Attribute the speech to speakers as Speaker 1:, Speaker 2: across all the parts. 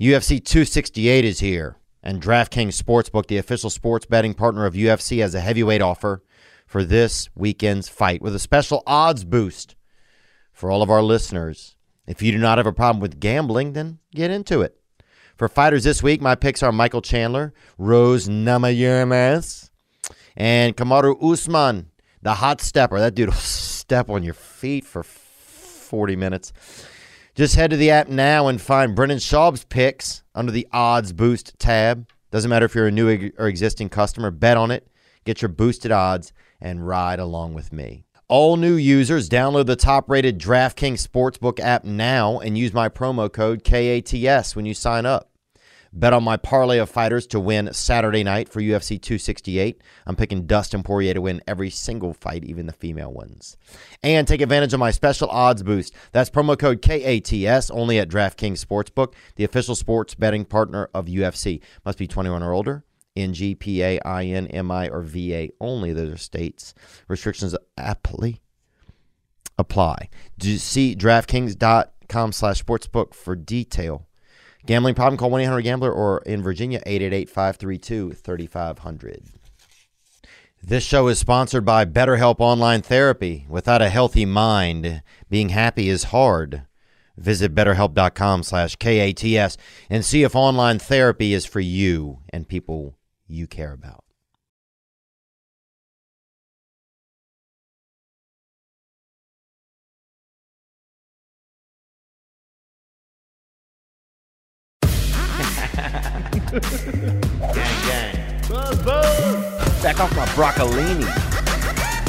Speaker 1: UFC 268 is here, and DraftKings Sportsbook, the official sports betting partner of UFC, has a heavyweight offer for this weekend's fight with a special odds boost for all of our listeners. If you do not have a problem with gambling, then get into it. For fighters this week, my picks are Michael Chandler, Rose Namajunas, and Kamaru Usman, the hot stepper. That dude will step on your feet for 40 minutes. Just head to the app now and find Brendan Schaub's picks under the odds boost tab. Doesn't matter if you're a new or existing customer, bet on it, get your boosted odds, and ride along with me. All new users download the top rated DraftKings Sportsbook app now and use my promo code KATS when you sign up. Bet on my parlay of fighters to win Saturday night for UFC 268. I'm picking Dustin Poirier to win every single fight, even the female ones. And take advantage of my special odds boost. That's promo code KATS only at DraftKings Sportsbook, the official sports betting partner of UFC. Must be 21 or older. NGPA, INMI, or VA only. Those are states. Restrictions aptly apply. Do you see DraftKings.com slash sportsbook for detail. Gambling problem, call 1 800 Gambler or in Virginia, 888 532 3500. This show is sponsored by BetterHelp Online Therapy. Without a healthy mind, being happy is hard. Visit betterhelp.com slash KATS and see if online therapy is for you and people you care about. gang, gang.
Speaker 2: Buzz, buzz.
Speaker 1: Back off my broccolini.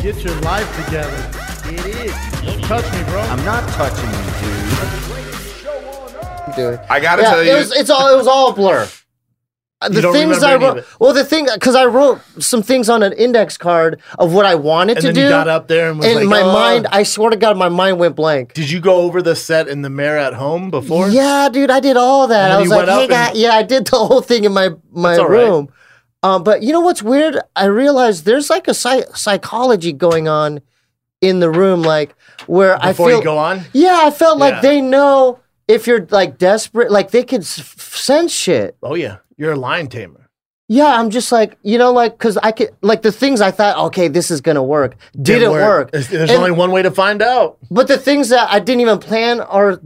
Speaker 2: Get your life together.
Speaker 1: It is.
Speaker 2: Don't touch me, bro.
Speaker 1: I'm not touching you, dude.
Speaker 3: doing.
Speaker 4: I gotta
Speaker 3: yeah,
Speaker 4: tell
Speaker 3: it
Speaker 4: you-
Speaker 3: was, it's all it was all a blur. Uh, The
Speaker 2: You don't
Speaker 3: things
Speaker 2: remember
Speaker 3: I
Speaker 2: any of
Speaker 3: wrote,
Speaker 2: it.
Speaker 3: well, the thing because I wrote some things on an index card of what I wanted
Speaker 2: And
Speaker 3: to
Speaker 2: then
Speaker 3: do,
Speaker 2: you got up there and was
Speaker 3: and
Speaker 2: like,
Speaker 3: my
Speaker 2: "Oh."
Speaker 3: mind, I swear to God, my mind went blank.
Speaker 2: Did you go over the set in the mirror at home before?
Speaker 3: Yeah, dude, I did all that.
Speaker 2: And then
Speaker 3: I
Speaker 2: you
Speaker 3: was like,
Speaker 2: went up
Speaker 3: hey, guy,
Speaker 2: and-
Speaker 3: yeah, I did the whole thing in my my
Speaker 2: That's all right.
Speaker 3: room. Um, but you know what's weird? I realized there's like a psych- psychology going on in the room, like where I
Speaker 2: Before
Speaker 3: feel
Speaker 2: you go on?
Speaker 3: Yeah, I felt like
Speaker 2: Yeah.
Speaker 3: they know if you're like desperate, like they could s- f- sense shit.
Speaker 2: Oh, yeah. You're a lion tamer.
Speaker 3: Yeah, I'm just like, you know, like, cause I could, like, the things I thought, okay, this is gonna work, didn't, work.
Speaker 2: There's, there's
Speaker 3: And-
Speaker 2: only one way to find out.
Speaker 3: But the things that I didn't even plan or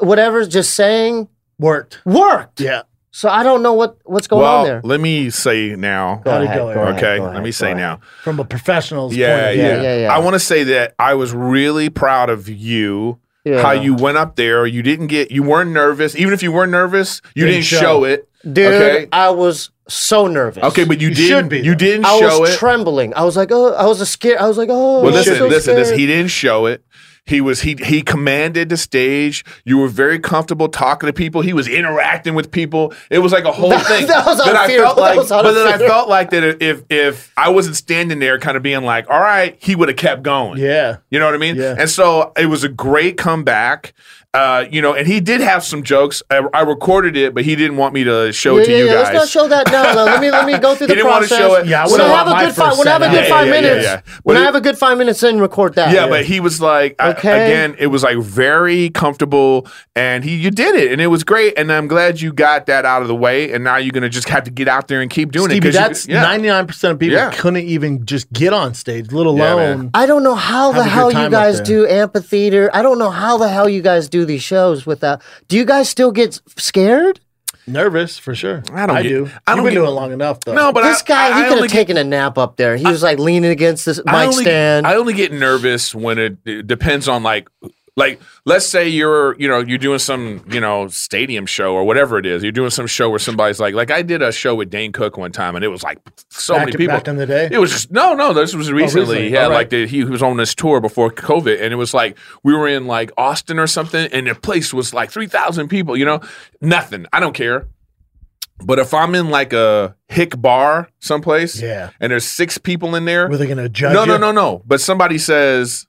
Speaker 3: whatever, just saying
Speaker 2: Worked.
Speaker 3: worked.
Speaker 2: Yeah.
Speaker 3: So I don't know what what's going
Speaker 4: well,
Speaker 3: on there.
Speaker 4: let me say now.
Speaker 2: How'd it
Speaker 3: ahead,
Speaker 2: go,
Speaker 3: go
Speaker 2: Eric?
Speaker 3: ahead,
Speaker 4: Okay,
Speaker 3: go
Speaker 4: let
Speaker 3: ahead,
Speaker 4: me
Speaker 3: go
Speaker 4: say
Speaker 3: ahead.
Speaker 4: now.
Speaker 2: From a professional's point
Speaker 4: Yeah,
Speaker 2: of view.
Speaker 4: yeah,
Speaker 3: yeah, yeah.
Speaker 4: I want to say that I was really proud of you.
Speaker 3: Yeah.
Speaker 4: How you went up there? You didn't get. You weren't nervous. Even if you were nervous, you
Speaker 2: Didn't
Speaker 4: didn't,
Speaker 2: show.
Speaker 4: show. it.
Speaker 3: Dude,
Speaker 4: Okay.
Speaker 3: I was so nervous.
Speaker 4: Okay, but you,
Speaker 2: You
Speaker 4: didn't.
Speaker 2: should be,
Speaker 4: you
Speaker 2: though.
Speaker 4: didn't
Speaker 3: I
Speaker 4: show
Speaker 3: was
Speaker 4: it.
Speaker 3: trembling. I was like, oh, I was a scared. I was like, oh.
Speaker 4: well,
Speaker 3: I'm
Speaker 4: listen,
Speaker 3: so
Speaker 4: listen. This,
Speaker 3: scared.
Speaker 4: he didn't show it. He was he he commanded the stage. You were very comfortable talking to people. He was interacting with people. It was like a whole
Speaker 3: That-
Speaker 4: thing.
Speaker 3: that was out
Speaker 4: Then
Speaker 3: of
Speaker 4: I
Speaker 3: fear.
Speaker 4: felt
Speaker 3: That
Speaker 4: like,
Speaker 3: was out
Speaker 4: but
Speaker 3: of
Speaker 4: then
Speaker 3: fear.
Speaker 4: I felt like that if if I wasn't standing there, kind of being like, all right, he would have kept going.
Speaker 2: Yeah.
Speaker 4: You know what I mean?
Speaker 2: Yeah.
Speaker 4: And so it was a great comeback. Uh, you know, and he did have some jokes. I, I recorded it, but he didn't want me to show it to
Speaker 3: yeah,
Speaker 4: you
Speaker 3: yeah,
Speaker 4: guys.
Speaker 3: Let's not show that. No, no. Let me let me go through
Speaker 4: He
Speaker 3: the
Speaker 4: didn't wanna
Speaker 3: process.
Speaker 4: show it.
Speaker 2: Yeah, I
Speaker 3: when I
Speaker 2: wouldn't want
Speaker 3: have a
Speaker 2: my
Speaker 3: good five,
Speaker 2: first
Speaker 3: when I have a
Speaker 2: set
Speaker 3: good
Speaker 2: out.
Speaker 3: five
Speaker 4: Yeah, yeah, yeah,
Speaker 3: minutes,
Speaker 4: yeah.
Speaker 3: when
Speaker 4: But
Speaker 3: I
Speaker 4: it-
Speaker 3: have a good five minutes in, record that.
Speaker 4: yeah, but he was like, I-
Speaker 3: Okay.
Speaker 4: again, it was like very comfortable, and he you did it, and it was great, and I'm glad you got that out of the way, and now you're gonna just have to get out there and keep doing
Speaker 2: Stevie,
Speaker 4: it.
Speaker 2: that's
Speaker 4: 'cause you- yeah.
Speaker 2: 99% of people
Speaker 4: Yeah.
Speaker 2: couldn't even just get on stage, let
Speaker 4: Yeah,
Speaker 2: alone.
Speaker 4: man.
Speaker 3: I don't know how
Speaker 2: Have a
Speaker 3: the
Speaker 2: good
Speaker 3: hell
Speaker 2: time
Speaker 3: you
Speaker 2: up
Speaker 3: guys
Speaker 2: there.
Speaker 3: do amphitheater. I don't know how the hell you guys do these shows without. Do you guys still get scared?
Speaker 2: nervous for sure.
Speaker 4: I don't get-
Speaker 2: do.
Speaker 4: I
Speaker 2: You've
Speaker 4: don't
Speaker 2: been
Speaker 4: get-
Speaker 2: doing it long enough though.
Speaker 4: no, but
Speaker 3: this
Speaker 4: I,
Speaker 3: guy,
Speaker 4: I,
Speaker 3: he
Speaker 4: I
Speaker 3: could
Speaker 4: only
Speaker 3: have taken a nap up there. He was like leaning against this
Speaker 4: I
Speaker 3: mic
Speaker 4: only-
Speaker 3: stand.
Speaker 4: I only get nervous when it, it depends on like like let's say you're you know you're doing some you know stadium show or whatever it is you're doing some show where somebody's like like I did a show with Dane Cook one time and it was like so
Speaker 2: Back-
Speaker 4: many people
Speaker 2: back in the day?
Speaker 4: it was just no no this was recently
Speaker 2: Oh, recently.
Speaker 4: yeah
Speaker 2: All right.
Speaker 4: like the, he was on this tour before COVID and it was like we were in like Austin or something and the place was like three thousand people you know nothing I don't care but if I'm in like a hick bar someplace
Speaker 2: Yeah.
Speaker 4: and there's six people in there
Speaker 2: Were they gonna judge?
Speaker 4: no,
Speaker 2: you?
Speaker 4: no, no, no. But somebody says,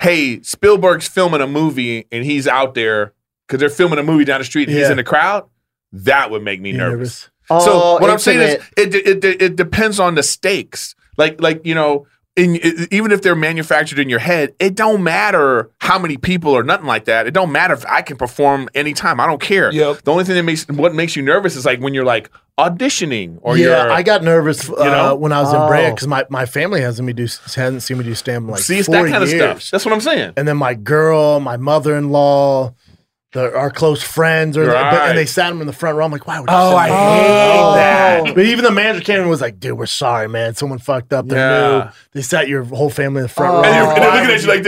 Speaker 4: "Hey, Spielberg's filming a movie, and he's out there because they're filming a movie down the street, and he's
Speaker 2: Yeah.
Speaker 4: in the crowd." That would make me
Speaker 2: You're
Speaker 4: nervous.
Speaker 2: nervous.
Speaker 3: oh,
Speaker 4: so what I'm saying
Speaker 3: intimate.
Speaker 4: is, it, it it it depends on the stakes. Like like you know, in, i- even if they're manufactured in your head, it don't matter how many people or nothing like that. It don't matter if I can perform anytime. I don't care.
Speaker 2: Yep.
Speaker 4: The only thing that makes what makes you nervous is like when you're like auditioning or
Speaker 2: yeah,
Speaker 4: you're
Speaker 2: I got nervous uh,
Speaker 4: know?
Speaker 2: when I was in
Speaker 3: Oh.
Speaker 2: Brea because my, my family hasn't me do hasn't seen me do stand in like
Speaker 4: see it's
Speaker 2: four
Speaker 4: that kind
Speaker 2: years.
Speaker 4: of stuff. That's what I'm saying.
Speaker 2: And then my girl, my mother in law, our close friends, or but,
Speaker 4: Right.
Speaker 2: and they sat him in the front row. I'm like, why would you
Speaker 4: Oh,
Speaker 2: sit
Speaker 4: I
Speaker 2: him?
Speaker 4: hate that.
Speaker 2: But even the manager came and was like, dude, we're sorry, man. Someone fucked up. They're
Speaker 4: Yeah.
Speaker 2: new. They sat your whole family in the front
Speaker 3: Oh.
Speaker 2: row. oh,
Speaker 4: And they're, and they're
Speaker 2: Why
Speaker 4: looking
Speaker 2: would
Speaker 4: at you like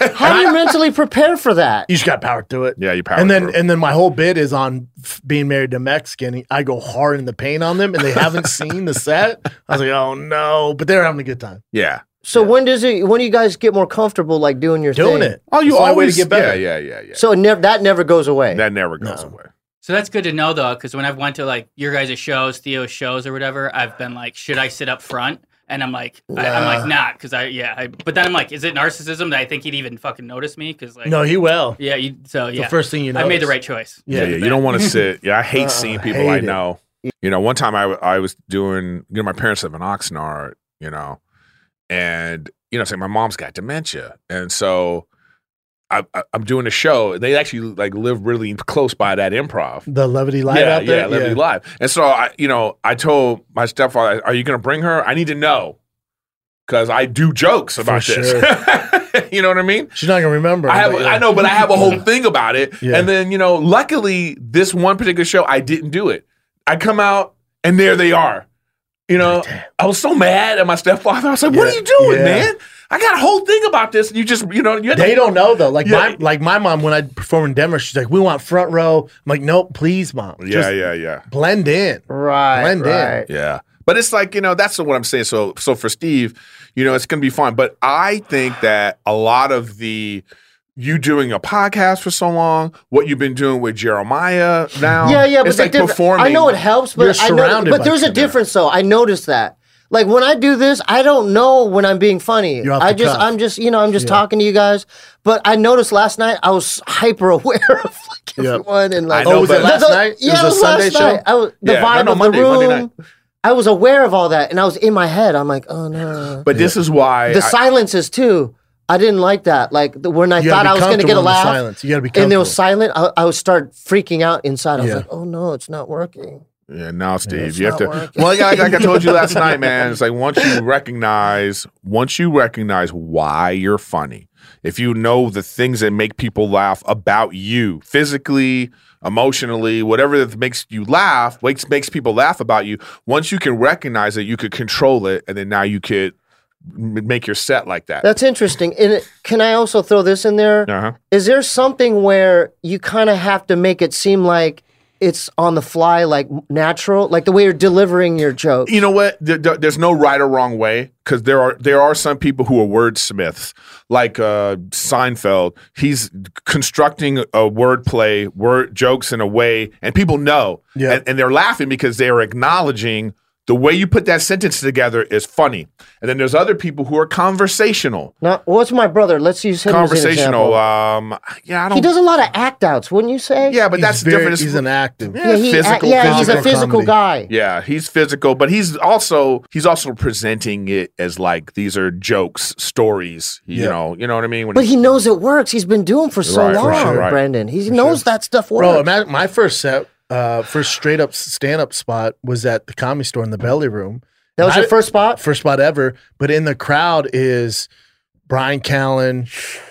Speaker 4: this.
Speaker 3: How do you mentally prepare for that?
Speaker 2: you just got powered through it.
Speaker 4: Uh, Yeah, you powered
Speaker 2: And then
Speaker 4: through.
Speaker 2: and then my whole bit is on f- being married to a Mexican. I go hard in the paint on them, and they haven't seen the set. I was like, oh no, but they're having a good time
Speaker 4: Yeah.
Speaker 3: So when does it? When do you guys get more comfortable, like doing your
Speaker 2: doing
Speaker 3: thing?
Speaker 2: it. It's the only way to get better.
Speaker 4: Oh, Yeah, yeah, yeah, yeah.
Speaker 3: So it never that never goes away.
Speaker 4: that never goes away.
Speaker 5: So that's good to know though, because when I've went to like your guys' shows, Theo's shows or whatever, I've been like, should I sit up front? And I'm like, I, I'm like, not, because I, yeah. I, but then I'm like, is it narcissism that I think he'd even fucking notice me? Because like,
Speaker 2: No, he will.
Speaker 5: yeah, you, so yeah,
Speaker 2: The first thing you know,
Speaker 5: I made the right choice.
Speaker 4: Yeah, yeah,
Speaker 2: Yeah, Uh,
Speaker 4: you don't want to sit. Yeah, I hate seeing people I
Speaker 2: hate it.
Speaker 4: know. You know, one time I w- I was doing, you know, my parents live in Oxnard, you know, and you know, it's like my mom's got dementia, and so I, I, I'm doing a show. They actually like live really close by that improv.
Speaker 2: the levity live
Speaker 4: yeah,
Speaker 2: out there.
Speaker 4: yeah, Liberty Live. And so I, you know, I told my stepfather, "Are you going to bring her? I need to know because I do jokes about this. you know what I mean?
Speaker 2: She's not gonna remember.
Speaker 4: I have,
Speaker 2: but yeah.
Speaker 4: I know, but I have a whole thing about it.
Speaker 2: Yeah.
Speaker 4: And then you know, luckily, this one particular show, I didn't do it. I come out, and there they are. You know, I was so mad at my stepfather. I was like, "What are
Speaker 2: Yeah.
Speaker 4: you doing,
Speaker 2: Yeah.
Speaker 4: man? I got a whole thing about this, and you just, you know, you had to
Speaker 2: They don't know though. Like
Speaker 4: Yeah.
Speaker 2: my like my mom when I perform in Denver, she's like, "We want front row." I'm like, "Nope, please, mom.
Speaker 4: Yeah,
Speaker 2: Just
Speaker 4: yeah, yeah.
Speaker 2: blend in."
Speaker 3: Right.
Speaker 2: Blend in.
Speaker 3: right.
Speaker 4: Yeah. But it's like, you know, that's what I'm saying. So so for Steve, you know, it's gonna be fun. But I think that a lot of the you doing a podcast for so long, what you've been doing with Jeremiah now.
Speaker 3: Yeah, yeah,
Speaker 4: it's
Speaker 3: but
Speaker 4: like
Speaker 3: the diff-
Speaker 4: performing.
Speaker 3: I know it helps, but
Speaker 2: You're
Speaker 3: I know,
Speaker 2: surrounded
Speaker 3: but
Speaker 2: by
Speaker 3: there's a
Speaker 2: community.
Speaker 3: difference though. I noticed that. Like when I do this, I don't know when I'm being funny.
Speaker 2: You're off
Speaker 3: I
Speaker 2: the
Speaker 3: just,
Speaker 2: cuff.
Speaker 3: I'm just, you know, I'm just talking to you guys. But I noticed last night I was hyper aware of like
Speaker 2: Yep.
Speaker 3: everyone and like.
Speaker 4: I know,
Speaker 2: oh, was
Speaker 4: but-
Speaker 2: it last
Speaker 3: The- the-
Speaker 2: night? It
Speaker 3: Yeah,
Speaker 2: was
Speaker 3: it was
Speaker 2: Sunday
Speaker 3: last night. I was, the
Speaker 4: Yeah, no,
Speaker 3: vibe
Speaker 4: no,
Speaker 3: of
Speaker 4: Monday-
Speaker 3: the room.
Speaker 4: Monday night.
Speaker 3: I was aware of all that, and I was in my head. I'm like, oh no.
Speaker 4: But this is why
Speaker 3: the
Speaker 4: I-
Speaker 3: silences too. I didn't like that. Like the, when I
Speaker 2: You
Speaker 3: thought
Speaker 2: gotta
Speaker 3: I
Speaker 2: be
Speaker 3: was going to get
Speaker 2: comfortable
Speaker 3: a
Speaker 2: in the
Speaker 3: laugh,
Speaker 2: silence. You got to be comfortable.
Speaker 3: and it was silent. I, I would start freaking out inside. I was
Speaker 2: Yeah.
Speaker 3: like, "Oh no, it's not working."
Speaker 4: Yeah, now Steve,
Speaker 3: it's
Speaker 4: you have
Speaker 3: not
Speaker 4: to.
Speaker 3: working.
Speaker 4: Well, like, like I told you last night, man, it's like once you recognize, once you recognize why you're funny, if you know the things that make people laugh about you, physically, emotionally, whatever that makes you laugh, makes makes people laugh about you. Once you can recognize it, you could control it, and then now you could m- make your set like that.
Speaker 3: That's interesting. And it, can I also throw this in there? Is
Speaker 4: uh-huh.
Speaker 3: there something where you kind of have to make it seem like it's on the fly, like natural, like the way you're delivering your joke?
Speaker 4: you know what? There- there- there's no right or wrong way because there are there are some people who are wordsmiths, like uh, Seinfeld. He's constructing a wordplay, word jokes in a way, and people know,
Speaker 2: Yeah.
Speaker 4: and, and they're laughing because they are acknowledging the way you put that sentence together is funny. And then there's other people who are conversational,
Speaker 3: Now, what's my brother? Let's use him
Speaker 4: conversational.
Speaker 3: As an example.
Speaker 4: Um, yeah, I
Speaker 3: he
Speaker 4: don't.
Speaker 3: does a lot of act outs, wouldn't you say?
Speaker 4: yeah, but
Speaker 2: He's
Speaker 4: that's
Speaker 2: very-
Speaker 4: different. It's-
Speaker 2: He's an active.
Speaker 4: Yeah,
Speaker 3: yeah, he,
Speaker 4: physical,
Speaker 3: yeah he's a
Speaker 2: physical
Speaker 3: physical
Speaker 2: comedy.
Speaker 3: guy.
Speaker 4: Yeah, he's physical, but he's also he's also presenting it as like these are jokes, stories. You
Speaker 2: Yeah.
Speaker 4: know, you know what I mean. When
Speaker 3: But he knows it works. He's been doing for so
Speaker 4: Right, for
Speaker 3: long,
Speaker 4: sure, right.
Speaker 3: Brandon. He knows that stuff works.
Speaker 2: Bro, imagine my first set, uh, first straight up stand up spot was at the comedy store in the belly room.
Speaker 3: that was
Speaker 2: I-
Speaker 3: your first spot.
Speaker 2: First spot ever. But in the crowd is Brian Callen,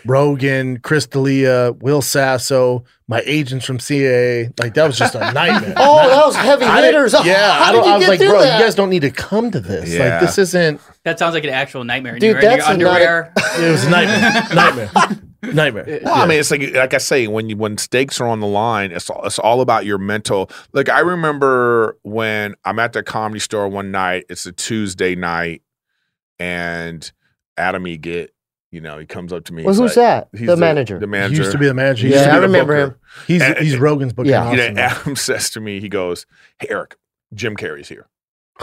Speaker 2: Rogan, Chris D'Elia, Will Sasso, my agents from CAA. Like that was just a nightmare.
Speaker 3: Oh, that was heavy
Speaker 2: I didn't-
Speaker 3: hitters. Oh,
Speaker 2: yeah,
Speaker 3: How
Speaker 2: I, don't,
Speaker 3: did you
Speaker 2: I was
Speaker 3: get
Speaker 2: like,
Speaker 3: through
Speaker 2: bro,
Speaker 3: that?
Speaker 2: you guys don't need to come to this.
Speaker 4: Yeah.
Speaker 2: Like this isn't.
Speaker 5: That sounds like an actual nightmare.
Speaker 3: Dude,
Speaker 5: Dude, you're in your
Speaker 3: that's not-
Speaker 5: underwear.
Speaker 2: It was a nightmare, nightmare, nightmare.
Speaker 4: Well, I mean, it's like like I say, when you, when stakes are on the line, it's all, it's all about your mental. Like I remember when I'm at the comedy store one night. It's a Tuesday night, and Adam Egit, you know, he comes up to me.
Speaker 3: Well,
Speaker 4: he's
Speaker 3: who's
Speaker 4: like-
Speaker 3: that?
Speaker 4: he's
Speaker 3: The manager.
Speaker 4: The
Speaker 2: He
Speaker 4: manager
Speaker 2: used to be the manager. He
Speaker 3: Yeah,
Speaker 2: used to
Speaker 3: I
Speaker 2: be the
Speaker 3: remember
Speaker 2: booker.
Speaker 3: him.
Speaker 2: He's
Speaker 4: And-
Speaker 2: he's Rogan's booking.
Speaker 3: Yeah.
Speaker 4: You know,
Speaker 2: Austin.
Speaker 4: Adam says to me, he goes, "Hey, Eric, Jim Carrey's here."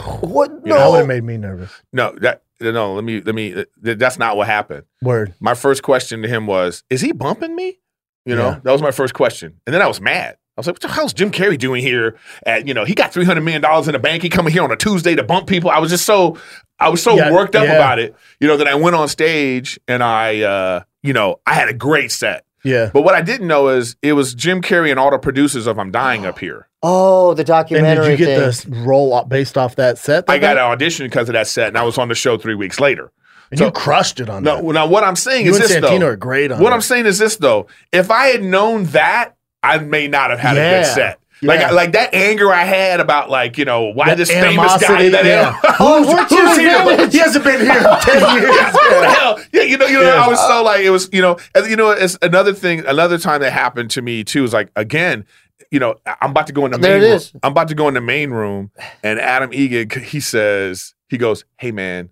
Speaker 3: What?
Speaker 4: You know,
Speaker 2: That would
Speaker 3: No.
Speaker 2: have made me nervous.
Speaker 4: No, that no. Let me let me. th- that's not what happened.
Speaker 2: Word.
Speaker 4: My first question to him was, "Is he bumping me?" You know,
Speaker 2: Yeah.
Speaker 4: that was my first question, and then I was mad. I was like, "What the hell's Jim Carrey doing here?" At you know, he got three hundred million dollars in the bank. He coming here on a Tuesday to bump people. I was just so I was so
Speaker 2: Yeah,
Speaker 4: worked up
Speaker 2: yeah.
Speaker 4: about it, you know, that I went on stage and I, uh, you know, I had a great set.
Speaker 2: Yeah.
Speaker 4: But what I didn't know is it was Jim Carrey and all the producers of I'm Dying Up Here.
Speaker 3: Oh, the
Speaker 2: And
Speaker 3: documentary
Speaker 2: did you get
Speaker 3: thing.
Speaker 2: the s- role up based off that set? that
Speaker 4: I got an
Speaker 2: night?
Speaker 4: audition because of that set, and I was on the show three weeks later.
Speaker 2: And
Speaker 4: so-
Speaker 2: you crushed it on
Speaker 4: No,
Speaker 2: that.
Speaker 4: now what I'm saying
Speaker 2: You
Speaker 4: is
Speaker 2: and
Speaker 4: this
Speaker 2: Santino
Speaker 4: though.
Speaker 2: are great on
Speaker 4: What
Speaker 2: it.
Speaker 4: I'm saying is this though. If I had known that, I may not have had a
Speaker 2: Yeah.
Speaker 4: good set. Like,
Speaker 2: Yeah.
Speaker 4: like that anger I had about like you know why
Speaker 2: That
Speaker 4: this famous guy
Speaker 2: animosity,
Speaker 4: that
Speaker 2: yeah.
Speaker 4: who's, who's
Speaker 3: Who's- who's
Speaker 4: here?
Speaker 2: He hasn't been here in 10 years.
Speaker 4: What the hell? Yeah, you know, you know,
Speaker 2: Yeah.
Speaker 4: I was so like, it was, you know, and you know, it's another thing, another time that happened to me too is like, again, you know, I- I'm about to go in the
Speaker 3: There
Speaker 4: main
Speaker 3: it
Speaker 4: room.
Speaker 3: is.
Speaker 4: I'm about to go in the main room, and Adam Egan, he says, he goes, hey man,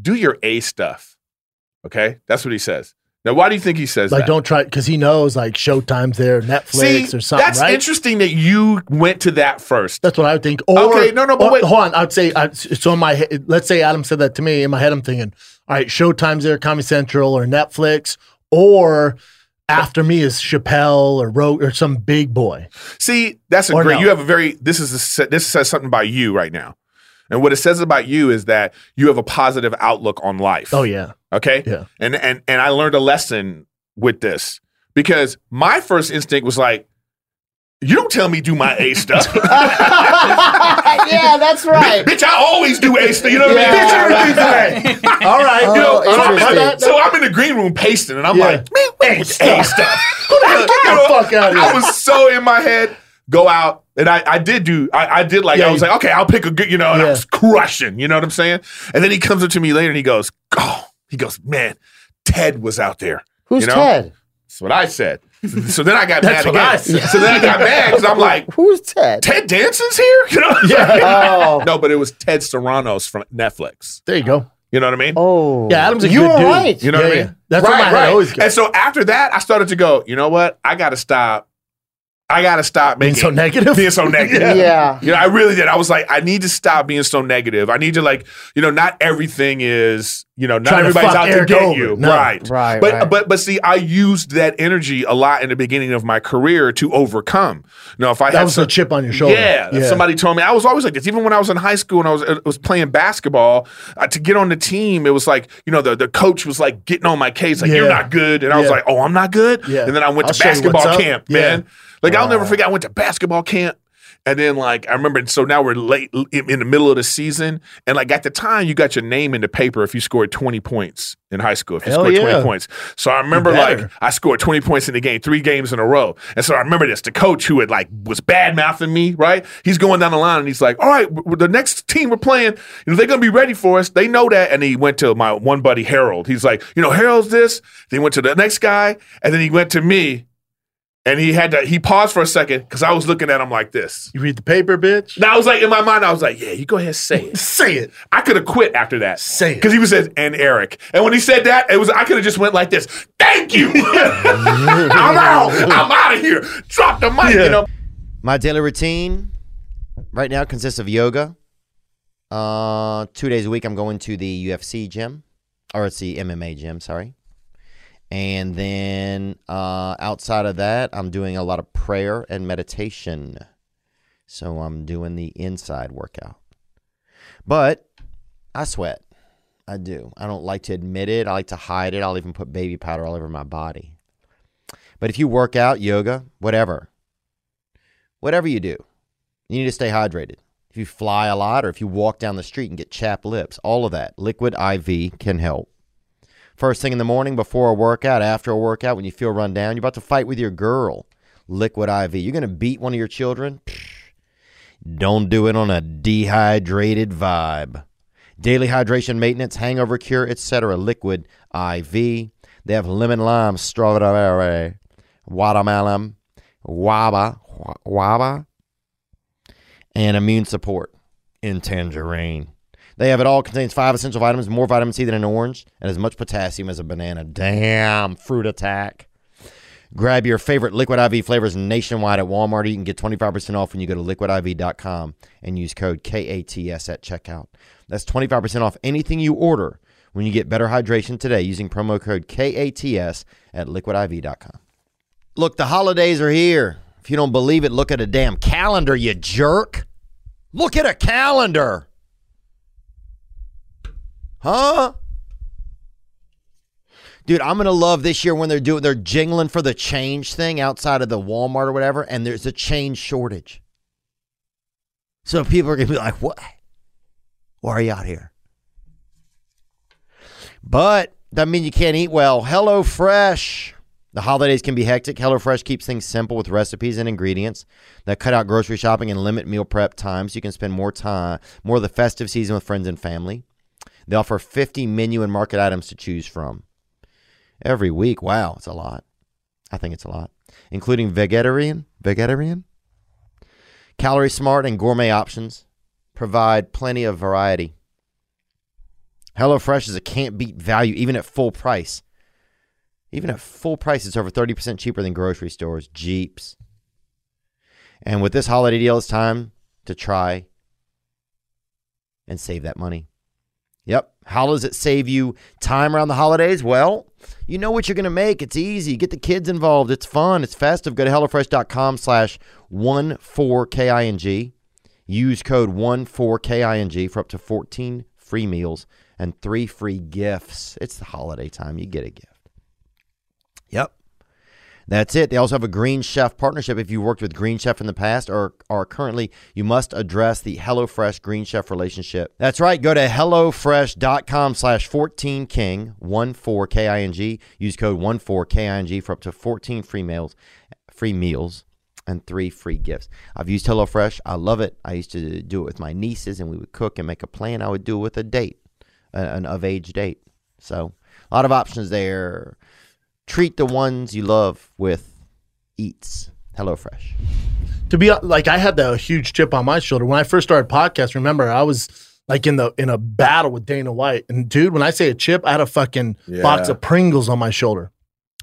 Speaker 4: do your A stuff, okay? That's what he says. Now, why do you think he says
Speaker 2: Like,
Speaker 4: that?
Speaker 2: don't try because he knows like Showtime's there,
Speaker 4: See,
Speaker 2: Netflix, or something,
Speaker 4: that's
Speaker 2: right?
Speaker 4: interesting that you went to that first.
Speaker 2: That's what I would think. Or,
Speaker 4: Okay, no, no, but
Speaker 2: or-
Speaker 4: wait.
Speaker 2: hold on. I'd say I, so. In my head, let's say Adam said that to me. In my head, I'm thinking, all right, Showtime's there, Comedy Central, or Netflix, or after me is Chappelle or Rogue or some big boy.
Speaker 4: See, that's a
Speaker 2: Or
Speaker 4: great.
Speaker 2: no.
Speaker 4: You have a very. This is a, se- this says something about you right now, and what it says about you is that you have a positive outlook on life.
Speaker 2: Oh yeah,
Speaker 4: Okay.
Speaker 2: Yeah.
Speaker 4: And and and I learned a lesson with this because my first instinct was like, you don't tell me do my A stuff.
Speaker 3: yeah, that's right.
Speaker 4: Bitch, I always do A stuff. You know what I mean?
Speaker 3: Yeah.
Speaker 4: Bitch, everything's A. All right. you know,
Speaker 3: Oh,
Speaker 4: so, I'm in the,
Speaker 3: interesting.
Speaker 4: so I'm in the green room pasting, and I'm
Speaker 2: Yeah.
Speaker 4: like, man, man, with the A stuff. Who the hell- you know,
Speaker 2: fuck outta here.
Speaker 4: I was so in my head. Go out, and I, I did do. I, I did like
Speaker 2: Yeah,
Speaker 4: I was
Speaker 2: you-
Speaker 4: like, okay, I'll pick a good, you know, and I
Speaker 2: Yeah.
Speaker 4: was crushing. You know what I'm saying? And then he comes up to me later, and he goes, oh, he goes, man, Ted was out there.
Speaker 3: Who's
Speaker 4: you know?
Speaker 3: Ted?
Speaker 4: That's what I said. So then I got mad
Speaker 2: That's
Speaker 4: again.
Speaker 2: what I said.
Speaker 4: So then I got mad because I'm like,
Speaker 3: Who's Ted?
Speaker 4: Ted Danson's here? You know?
Speaker 3: Oh.
Speaker 4: No, but it was Ted Serrano's from Netflix.
Speaker 2: there you go.
Speaker 4: You know what I mean?
Speaker 3: Oh.
Speaker 2: Yeah, Adam's a
Speaker 3: You
Speaker 2: good
Speaker 3: were
Speaker 2: dude.
Speaker 3: right.
Speaker 4: You know what I mean?
Speaker 2: That's where my head always
Speaker 4: And
Speaker 2: goes.
Speaker 4: so after that, I started to go, you know what? I gotta stop. I gotta stop
Speaker 2: Being
Speaker 4: making
Speaker 2: so negative.
Speaker 4: being so negative.
Speaker 3: Yeah.
Speaker 4: You know, I really did. I was like, I need to stop being so negative. I need to like, you know, not everything is, you know, not
Speaker 2: Trying to
Speaker 4: everybody's
Speaker 2: fuck
Speaker 4: out to
Speaker 2: Eric
Speaker 4: get
Speaker 2: Goldman.
Speaker 4: you.
Speaker 2: No.
Speaker 4: Right.
Speaker 3: Right,
Speaker 4: But
Speaker 3: right.
Speaker 4: but but see, I used that energy a lot in the beginning of my career to overcome. Now, if I
Speaker 2: that
Speaker 4: had
Speaker 2: was
Speaker 4: some-
Speaker 2: a chip on your shoulder.
Speaker 4: yeah, if somebody told me I was always like this. Even when I was in high school and I was uh, was playing basketball, uh, to get on the team, it was like you know the, the coach was like getting on my case, like you're
Speaker 2: Yeah.
Speaker 4: not good, and I was
Speaker 2: Yeah.
Speaker 4: like, oh, I'm not good.
Speaker 2: Yeah.
Speaker 4: And then I went
Speaker 2: I'll
Speaker 4: to
Speaker 2: show you what's
Speaker 4: basketball
Speaker 2: up.
Speaker 4: camp,
Speaker 2: Yeah.
Speaker 4: man. Like I'll never forget. I went to basketball camp. And then, like, I remember, so now we're late in in the middle of the season. And, like, at the time, you got your name in the paper if you scored 20 points in high school, if you
Speaker 2: Hell
Speaker 4: scored 20
Speaker 2: yeah.
Speaker 4: points. So I remember,
Speaker 2: better.
Speaker 4: like, I scored 20 points in the game, three games in a row. And so I remember this. The coach who had like was bad mouthing me, right? He's going down the line and he's like, all right, w- w- the next team we're playing, you know, they're going to be ready for us. They know that. And he went to my one buddy, Harold. He's like, you know, Harold's this. They went to the next guy. And then he went to me and he had to, he paused for a second because I was looking at him like this.
Speaker 2: You read the paper, bitch.
Speaker 4: Now I was like, in my mind, I was like, yeah, you go ahead and say it.
Speaker 2: Say it.
Speaker 4: I could have quit after that.
Speaker 2: Say it.
Speaker 4: Because he was says, and Eric. And when he said that, it was I could have just went like this. Thank you. I'm out. I'm out of here. Drop the mic. You know.
Speaker 1: My daily routine right now consists of yoga. Uh, two days a week, I'm going to the UFC gym, or it's the MMA gym, sorry. And then uh, outside of that, I'm doing a lot of prayer and meditation. So I'm doing the inside workout. But I sweat. I do. I don't like to admit it. I like to hide it. I'll even put baby powder all over my body. But if you work out, yoga, whatever, whatever you do, you need to stay hydrated. If you fly a lot or if you walk down the street and get chapped lips, all of that, liquid IV can help. First thing in the morning, before a workout, after a workout, when you feel run down, you're about to fight with your girl, liquid IV. You're going to beat one of your children. Psh, Don't do it on a dehydrated vibe. Daily hydration maintenance, hangover cure, etc. Liquid IV. They have lemon lime, strawberry, watermelon, waba, wa- waba, and immune support in tangerine. They have it all. Contains five essential vitamins, more vitamin C than an orange, and as much potassium as a banana. Damn, fruit attack. Grab your favorite Liquid IV flavors nationwide at Walmart. You can get 25% off when you go to liquidiv.com and use code KATS at checkout. That's 25% off anything you order when you get better hydration today using promo code KATS at liquidiv.com. Look, the holidays are here. If you don't believe it, look at a damn calendar, you jerk. Look at a calendar. Huh? Dude, I'm gonna love this year when they're doing they're jingling for the change thing outside of the Walmart or whatever, and there's a change shortage. So people are gonna be like, "What? Why are you out here?" But that means you can't eat well. Hello Fresh. The holidays can be hectic. HelloFresh keeps things simple with recipes and ingredients that cut out grocery shopping and limit meal prep time so you can spend more time, more of the festive season with friends and family. They offer 50 menu and market items to choose from every week. Wow, it's a lot. I think it's a lot, including vegetarian, vegetarian, calorie smart, and gourmet options. Provide plenty of variety. HelloFresh is a can't beat value, even at full price. Even at full price, it's over 30% cheaper than grocery stores, Jeeps. And with this holiday deal, it's time to try and save that money. Yep. How does it save you time around the holidays? Well, you know what you're going to make. It's easy. Get the kids involved. It's fun. It's festive. Go to HelloFresh.com slash 14KING. Use code 14KING for up to 14 free meals and three free gifts. It's the holiday time. You get a gift. Yep. That's it. They also have a Green Chef partnership. If you worked with Green Chef in the past or are currently, you must address the HelloFresh Green Chef relationship. That's right. Go to HelloFresh.com slash 14King, 14KING. Use code 14KING for up to 14 free meals, free meals and three free gifts. I've used HelloFresh. I love it. I used to do it with my nieces and we would cook and make a plan. I would do it with a date, a- an of age date. So a lot of options there. Treat the ones you love with Eats. HelloFresh.
Speaker 2: to be like I had the huge chip on my shoulder when I first started podcast. Remember, I was like in the in a battle with Dana White, and dude, when I say a chip, I had a fucking box
Speaker 4: Yeah.
Speaker 2: of Pringles on my shoulder.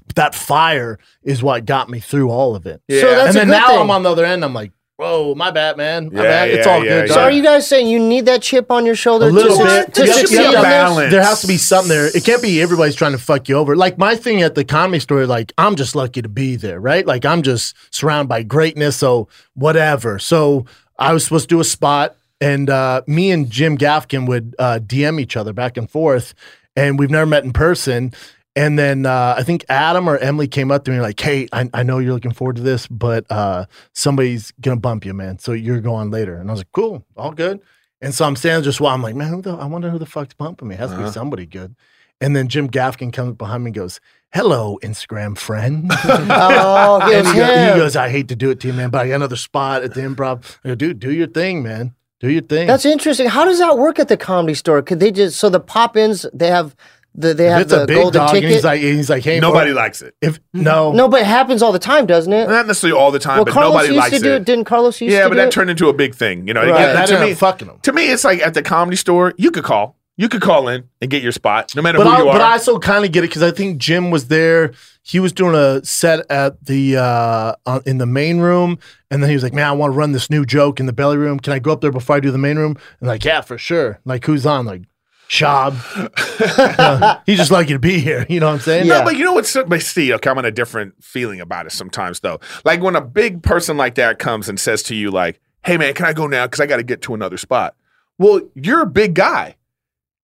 Speaker 2: But that fire is what got me through all of it.
Speaker 4: Yeah.
Speaker 3: So
Speaker 2: and
Speaker 3: that's a
Speaker 2: then
Speaker 3: good
Speaker 2: now
Speaker 3: thing.
Speaker 2: I'm on the other end. I'm like, whoa, my bad, man. My
Speaker 4: Yeah,
Speaker 2: bad. It's
Speaker 4: yeah,
Speaker 2: all
Speaker 4: yeah,
Speaker 2: good.
Speaker 4: yeah.
Speaker 3: So
Speaker 2: dog.
Speaker 3: are you guys saying you need that chip on your shoulder
Speaker 2: A little
Speaker 3: to,
Speaker 2: bit.
Speaker 3: to
Speaker 2: You have to
Speaker 3: succeed
Speaker 2: get
Speaker 3: in
Speaker 2: the
Speaker 3: this?
Speaker 4: balance.
Speaker 2: There has to be something there. It can't be everybody's trying to fuck you over. Like my thing at the comedy store, like I'm just lucky to be there, right? Like I'm just surrounded by greatness, so whatever. So I was supposed to do a spot, and uh, me and Jim Gaffigan would uh, DM each other back and forth, and we've never met in person. And then uh, I think Adam or Emily came up to me like, "Hey, I, I know you're looking forward to this, but uh, somebody's gonna bump you, man. So you're going later." And I was like, "Cool, all good." And so I'm standing just while I'm like, "Man, who the, I wonder who the fuck's bumping me. It has to be somebody good." And then Jim Gaffigan comes behind me and goes, "Hello, Instagram friend."
Speaker 3: Oh, it
Speaker 2: and
Speaker 3: was
Speaker 2: he, go-
Speaker 3: him.
Speaker 2: he goes, "I hate to do it to you, man, but I got another spot at the improv. I go, dude, do your thing, man. Do your thing.
Speaker 3: That's interesting. How does that work at the comedy store? Could they just so the pop-ins they have the they
Speaker 2: if
Speaker 3: have
Speaker 2: it's a
Speaker 3: the
Speaker 2: big
Speaker 3: golden
Speaker 2: dog." And
Speaker 3: ticket? Mm-hmm.
Speaker 2: he's like, and he's like, "Hey,
Speaker 4: Nobody
Speaker 2: bro,
Speaker 4: likes it.
Speaker 2: If no,
Speaker 3: no, but it happens all the time, doesn't it?
Speaker 4: Not necessarily all the time,
Speaker 3: well,
Speaker 4: but
Speaker 3: Carlos
Speaker 4: nobody
Speaker 3: used
Speaker 4: likes
Speaker 3: to do it.
Speaker 4: it.
Speaker 3: Didn't Carlos used
Speaker 4: yeah,
Speaker 3: to
Speaker 4: but
Speaker 3: do
Speaker 4: that
Speaker 3: it?
Speaker 4: turned into a big thing. You know,
Speaker 3: Right.
Speaker 4: yeah,
Speaker 2: that
Speaker 4: to
Speaker 2: ended up
Speaker 4: me,
Speaker 2: fucking him."
Speaker 4: to me, it's like at the comedy store, you could call, you could call in and get your spot, no matter
Speaker 2: But
Speaker 4: who
Speaker 2: I,
Speaker 4: you
Speaker 2: but I
Speaker 4: are.
Speaker 2: also kind of get it because I think Jim was there. He was doing a set at the uh, on- in the main room, and then he was like, "Man, I want to run this new joke in the belly room. Can I go up there before I do the main room?" And like, yeah, for sure. Like, who's on? Like, Shab. Uh, he's just lucky to be here. You know what I'm saying?
Speaker 3: Yeah.
Speaker 4: No, but you know what's but see, okay, I'm on a different feeling about it sometimes though. Like when a big person like that comes and says to you, like, hey man, can I go now? Cause I gotta get to another spot. Well, you're a big guy.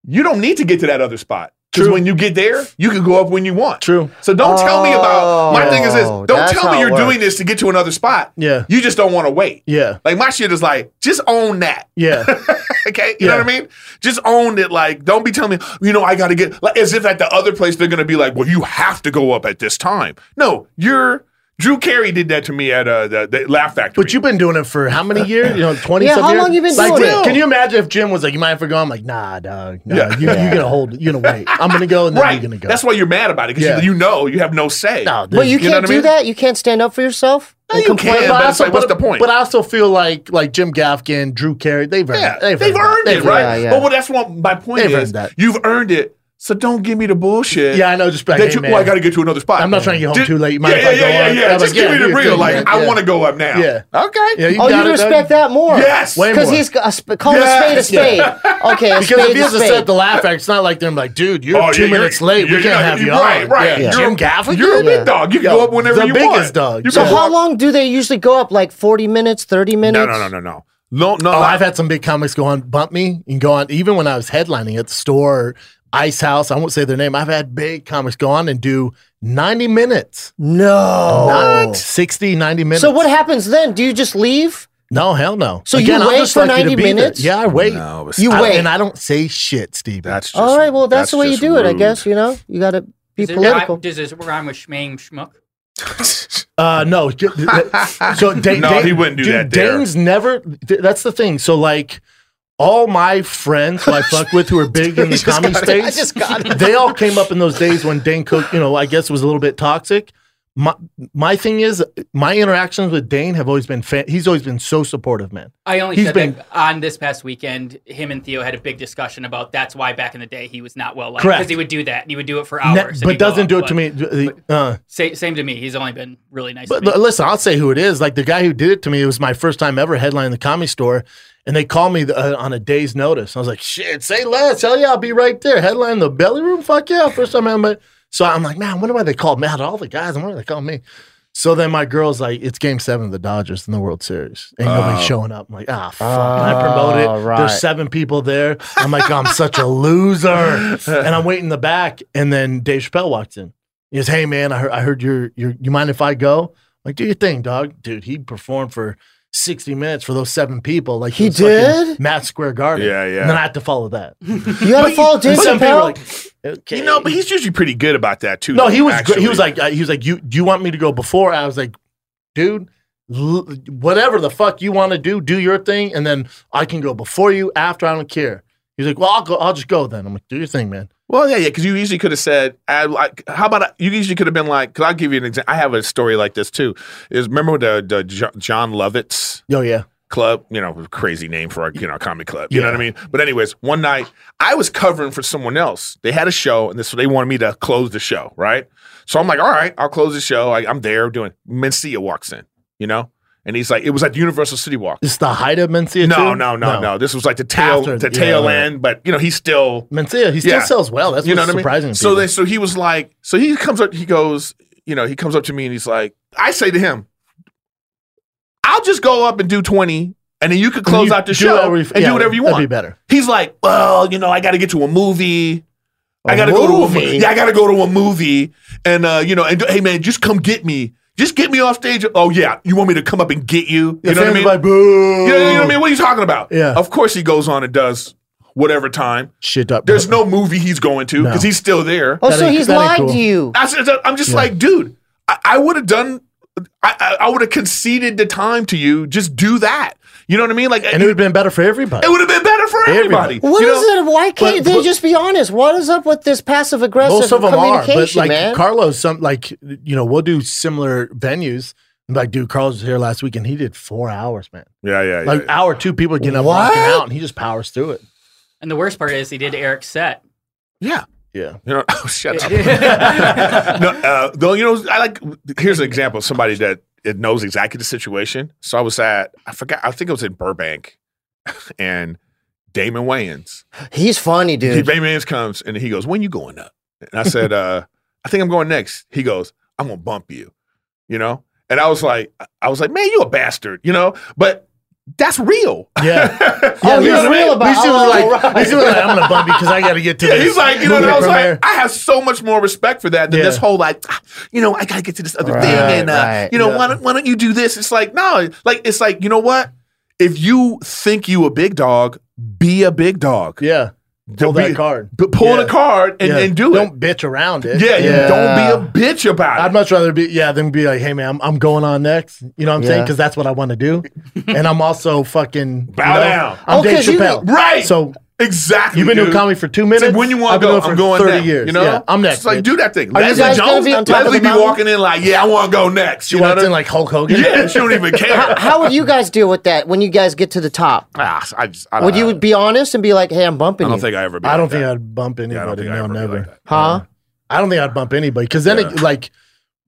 Speaker 4: You don't need to get to that other spot. Because
Speaker 2: True.
Speaker 4: when you get there, you can go up when you want.
Speaker 2: True.
Speaker 4: So don't tell me about my thing is this.
Speaker 3: Oh,
Speaker 4: Don't
Speaker 3: that's
Speaker 4: tell me
Speaker 3: how it
Speaker 4: you're doing
Speaker 3: works.
Speaker 4: this to get to another spot.
Speaker 2: Yeah.
Speaker 4: You just don't want to wait.
Speaker 2: Yeah.
Speaker 4: Like my shit is like, just own that.
Speaker 2: Yeah.
Speaker 4: okay, you know
Speaker 2: Yeah.
Speaker 4: what I mean? Just own it. Like, don't be telling me, you know, I got to get like as if at the other place they're gonna be like, well, you have to go up at this time. No, you're Drew Carey did that to me at uh, the, the Laugh Factory.
Speaker 2: But you've been doing it for how many years? You know, twenty.
Speaker 3: Yeah,
Speaker 2: some
Speaker 3: how
Speaker 2: years?
Speaker 3: long you been
Speaker 2: like,
Speaker 3: doing
Speaker 2: dude,
Speaker 3: it?
Speaker 2: Can you imagine if Jim was like, "You mind if I go?" I'm like, "Nah, dog. Nah,
Speaker 4: Yeah.
Speaker 2: you, you're gonna hold. You're gonna wait. I'm gonna go, and then
Speaker 4: right.
Speaker 2: you're gonna go."
Speaker 4: That's why you're mad about it because
Speaker 2: Yeah.
Speaker 4: you, you know you have no say.
Speaker 2: No,
Speaker 3: But you
Speaker 4: You know
Speaker 3: can't
Speaker 4: what I
Speaker 3: do
Speaker 4: mean?
Speaker 3: that. You can't stand up for yourself.
Speaker 4: No, you
Speaker 2: complain,
Speaker 4: can,
Speaker 2: but,
Speaker 4: but
Speaker 2: I
Speaker 4: it's
Speaker 2: also,
Speaker 4: like, what's
Speaker 2: but-
Speaker 4: the point?
Speaker 2: But I also feel like like Jim Gaffigan, Drew Carey, they've earned
Speaker 4: yeah,
Speaker 2: it.
Speaker 4: they've, earned it,
Speaker 2: They've
Speaker 4: right?
Speaker 3: yeah, yeah.
Speaker 4: But well, that's what my point
Speaker 2: They've
Speaker 4: is.
Speaker 2: earned that.
Speaker 4: You've earned it, so don't give me the bullshit.
Speaker 2: Yeah, I know. Just be like,
Speaker 4: that
Speaker 2: hey,
Speaker 4: you,
Speaker 2: man,
Speaker 4: well, I got to get to another spot.
Speaker 2: I'm not trying to get home
Speaker 4: Just-
Speaker 2: too late. You mind
Speaker 4: yeah,
Speaker 2: if
Speaker 4: yeah,
Speaker 2: I go
Speaker 4: yeah,
Speaker 2: on?
Speaker 4: yeah,
Speaker 2: I
Speaker 4: yeah.
Speaker 2: was
Speaker 4: Just
Speaker 2: like,
Speaker 4: give me
Speaker 2: yeah,
Speaker 4: the real.
Speaker 2: yeah,
Speaker 4: Like,
Speaker 2: yeah,
Speaker 4: I
Speaker 2: yeah.
Speaker 4: want to go up now.
Speaker 2: Yeah.
Speaker 4: Okay.
Speaker 2: Yeah, you
Speaker 3: Oh,
Speaker 2: got
Speaker 3: you
Speaker 2: it, dog.
Speaker 3: respect that more.
Speaker 4: Yes.
Speaker 2: Way
Speaker 3: Because
Speaker 2: more.
Speaker 3: he's a sp- calling a
Speaker 4: Yes.
Speaker 3: spade a spade. Okay, a
Speaker 2: Because if
Speaker 3: spade
Speaker 2: he
Speaker 3: a
Speaker 2: has a set
Speaker 3: spade.
Speaker 2: the laugh act, it's not like they're like, dude, you're
Speaker 4: Oh,
Speaker 2: two
Speaker 4: yeah, you're-
Speaker 2: minutes late.
Speaker 4: you're-
Speaker 2: We can't
Speaker 4: you're-
Speaker 2: have you
Speaker 4: you're
Speaker 2: on.
Speaker 4: right, right.
Speaker 2: Yeah. Jim
Speaker 4: You're-
Speaker 2: Gaffigan.
Speaker 4: You're a
Speaker 3: Yeah.
Speaker 4: big dog. You can
Speaker 2: Yo,
Speaker 4: go up whenever
Speaker 2: the
Speaker 4: you want.
Speaker 2: biggest dog.
Speaker 4: You
Speaker 2: So
Speaker 3: So
Speaker 4: can go
Speaker 3: how
Speaker 4: up-
Speaker 3: long do they usually go up? Like forty minutes, thirty
Speaker 4: No,
Speaker 3: minutes?
Speaker 4: no, no, no, no. No, no.
Speaker 2: Oh,
Speaker 4: I-
Speaker 2: I've had some big comics go on bump me and go on. Even when I was headlining at the store, Ice House, I won't say their name. I've had big comics go on and do 90 minutes,
Speaker 3: No.
Speaker 2: not 60, 90 minutes.
Speaker 3: So what happens then? Do you just leave?
Speaker 2: No, hell no.
Speaker 3: So you wait for
Speaker 2: lucky to
Speaker 3: 90
Speaker 2: be there.
Speaker 3: minutes?
Speaker 2: Yeah, I wait.
Speaker 4: No, it's-
Speaker 3: You
Speaker 2: I-
Speaker 3: wait.
Speaker 2: and I don't say shit, Steve.
Speaker 4: that's just,
Speaker 3: All right. Well, that's, the way you
Speaker 4: just
Speaker 3: do it, I
Speaker 4: rude.
Speaker 3: guess. You know, you got to be
Speaker 5: Does it,
Speaker 3: political.
Speaker 5: rhyme, does it rhyme with shmame schmuck?
Speaker 2: Uh, no. so Dane,
Speaker 4: No,
Speaker 2: Dane-
Speaker 4: he wouldn't do
Speaker 2: dude,
Speaker 4: that there.
Speaker 2: Dane's never. th- that's the thing. So like, all my friends who I fuck with who are big in the comedy space,
Speaker 3: I just got
Speaker 2: they all came up in those days when Dane Cook, you know, I guess was a little bit toxic. My my thing is, my interactions with Dane have always been. Fan- he's always been so supportive, man.
Speaker 5: I only
Speaker 2: He's
Speaker 5: said
Speaker 2: been-
Speaker 5: that on this past weekend. Him and Theo had a big discussion about that's why back in the day he was not well liked
Speaker 2: Correct.
Speaker 5: because he would do that. and He would do it for
Speaker 2: Ne-
Speaker 5: hours, and
Speaker 2: but
Speaker 5: he'd go
Speaker 2: doesn't
Speaker 5: up,
Speaker 2: do it
Speaker 5: but
Speaker 2: to me. Uh,
Speaker 5: sa- same to me. He's only been really nice.
Speaker 2: But
Speaker 5: to me.
Speaker 2: l- listen, I'll say who it is. Like the guy who did it to me, it was my first time ever headlining the comedy store, and they called me uh, on a day's notice. I was like, "Shit, say less. Hell yeah, I'll be right there. Headline the belly room. Fuck yeah, first time ever." So I'm like, man, I wonder why they called me out of all the guys. I wonder why they called me. So then my girl's like, it's game seven of the Dodgers in the World Series. Ain't nobody showing up. I'm like, ah, fuck. And I promote
Speaker 3: Oh,
Speaker 2: it.
Speaker 3: right.
Speaker 2: There's seven people there. I'm like, I'm such a loser. And I'm waiting in the back. And then Dave Chappelle walked in. He goes, hey, man, I heard, I heard you're, you're, you mind if I go? I'm like, do your thing, dog. Dude, he performed for 60 minutes for those seven people. Like
Speaker 3: He
Speaker 2: was fucking
Speaker 3: did?
Speaker 2: Matt Square Garden.
Speaker 4: Yeah, yeah.
Speaker 2: And then I had to follow that.
Speaker 3: you got to follow Dave
Speaker 2: And some people were
Speaker 3: Chappelle.
Speaker 2: like, okay.
Speaker 4: You know, but he's usually pretty good about that too.
Speaker 2: No,
Speaker 4: though,
Speaker 2: he was gr- he was
Speaker 4: actually.
Speaker 2: like uh, he was like you. Do you want me to go before? I was like, dude, l- whatever the fuck you want to do, do your thing, and then I can go before you. After I don't care. He's like, well, I'll go. I'll just go then. I'm like, do your thing, man.
Speaker 4: Well, yeah, yeah, because you easily could have said, I, like, "How about I, you?" Easily could have been like, "Cause I'll give you an example." I have a story like this too. Is remember the, the Jo- John Lovitz
Speaker 2: Oh yeah.
Speaker 4: club? You know, crazy name for our you know comedy club. You know what I
Speaker 2: Yeah.
Speaker 4: mean? But anyways, one night I was covering for someone else. They had a show, and this they wanted me to close the show, right? So I'm like, "All right, I'll close the show." I, I'm there doing. Mencia walks in, you know, and he's like, "It was like the Universal City Walk."
Speaker 2: This is the height of Mencia.
Speaker 4: No,
Speaker 2: too?
Speaker 4: no, no, no, This was like the tail,
Speaker 2: After-
Speaker 4: the
Speaker 2: yeah,
Speaker 4: tail
Speaker 2: right.
Speaker 4: end. But you know, he's still
Speaker 2: Mencia, he still
Speaker 4: Yeah.
Speaker 2: sells well. That's
Speaker 4: you know
Speaker 2: what's
Speaker 4: what I
Speaker 2: surprising.
Speaker 4: mean?
Speaker 2: to
Speaker 4: So
Speaker 2: people.
Speaker 4: they, so he was like, so he comes up, he goes, you know, he comes up to me and he's like, I say to him, I'll just go up and do twenty, and then you could close
Speaker 2: You
Speaker 4: out the
Speaker 2: do
Speaker 4: show
Speaker 2: whatever you-
Speaker 4: and
Speaker 2: yeah,
Speaker 4: do whatever you
Speaker 2: that'd
Speaker 4: want.
Speaker 2: be better.
Speaker 4: He's like, well, you know, I got to get to a movie. I gotta go to a movie. Yeah, I gotta go to a movie, and uh, you know, and hey man, just come get me. Just get me off stage. Oh yeah, you want me to come up and get you? You
Speaker 2: You
Speaker 4: know what I mean?
Speaker 2: Like, boo.
Speaker 4: you, know, you know what I mean? What are you talking about?
Speaker 2: Yeah.
Speaker 4: Of course he goes on and does whatever time.
Speaker 2: Shit up.
Speaker 4: There's no movie he's going to because
Speaker 2: No.
Speaker 4: he's still there.
Speaker 3: Oh,
Speaker 2: That
Speaker 3: so
Speaker 2: ain't-
Speaker 3: he's
Speaker 2: that ain't
Speaker 3: lied
Speaker 2: cool.
Speaker 3: to you.
Speaker 4: I said- I'm just like, dude, I, I would have done, I, I, I would have conceded the time to you. Just do that. You know what I mean? Like,
Speaker 2: And it
Speaker 4: it,
Speaker 2: would have been better for everybody.
Speaker 4: would have been better for everybody.
Speaker 2: Everybody.
Speaker 3: What
Speaker 4: you
Speaker 3: is
Speaker 4: know?
Speaker 3: it? Why
Speaker 2: But-
Speaker 3: can't they
Speaker 2: but-
Speaker 3: just be honest? What is up with this passive aggressive
Speaker 2: most of them are,
Speaker 3: communication,
Speaker 2: but like
Speaker 3: man?
Speaker 2: Carlos, some like you know, we'll do similar venues. Like, dude, Carlos was here last week and he did four hours, man.
Speaker 4: Yeah, yeah, yeah.
Speaker 2: Like hour two, people getting up,
Speaker 3: What?
Speaker 2: walking out, and he just powers through it.
Speaker 5: and the worst part is he did Eric's set.
Speaker 4: yeah.
Speaker 2: Yeah,
Speaker 4: You know, oh, shut up. no, uh, though, you know, I like, here's an example of somebody that it knows exactly the situation. So I was at, I forgot, I think it was in Burbank and Damon Wayans.
Speaker 3: He's funny,
Speaker 4: He,
Speaker 3: dude.
Speaker 4: Bay Mans comes and he goes, "When you going up?" And I said, uh, "I think I'm going next." He goes, "I'm gonna bump you," you know. And I was like, I was like, "Man, you a bastard," you know. But that's real.
Speaker 2: yeah.
Speaker 3: oh,
Speaker 2: we
Speaker 3: he was
Speaker 2: were-
Speaker 3: real
Speaker 2: we
Speaker 3: about
Speaker 2: still
Speaker 3: oh,
Speaker 2: like,
Speaker 3: right.
Speaker 2: we still like, I'm gonna bump you because I got to get to.
Speaker 4: Yeah,
Speaker 2: this.
Speaker 4: he's like, you know, and
Speaker 2: movie
Speaker 4: I was
Speaker 2: premiere."
Speaker 4: like, I have so much more respect for that than
Speaker 2: Yeah.
Speaker 4: this whole like, "Ah, you know, I gotta get to this other thing,
Speaker 3: Right,
Speaker 4: and uh,
Speaker 3: right,
Speaker 4: you know,
Speaker 2: yeah.
Speaker 4: why don't why don't you do this? It's like no, like it's like you know what? If you think you a big dog, be a big dog.
Speaker 2: yeah, pull
Speaker 4: Be-
Speaker 2: that card
Speaker 4: But pull the
Speaker 2: Yeah.
Speaker 4: card and,
Speaker 2: Yeah.
Speaker 4: and do it.
Speaker 2: Don't bitch around it.
Speaker 4: Yeah,
Speaker 3: Yeah.
Speaker 4: yeah. Don't be a bitch about it.
Speaker 2: I'd much rather be yeah than be like, hey man, I'm, I'm going on next. You know what I'm saying?
Speaker 3: Yeah.
Speaker 2: Because that's what I want to do, and I'm also fucking
Speaker 4: Bow
Speaker 2: you know,
Speaker 4: down.
Speaker 2: I'm
Speaker 3: Oh,
Speaker 2: Dave
Speaker 3: 'cause you-
Speaker 2: Chappelle,
Speaker 4: Right.
Speaker 2: So
Speaker 4: exactly.
Speaker 2: You've been doing
Speaker 4: dude.
Speaker 2: comedy for two
Speaker 4: It's
Speaker 2: minutes.
Speaker 4: like, when you want
Speaker 2: I've
Speaker 4: to
Speaker 2: been
Speaker 4: go,
Speaker 2: doing it
Speaker 4: I'm going
Speaker 2: thirty
Speaker 4: now,
Speaker 2: years.
Speaker 4: You know,
Speaker 2: Yeah, I'm next.
Speaker 4: It's like,
Speaker 2: bitch.
Speaker 4: do that thing.
Speaker 3: Are you
Speaker 4: Leslie
Speaker 3: guys gonna
Speaker 4: Jones,
Speaker 3: be on top of
Speaker 4: Leslie
Speaker 3: the
Speaker 4: be
Speaker 3: mountain?
Speaker 4: walking in like, yeah, I want to go next.
Speaker 2: she
Speaker 4: You know
Speaker 2: walks
Speaker 4: what I
Speaker 2: in
Speaker 4: mean?
Speaker 2: like Hulk Hogan.
Speaker 4: Yeah, she don't even care.
Speaker 3: How would you guys deal with that when you guys get to the top?
Speaker 4: Ah, I just, I don't,
Speaker 3: Would you be honest and be like, "Hey, I'm bumping
Speaker 4: I
Speaker 3: you"?
Speaker 4: don't think I ever. Be
Speaker 2: I don't
Speaker 4: like
Speaker 2: think
Speaker 4: that.
Speaker 2: I'd bump
Speaker 4: Yeah, I don't
Speaker 2: anybody.
Speaker 4: think I
Speaker 2: no,
Speaker 4: ever be
Speaker 2: never.
Speaker 4: like that.
Speaker 3: huh?
Speaker 2: I don't think I'd bump anybody because then, it, like,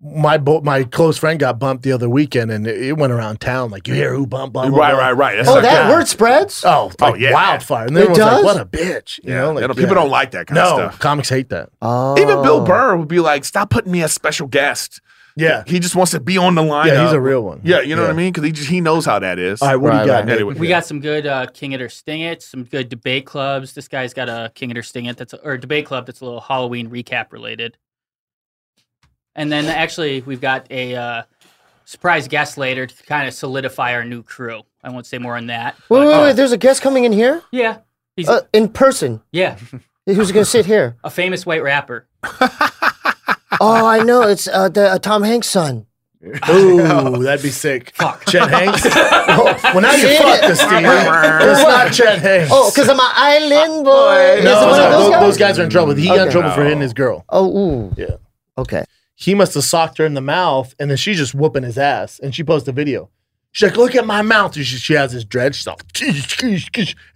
Speaker 2: my bo- my close friend got bumped the other weekend, and it, it went around town like, you hear who bumped? Blah, blah,
Speaker 4: Right,
Speaker 2: blah."
Speaker 4: right, right. That's
Speaker 3: oh,
Speaker 4: like
Speaker 3: that
Speaker 2: God.
Speaker 3: word spreads.
Speaker 2: Oh,
Speaker 4: Oh,
Speaker 2: like
Speaker 4: yeah.
Speaker 2: wildfire. And
Speaker 3: It
Speaker 2: then everyone's like,
Speaker 3: does?
Speaker 2: what a bitch. You
Speaker 4: Yeah,
Speaker 2: know, like,
Speaker 4: they don't- people
Speaker 2: yeah.
Speaker 4: don't like that kind
Speaker 2: No,
Speaker 4: of stuff.
Speaker 2: comics hate that.
Speaker 3: Oh.
Speaker 4: Even Bill Burr would be like, "Stop putting me as special guest."
Speaker 2: Yeah.
Speaker 4: He just wants to be on the line.
Speaker 2: Yeah, he's a real one.
Speaker 4: Yeah, you know what I mean? Because he just, he knows how that is.
Speaker 2: All right, what do
Speaker 3: Right,
Speaker 2: you got?
Speaker 3: right.
Speaker 2: Nick?
Speaker 4: Anyway.
Speaker 5: We got some good uh, King It or Sting It, some good debate clubs. This guy's got a King It or Sting It that's or a debate club that's a little Halloween recap related. And then actually, we've got a uh, surprise guest later to kind of solidify our new crew. I won't say more on that.
Speaker 3: Wait,
Speaker 5: but-
Speaker 3: wait, wait. There's a guest coming in here?
Speaker 5: Yeah, he's
Speaker 3: Uh, in person.
Speaker 5: yeah
Speaker 3: Who's going to sit here?
Speaker 5: a famous white rapper.
Speaker 3: Oh, I know. It's uh, the uh, Tom Hanks' son.
Speaker 2: Ooh, that'd be sick.
Speaker 5: Fuck.
Speaker 2: Chet Hanks. Oh, well, now you
Speaker 3: Shit.
Speaker 2: fucked us, Steve. It's not Chet Hanks.
Speaker 3: Oh, because I'm an island boy. Is it
Speaker 2: no,
Speaker 3: one
Speaker 2: no,
Speaker 3: of
Speaker 2: those,
Speaker 3: those guys?
Speaker 2: those guys are in trouble. He got in
Speaker 3: Okay.
Speaker 2: trouble for hitting his girl.
Speaker 3: Oh, ooh.
Speaker 2: Yeah.
Speaker 3: Okay.
Speaker 2: He must have socked her in the mouth, and then she's just whooping his ass. And she posts a video. She's like, "Look at my mouth." And she, she has this dredge stuff, and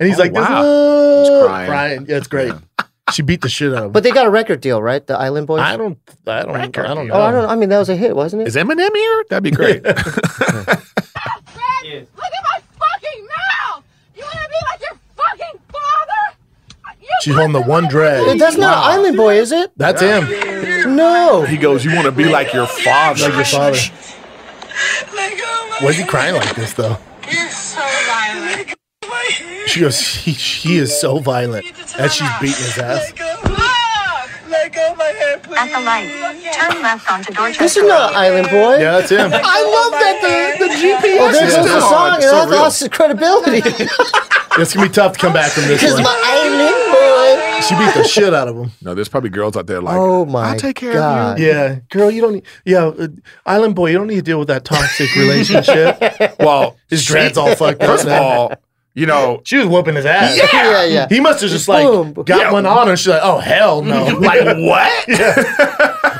Speaker 2: he's like, this,
Speaker 6: wow.
Speaker 2: "Oh,"
Speaker 6: He's crying.
Speaker 2: Yeah, it's great. She beat the shit out of him.
Speaker 3: But they got a record deal, right? The Island Boys.
Speaker 2: I don't, I don't, I don't know.
Speaker 3: oh, I don't. know. I mean, that was a hit, wasn't it?
Speaker 6: Is Eminem here?
Speaker 4: That'd be great.
Speaker 5: Yes.
Speaker 7: Look at my fucking mouth! You wanna be like your fucking father? You
Speaker 2: She's on the one
Speaker 3: Hey,
Speaker 2: drag.
Speaker 3: That's not Island Boy, is it?
Speaker 2: That's him.
Speaker 3: No.
Speaker 4: he goes, "You want to be like your father?
Speaker 2: Like your father.
Speaker 7: Like, oh my
Speaker 2: Why is he crying like this though?
Speaker 7: You're so violent.
Speaker 2: She goes, he, he is so violent as she's beating his ass.
Speaker 7: Let go of my hair, please.
Speaker 8: At the light, turn left onto Dorchester.
Speaker 3: This is not Island Boy.
Speaker 2: Yeah, that's him.
Speaker 3: I love that the, the GPS. Oh, there
Speaker 2: is
Speaker 3: goes the
Speaker 2: still
Speaker 3: song,
Speaker 2: on.
Speaker 3: and
Speaker 2: It's so
Speaker 3: that
Speaker 2: real.
Speaker 3: lost its credibility.
Speaker 2: It's gonna be tough to come back from this
Speaker 3: This is
Speaker 2: one.
Speaker 3: my Island Boy.
Speaker 2: She beat the shit out of him.
Speaker 4: No, there's probably girls out there like,
Speaker 3: Oh my
Speaker 4: I'll take care
Speaker 3: God.
Speaker 4: of you.
Speaker 2: Yeah, girl, you don't. Need, yeah, uh, island boy, you don't need to deal with that toxic relationship.
Speaker 4: Well,
Speaker 2: His dreads all fucked up.
Speaker 4: first of
Speaker 2: now.
Speaker 4: all, you know,
Speaker 2: she was whooping his ass.
Speaker 3: Yeah, yeah.
Speaker 2: He must have just like
Speaker 3: Boom.
Speaker 2: got one on her. She's like, oh hell no.
Speaker 4: like what?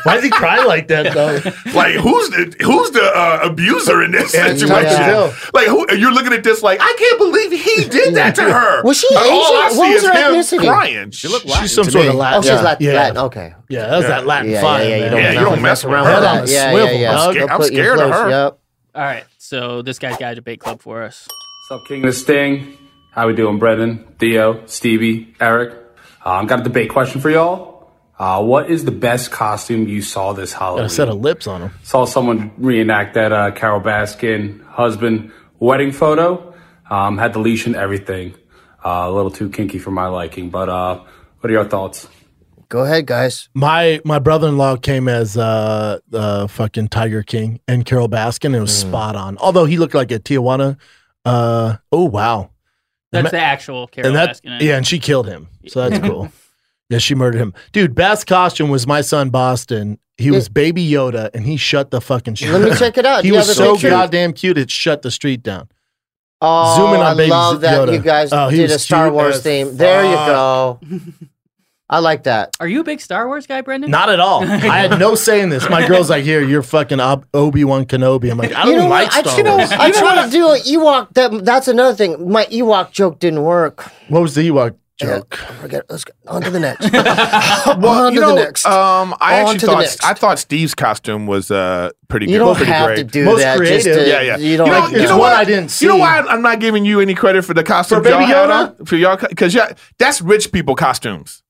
Speaker 2: why does he cry like that though?
Speaker 4: like who's the who's the uh, abuser in this
Speaker 2: Yeah, it's tough
Speaker 4: situation?
Speaker 2: to tell.
Speaker 4: Like who? You're looking at this like, I can't believe he did that to her.
Speaker 3: Was she
Speaker 4: And all I
Speaker 3: Asian? What
Speaker 4: see
Speaker 3: was
Speaker 4: is
Speaker 3: her
Speaker 4: him
Speaker 3: ethnicity?
Speaker 4: Crying. She looked
Speaker 2: She's some sort of Latin.
Speaker 3: Oh, she's
Speaker 2: yeah.
Speaker 3: Latin.
Speaker 2: Yeah.
Speaker 3: Latin. Okay.
Speaker 2: Yeah, that was that Latin
Speaker 3: Yeah,
Speaker 2: fire.
Speaker 3: yeah, yeah, you
Speaker 2: man.
Speaker 3: don't
Speaker 4: Yeah, you don't mess around
Speaker 2: Head
Speaker 4: with
Speaker 2: on
Speaker 4: that.
Speaker 2: a
Speaker 3: yeah,
Speaker 2: swivel.
Speaker 3: yeah, yeah.
Speaker 4: I'm scared-
Speaker 3: They'll
Speaker 4: I'm
Speaker 3: put you
Speaker 4: scared of
Speaker 3: close,
Speaker 4: her.
Speaker 3: Yep.
Speaker 5: All right, so this guy's got a debate club for us.
Speaker 9: What's up, King of the Sting? How we doing, Brendan, Theo, Stevie, Eric? Um, got a debate question for y'all. Uh, what is the best costume you saw this Halloween?
Speaker 2: A set of lips on him.
Speaker 9: saw someone reenact that uh, Carol Baskin husband wedding photo. Um, had the leash and everything. Uh, a little too kinky for my liking, but uh, what are your thoughts?
Speaker 3: Go ahead, guys.
Speaker 2: My my brother in law came as uh, uh fucking Tiger King and Carol Baskin. It was
Speaker 3: Mm.
Speaker 2: spot on. Although he looked like a Tijuana. Uh oh wow.
Speaker 5: That's the actual Carol
Speaker 2: and that
Speaker 5: Baskin.
Speaker 2: yeah, and she killed him. So that's cool. Yeah, she murdered him. Dude, best costume was my son Boston. He was Baby Yoda, and he shut the fucking shit.
Speaker 3: Let me
Speaker 2: down.
Speaker 3: check it out.
Speaker 2: He
Speaker 3: Do you
Speaker 2: was
Speaker 3: have a
Speaker 2: so
Speaker 3: picture?
Speaker 2: goddamn cute. It shut the street down.
Speaker 3: Oh,
Speaker 2: Zoom in on
Speaker 3: I
Speaker 2: Baby
Speaker 3: love that
Speaker 2: Yoda.
Speaker 3: you guys
Speaker 2: Oh, he
Speaker 3: did a
Speaker 2: was
Speaker 3: Star
Speaker 2: cute
Speaker 3: Wars
Speaker 2: as
Speaker 3: theme. There you
Speaker 2: fuck.
Speaker 3: go. I like that.
Speaker 5: Are you a big Star Wars guy, Brendan?
Speaker 2: Not at all. I had no say in this. My girl's like, "Here, you're fucking Obi Wan Kenobi." I'm like, "I don't
Speaker 3: You know
Speaker 2: like
Speaker 3: what? I,
Speaker 2: Star
Speaker 3: you know,
Speaker 2: Wars."
Speaker 3: I tried to do an Ewok. That, that's another thing. My Ewok joke didn't work.
Speaker 2: What was the Ewok joke?
Speaker 3: Forget. Let's go on to the next.
Speaker 4: Well,
Speaker 3: on
Speaker 4: you
Speaker 3: to
Speaker 4: know,
Speaker 3: the next.
Speaker 4: um, I
Speaker 3: On to
Speaker 4: actually
Speaker 3: the
Speaker 4: thought
Speaker 3: next.
Speaker 4: I thought Steve's costume was uh pretty
Speaker 3: you
Speaker 4: good.
Speaker 3: don't
Speaker 4: pretty
Speaker 3: have
Speaker 4: great.
Speaker 3: to do
Speaker 2: Most
Speaker 3: that. Just
Speaker 2: creative.
Speaker 3: to,
Speaker 4: Yeah, yeah.
Speaker 3: You don't
Speaker 4: you know,
Speaker 3: like
Speaker 4: you
Speaker 3: that.
Speaker 4: know
Speaker 2: It's what
Speaker 4: why
Speaker 2: I didn't
Speaker 4: You know
Speaker 2: see.
Speaker 4: why I'm not giving you any credit for the costume
Speaker 2: Baby
Speaker 4: y'all had
Speaker 2: Yoda?
Speaker 4: on? for y'all because y'all, that's rich people costumes.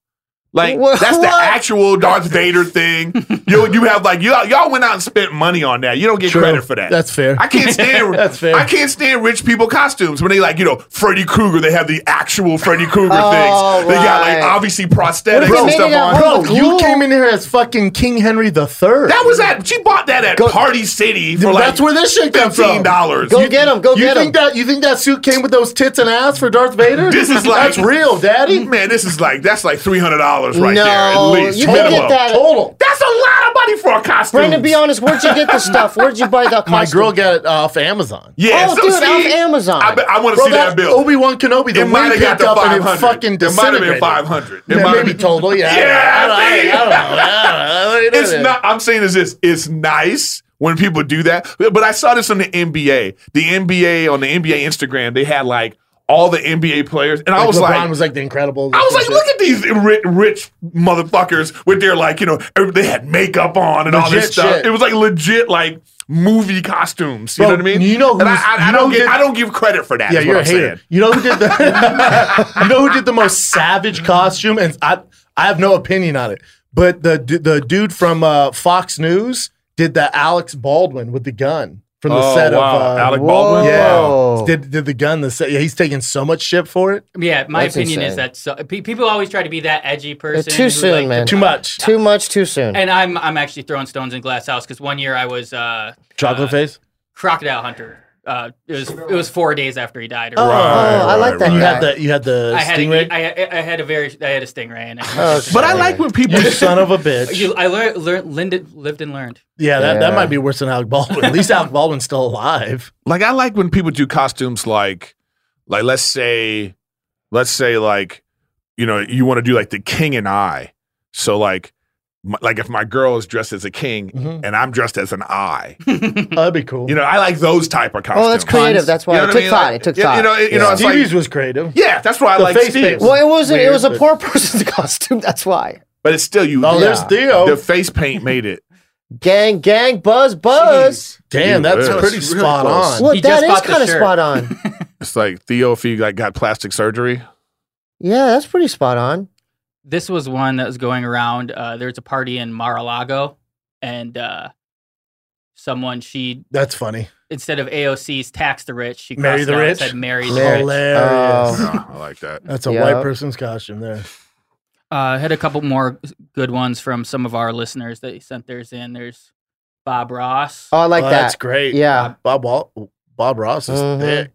Speaker 4: Like
Speaker 3: Wha-
Speaker 4: that's the
Speaker 3: what?
Speaker 4: actual Darth Vader thing. You you have like y'all y'all went out and spent money on that. You don't get
Speaker 2: True.
Speaker 4: credit for that.
Speaker 2: That's fair.
Speaker 4: I can't stand
Speaker 2: That's fair.
Speaker 4: I can't stand rich people costumes when they like you know Freddy Krueger. They have the actual Freddy Krueger
Speaker 3: Oh,
Speaker 4: things. They got
Speaker 3: right.
Speaker 4: like obviously prosthetics
Speaker 3: What if
Speaker 4: and
Speaker 3: they
Speaker 4: stuff
Speaker 3: made it
Speaker 4: on.
Speaker 2: Bro,
Speaker 3: out Cool.
Speaker 2: you came in here as fucking King Henry the Third.
Speaker 4: That was at she bought that at Party City for like
Speaker 2: That's where this shit came from.
Speaker 4: fifteen dollars.
Speaker 3: Go get him. Go
Speaker 2: you
Speaker 3: get him.
Speaker 2: think that you think that suit came with those tits and ass for Darth Vader?
Speaker 4: This is like-
Speaker 2: that's real, Daddy.
Speaker 4: Man, this is like that's like three hundred dollars right
Speaker 3: no,
Speaker 4: there at least.
Speaker 3: you
Speaker 4: minimum.
Speaker 3: can get that.
Speaker 2: Total.
Speaker 4: That's a lot of money for a costume.
Speaker 3: Brandon, be honest. Where'd you get the stuff? Where'd you buy that? Costume?
Speaker 2: My girl got it off Amazon.
Speaker 4: Yeah,
Speaker 3: Oh,
Speaker 4: so
Speaker 3: dude,
Speaker 4: see,
Speaker 3: off Amazon.
Speaker 4: I, want to
Speaker 2: Bro,
Speaker 4: see that
Speaker 2: that
Speaker 4: bill.
Speaker 2: Obi Wan Kenobi, the
Speaker 4: it might
Speaker 2: wing
Speaker 4: have got
Speaker 2: picked
Speaker 4: the
Speaker 2: up
Speaker 4: five
Speaker 2: and it
Speaker 4: hundred.
Speaker 2: fucking
Speaker 4: it might have been
Speaker 2: disintegrated.
Speaker 4: five hundred. It
Speaker 2: Yeah,
Speaker 4: might have
Speaker 2: maybe
Speaker 4: been
Speaker 2: total. Yeah, I don't know.
Speaker 4: Yeah,
Speaker 2: I don't know. I don't know. I don't know.
Speaker 4: It's not. I'm saying is this. It's nice when people do that. But I saw this on the NBA. The NBA on the NBA Instagram, they had like all the NBA players, and I was
Speaker 2: LeBron
Speaker 4: like,
Speaker 2: was like the incredible.
Speaker 4: I was like, look at these rich, rich motherfuckers with their like, you know, every- they had makeup on and all this
Speaker 2: Legit
Speaker 4: stuff.
Speaker 2: shit.
Speaker 4: It was like legit like movie costumes. You
Speaker 2: Bro,
Speaker 4: know what I mean?
Speaker 2: you know
Speaker 4: and I,
Speaker 2: who's-
Speaker 4: I, I
Speaker 2: you know
Speaker 4: don't
Speaker 2: who
Speaker 4: get,
Speaker 2: did-
Speaker 4: I don't give credit for that.
Speaker 2: Yeah,
Speaker 4: is
Speaker 2: you're
Speaker 4: what
Speaker 2: a
Speaker 4: I'm
Speaker 2: hater.
Speaker 4: saying.
Speaker 2: You know who did the You know who did the most savage costume? And I I have no opinion on it. But the du- the dude from uh, Fox News did the Alex Baldwin with the gun from the
Speaker 4: Oh,
Speaker 2: set
Speaker 4: wow.
Speaker 2: of uh,
Speaker 4: Alec Baldwin?
Speaker 2: Yeah,
Speaker 3: Whoa.
Speaker 2: did did the gun the set? Yeah, he's taking so much shit for it.
Speaker 5: Yeah, my
Speaker 3: That's
Speaker 5: opinion is
Speaker 3: insane.
Speaker 5: that so, pe- people always try to be that edgy person.
Speaker 3: too
Speaker 5: who,
Speaker 3: soon,
Speaker 5: like,
Speaker 3: man.
Speaker 2: Too much.
Speaker 3: Too much, too soon.
Speaker 5: And I'm I'm actually throwing stones in glass house because one year I was uh,
Speaker 2: Chocolate face.
Speaker 5: crocodile hunter. Uh, it was it was four days after he died. Or
Speaker 3: oh,
Speaker 4: Right,
Speaker 3: I like
Speaker 4: right,
Speaker 3: that.
Speaker 4: right.
Speaker 2: You
Speaker 3: guy.
Speaker 2: had the you had the
Speaker 5: I had
Speaker 2: stingray.
Speaker 5: A, I, I had a very I had a stingray in it.
Speaker 3: Oh,
Speaker 2: but I like when people you son of a bitch.
Speaker 5: you, I learned learned lived, lived and learned.
Speaker 2: yeah, that, that
Speaker 3: Yeah.
Speaker 2: might be worse than Alec Baldwin. At least Alec Baldwin's still alive.
Speaker 4: like I like when people do costumes like like let's say let's say like you know you want to do like the king and I so like my, like if my girl is dressed as a king
Speaker 3: Mm-hmm.
Speaker 2: Mhm.
Speaker 4: and I'm dressed as an I
Speaker 2: Oh, that'd be cool.
Speaker 4: you know I like those type of costumes
Speaker 3: Well, Oh, that's creative. That's why
Speaker 4: You know
Speaker 3: it
Speaker 4: what I
Speaker 3: took
Speaker 4: mean?
Speaker 3: thought.
Speaker 4: Like,
Speaker 3: it took
Speaker 4: yeah,
Speaker 3: thought.
Speaker 4: you know it- you know it's like-
Speaker 2: Stevie's was creative.
Speaker 4: yeah that's why I
Speaker 2: The
Speaker 4: like
Speaker 2: face
Speaker 4: Steve
Speaker 2: paint.
Speaker 3: well, it wasn't. it
Speaker 2: Weird,
Speaker 3: was a
Speaker 2: but-
Speaker 3: poor person's costume. That's why.
Speaker 4: but it's still you
Speaker 2: Oh, there's
Speaker 3: Yeah.
Speaker 2: Theo.
Speaker 4: the face paint made it
Speaker 3: Gang, gang, buzz, buzz.
Speaker 2: Damn, that's
Speaker 4: That was
Speaker 2: pretty
Speaker 4: really
Speaker 2: spot
Speaker 4: close.
Speaker 2: on.
Speaker 3: Well,
Speaker 5: He
Speaker 3: that
Speaker 5: just
Speaker 3: is
Speaker 5: bought the
Speaker 3: kind of
Speaker 5: shirt.
Speaker 3: spot on.
Speaker 4: it's like Theo if he like got plastic surgery
Speaker 3: yeah, that's pretty spot on.
Speaker 5: This was one that was going around. Uh, there was a party in Mar-a-Lago, and uh, someone she
Speaker 2: That's funny.
Speaker 5: instead of AOC's tax the rich, she
Speaker 2: Marry
Speaker 5: crossed
Speaker 2: the
Speaker 5: it out and
Speaker 2: rich?
Speaker 5: said marry the rich.
Speaker 2: Hilarious.
Speaker 3: Oh.
Speaker 4: Yeah, I like that
Speaker 2: That's a
Speaker 3: Yeah.
Speaker 2: white person's costume there.
Speaker 5: Uh, I had a couple more good ones from some of our listeners that sent theirs in. There's Bob Ross.
Speaker 3: Oh, I like
Speaker 2: Oh, That's
Speaker 3: that.
Speaker 2: great.
Speaker 3: Yeah.
Speaker 2: Bob Wal- Bob Ross is
Speaker 3: Mhm.
Speaker 2: thick.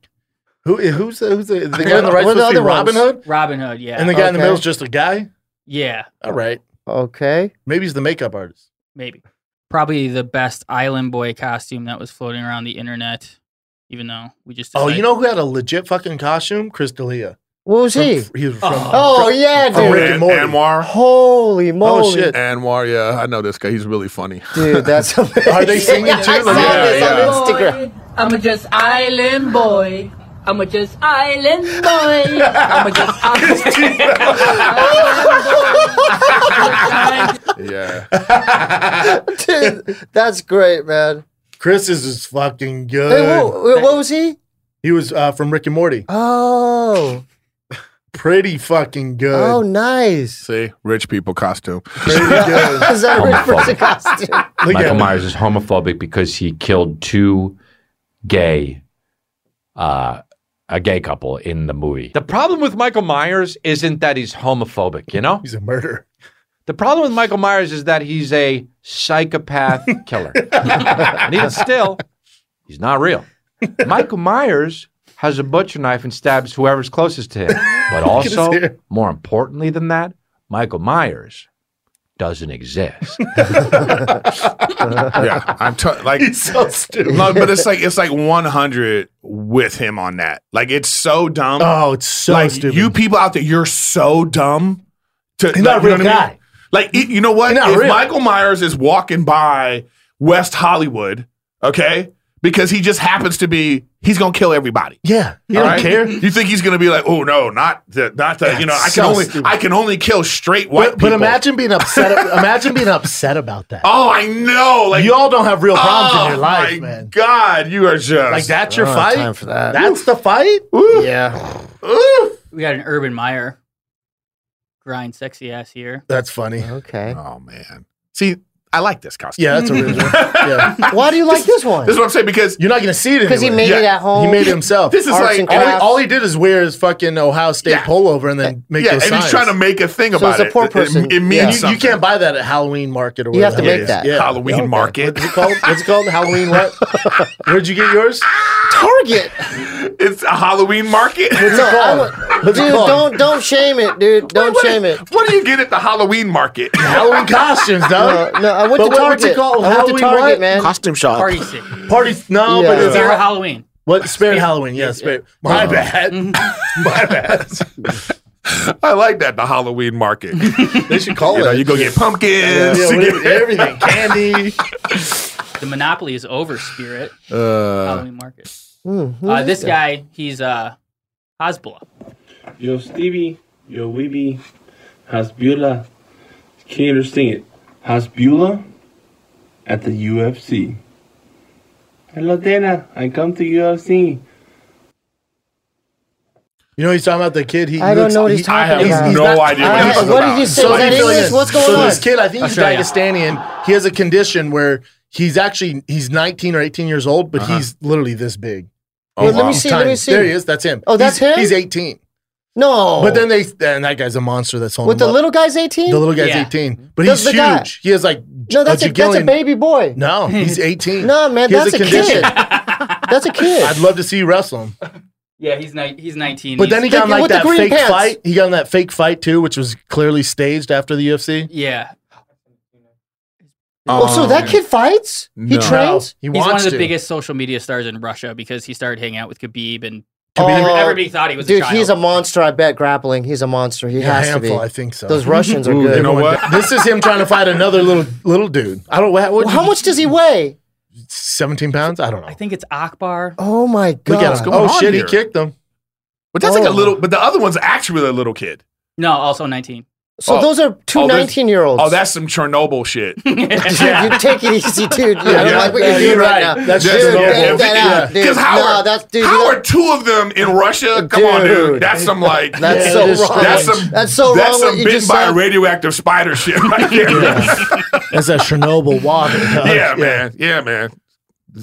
Speaker 2: Who eh, who's the who's the, the guy on the
Speaker 3: What
Speaker 2: right?
Speaker 3: are the
Speaker 2: supposed to be
Speaker 3: other
Speaker 2: Robin
Speaker 3: ones?
Speaker 2: Hood,
Speaker 5: Robin Hood, yeah.
Speaker 2: and the guy in the
Speaker 3: Okay.
Speaker 2: middle's just a guy.
Speaker 5: yeah,
Speaker 2: All right,
Speaker 3: Okay.
Speaker 2: maybe he's the makeup artist.
Speaker 5: maybe. Probably the best Island Boy costume that was floating around the internet, even though we just.
Speaker 2: Oh,
Speaker 5: decided-
Speaker 2: you know who had a legit fucking costume? Chris D'Elia.
Speaker 3: What was
Speaker 2: From-
Speaker 3: he?
Speaker 2: He was from.
Speaker 3: Oh
Speaker 2: from-
Speaker 3: yeah,
Speaker 2: from
Speaker 3: dude.
Speaker 2: Rick and Morty.
Speaker 4: Anwar
Speaker 3: Holy moly,
Speaker 2: shit.
Speaker 4: Oh, Anwar yeah I know this guy he's really funny
Speaker 3: dude. That's amazing.
Speaker 2: Are they singing
Speaker 3: I
Speaker 2: too?
Speaker 3: saw
Speaker 4: Yeah,
Speaker 3: this
Speaker 4: yeah.
Speaker 3: on Instagram.
Speaker 6: I'm a just island boy. I'm a just island boy. I'm a just island
Speaker 4: yeah
Speaker 3: Dude, that's great, man.
Speaker 2: Chris is just fucking good.
Speaker 3: Hey, wha- wha- what was he?
Speaker 2: he was uh, from Rick and Morty.
Speaker 3: Oh,
Speaker 2: Pretty fucking good.
Speaker 3: oh, nice.
Speaker 4: see rich people costume
Speaker 2: Pretty good.
Speaker 3: Is that a rich person costume?
Speaker 2: Look at
Speaker 10: Michael
Speaker 2: him.
Speaker 10: Myers is homophobic because he killed two gay, uh, a gay couple in the movie. The problem with Michael Myers isn't that he's homophobic, you know?
Speaker 2: He's a murderer.
Speaker 10: The problem with Michael Myers is that he's a psychopath killer. and even still, he's not real. Michael Myers has a butcher knife and stabs whoever's closest to him. But
Speaker 2: his
Speaker 10: also,
Speaker 2: hair.
Speaker 10: more importantly than that, Michael Myers doesn't exist.
Speaker 4: yeah I'm t- like
Speaker 2: He's so stupid.
Speaker 4: No, but it's like it's like 100 with him on that. Like it's so dumb.
Speaker 2: Oh, it's so
Speaker 4: Um, like
Speaker 2: stupid.
Speaker 4: you people out there, you're so dumb. To,
Speaker 2: He's not a
Speaker 4: you
Speaker 2: real
Speaker 4: know what I mean?
Speaker 2: guy.
Speaker 4: Like it, you know what?
Speaker 2: He's not
Speaker 4: If
Speaker 2: real.
Speaker 4: Michael Myers is walking by West Hollywood, okay, because he just happens to be, he's gonna kill everybody.
Speaker 2: Yeah, you
Speaker 4: All
Speaker 2: don't
Speaker 4: right?
Speaker 2: care.
Speaker 4: You think he's gonna be like, oh no, not the, not the, you know, I
Speaker 2: That's
Speaker 4: can
Speaker 2: so
Speaker 4: only,
Speaker 2: stupid.
Speaker 4: I can only kill straight
Speaker 2: But,
Speaker 4: white
Speaker 2: but
Speaker 4: people.
Speaker 2: imagine being upset. imagine being upset about that.
Speaker 4: oh, I know, like,
Speaker 2: you all don't have real problems
Speaker 4: oh,
Speaker 2: in your life,
Speaker 4: my
Speaker 2: man.
Speaker 4: God, you are just
Speaker 2: Like that's your
Speaker 3: I don't have
Speaker 2: fight.
Speaker 3: time for that.
Speaker 2: That's the fight.
Speaker 3: Yeah.
Speaker 4: Ooh.
Speaker 5: we had an Urban Meyer grind sexy ass here.
Speaker 2: That's funny.
Speaker 3: Okay.
Speaker 4: Oh man. See, I like this costume.
Speaker 2: Yeah, that's original. yeah.
Speaker 3: Why do you like this one?
Speaker 4: This is what I'm saying because
Speaker 2: You're not gonna see it
Speaker 3: Because he
Speaker 2: anywhere.
Speaker 3: made
Speaker 4: Yeah.
Speaker 3: it at home.
Speaker 2: He made it himself.
Speaker 4: This is
Speaker 3: Arts
Speaker 4: like-
Speaker 3: and
Speaker 2: all, he,
Speaker 3: crafts.
Speaker 2: all he did is wear his fucking Ohio State
Speaker 4: Yeah.
Speaker 2: pullover and then make
Speaker 4: yeah, and
Speaker 2: those signs.
Speaker 4: he's trying to make a thing
Speaker 3: So
Speaker 4: about
Speaker 3: it's a
Speaker 4: it.
Speaker 3: poor
Speaker 4: It-
Speaker 3: person.
Speaker 4: It, it means
Speaker 3: Yeah.
Speaker 2: you, you
Speaker 4: something.
Speaker 2: can't buy that at Halloween market or
Speaker 3: You
Speaker 2: whatever.
Speaker 3: have to
Speaker 2: the
Speaker 3: make
Speaker 2: hell it
Speaker 3: that.
Speaker 2: is. Yeah.
Speaker 4: Halloween market.
Speaker 2: What's it called? What's it called? Halloween what? Where'd you get yours?
Speaker 3: Target.
Speaker 4: It's a Halloween market.
Speaker 2: What's it
Speaker 3: I
Speaker 2: called?
Speaker 3: would-
Speaker 2: What's it
Speaker 3: dude,
Speaker 2: called?
Speaker 3: don't don't shame it, dude. Don't
Speaker 4: what,
Speaker 3: shame it.
Speaker 4: What do you get at the Halloween market?
Speaker 2: Halloween costumes,
Speaker 3: No,
Speaker 2: dog.
Speaker 3: no, I went
Speaker 2: But what-
Speaker 3: to Target.
Speaker 2: what's it called?
Speaker 3: I went
Speaker 2: Halloween
Speaker 3: to Target,
Speaker 2: what?
Speaker 3: man.
Speaker 11: Costume shop.
Speaker 5: Party sick.
Speaker 2: Parties? No,
Speaker 3: Yeah.
Speaker 2: but it's
Speaker 5: Zero Halloween.
Speaker 2: What spirit Halloween? Yeah, spirit. My bad.
Speaker 4: Mm-hmm.
Speaker 2: My bad.
Speaker 4: I like that the Halloween market. you
Speaker 2: They should call
Speaker 4: know,
Speaker 2: it.
Speaker 4: you go get
Speaker 2: yeah,
Speaker 4: pumpkins.
Speaker 2: yeah,
Speaker 4: you
Speaker 2: whatever,
Speaker 4: get-
Speaker 2: everything. Candy.
Speaker 5: The monopoly is over, Spirit.
Speaker 4: Uh,
Speaker 5: Halloween market. Uh, this
Speaker 3: Mm-hmm.
Speaker 5: guy, he's uh, Hasbula.
Speaker 6: Yo, Stevie, yo, Weeby, Hasbula. Can't even sing it. Hasbula at the UFC. Hello, Dana. I come to UFC.
Speaker 2: You know he's talking about the kid. He
Speaker 3: I don't
Speaker 2: looks-
Speaker 3: know what he's
Speaker 2: he-
Speaker 3: talking
Speaker 4: I have
Speaker 3: about.
Speaker 4: no
Speaker 2: not-
Speaker 4: idea
Speaker 3: I-
Speaker 4: what this is
Speaker 3: what did
Speaker 4: about.
Speaker 3: you
Speaker 2: So
Speaker 3: say? Is
Speaker 2: let me fill
Speaker 3: that
Speaker 2: you
Speaker 3: English?
Speaker 2: in.
Speaker 3: What's going
Speaker 2: so
Speaker 3: on?
Speaker 2: this kid, I think he's
Speaker 5: Australia.
Speaker 2: Dagestani. He has a condition where he He's actually he's 19 or 18 years old, but
Speaker 4: Uh-huh.
Speaker 2: he's literally this big.
Speaker 4: Oh, Well, let me wow.
Speaker 2: He's
Speaker 4: see, let me
Speaker 2: tiny.
Speaker 4: see.
Speaker 2: There he is. That's him.
Speaker 3: Oh, that's
Speaker 2: He's-
Speaker 3: him?
Speaker 2: He's 18.
Speaker 3: No.
Speaker 2: But then they and that guy's a monster. That's holding
Speaker 3: with
Speaker 2: him
Speaker 3: the
Speaker 2: up.
Speaker 3: little guy's 18?
Speaker 2: The little guy's
Speaker 3: Yeah.
Speaker 2: 18, but
Speaker 3: Does
Speaker 2: he's
Speaker 3: the
Speaker 2: huge.
Speaker 3: guy-
Speaker 2: He has like
Speaker 3: No, that's a, that's a
Speaker 2: Gillian-
Speaker 3: baby boy.
Speaker 2: No, he's 18.
Speaker 3: No, man,
Speaker 2: He has
Speaker 3: that's a, kid. that's a kid.
Speaker 2: I'd love to see you wrestle him.
Speaker 5: Yeah, he's ni- he's 19.
Speaker 2: But then he
Speaker 5: He's-
Speaker 2: got in, like
Speaker 3: with the
Speaker 2: that
Speaker 3: green
Speaker 2: fake
Speaker 3: pants.
Speaker 2: fight. He got in that fake fight too, which was clearly staged after the UFC.
Speaker 5: yeah.
Speaker 3: oh, so that kid fights? He
Speaker 4: No.
Speaker 3: trains?
Speaker 2: He
Speaker 5: he's
Speaker 2: wants
Speaker 5: one of the
Speaker 2: to.
Speaker 5: biggest social media stars in Russia because he started hanging out with Khabib and
Speaker 3: Oh,
Speaker 5: every- everybody thought he was
Speaker 3: Dude,
Speaker 5: a child.
Speaker 3: he's a monster. I bet grappling. He's a monster. He
Speaker 2: A
Speaker 3: has
Speaker 2: handful,
Speaker 3: to be.
Speaker 2: I think so.
Speaker 3: Those Russians are
Speaker 4: Ooh,
Speaker 3: good.
Speaker 4: you know what?
Speaker 2: this is him trying to fight another little little dude. I don't. What, what,
Speaker 3: Well, how much does he weigh?
Speaker 2: Seventeen pounds? I don't know.
Speaker 5: I think it's Akbar.
Speaker 3: Oh my
Speaker 2: Look at
Speaker 3: god!
Speaker 2: him.
Speaker 4: going
Speaker 2: Oh
Speaker 4: on
Speaker 2: shit!
Speaker 4: here?
Speaker 2: He kicked him.
Speaker 4: But that's like
Speaker 3: Oh.
Speaker 4: a little. But the other one's actually a little kid.
Speaker 5: No, also 19.
Speaker 3: So
Speaker 4: Oh.
Speaker 3: those are two
Speaker 4: Oh, there's-
Speaker 3: 19 year olds.
Speaker 4: Oh, that's some Chernobyl shit.
Speaker 3: you take it easy, dude. Yeah, I don't
Speaker 2: yeah.
Speaker 3: like what
Speaker 2: Yeah,
Speaker 3: you're doing
Speaker 2: you're
Speaker 3: right,
Speaker 2: right.
Speaker 3: now.
Speaker 2: That's
Speaker 3: dude,
Speaker 2: just normal.
Speaker 3: edit that out, dude.
Speaker 4: Because how,
Speaker 3: no,
Speaker 4: are,
Speaker 3: that's dude.
Speaker 4: how
Speaker 3: you know-
Speaker 4: are two of them in Russia? Come on,
Speaker 3: Dude.
Speaker 4: dude. That's some like
Speaker 3: that's
Speaker 2: Yeah,
Speaker 3: so
Speaker 2: that is
Speaker 3: wrong.
Speaker 4: that's some
Speaker 3: That's so wrong.
Speaker 4: that's
Speaker 3: what
Speaker 4: some
Speaker 3: you
Speaker 4: bitten
Speaker 3: just
Speaker 4: by a
Speaker 3: said.
Speaker 4: radioactive spider shit right there. yeah.
Speaker 2: That's a Chernobyl water. dog.
Speaker 4: man. Yeah, man.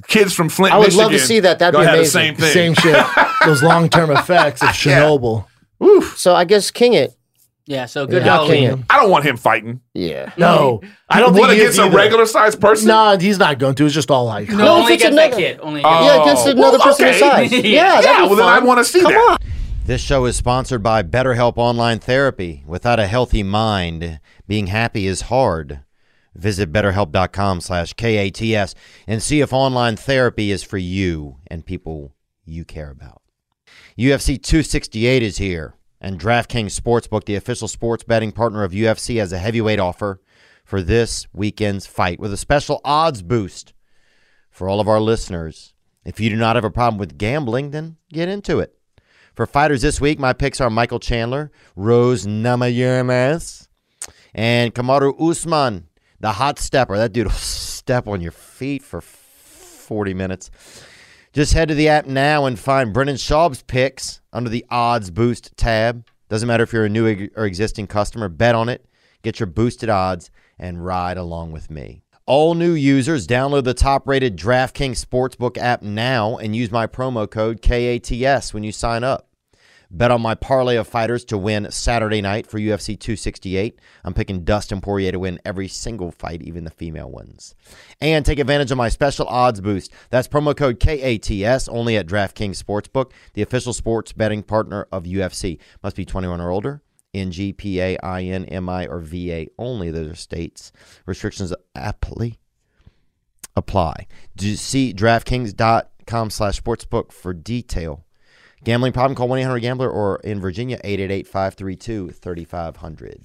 Speaker 4: Kids from Flint,
Speaker 3: I would
Speaker 4: Michigan.
Speaker 3: love to see that. That'd be
Speaker 4: had the
Speaker 3: amazing.
Speaker 4: same thing.
Speaker 2: Same shit. Those long term effects of Chernobyl.
Speaker 3: So I guess king it.
Speaker 5: Yeah, so good
Speaker 3: Yeah.
Speaker 5: Halloween.
Speaker 3: King it.
Speaker 4: I don't want him fighting.
Speaker 3: Yeah.
Speaker 2: No, I don't
Speaker 4: What
Speaker 2: think he
Speaker 4: against
Speaker 2: is
Speaker 4: a
Speaker 2: either.
Speaker 4: regular sized person?
Speaker 2: No, he's not going to. It's just all like.
Speaker 5: No,
Speaker 3: No,
Speaker 5: only
Speaker 3: if it's
Speaker 5: against that
Speaker 3: another-
Speaker 5: kid. Only
Speaker 4: Oh.
Speaker 5: against
Speaker 3: Yeah, against another
Speaker 4: well,
Speaker 3: person
Speaker 4: okay.
Speaker 3: his size. Yeah,
Speaker 4: yeah,
Speaker 3: that'd be
Speaker 4: well then I
Speaker 3: fun.
Speaker 4: want to see
Speaker 3: Come
Speaker 4: that.
Speaker 3: on.
Speaker 1: This show is sponsored by BetterHelp Online Therapy. Without a healthy mind, being happy is hard. Visit betterhelp.com slash K-A-T-S and see if online therapy is for you and people you care about. UFC 268 is here, and DraftKings Sportsbook, the official sports betting partner of UFC, has a heavyweight offer for this weekend's fight with a special odds boost for all of our listeners. If you do not have a problem with gambling, then get into it. For fighters this week, my picks are Michael Chandler, Rose Namajunas, and Kamaru Usman, the hot stepper. That dude will step on your feet for 40 minutes. Just head to the app now and find Brennan Schaub's picks under the odds boost tab. Doesn't matter if you're a new e- or existing customer, bet on it, get your boosted odds, and ride along with me. All new users download the top rated DraftKings Sportsbook app now and use my promo code KATS when you sign up. Bet on my parlay of fighters to win Saturday night for UFC 268. I'm picking Dustin Poirier to win every single fight, even the female ones. And take advantage of my special odds boost. That's promo code KATS only at DraftKings Sportsbook, the official sports betting partner of UFC. Must be 21 or older. NGPA, INMI, or VA only. Those are states. Restrictions apply apply. Do see DraftKings.com slash sportsbook for detail. Gambling problem, call 1-800-GAMBLER or in Virginia, 888-532-3500.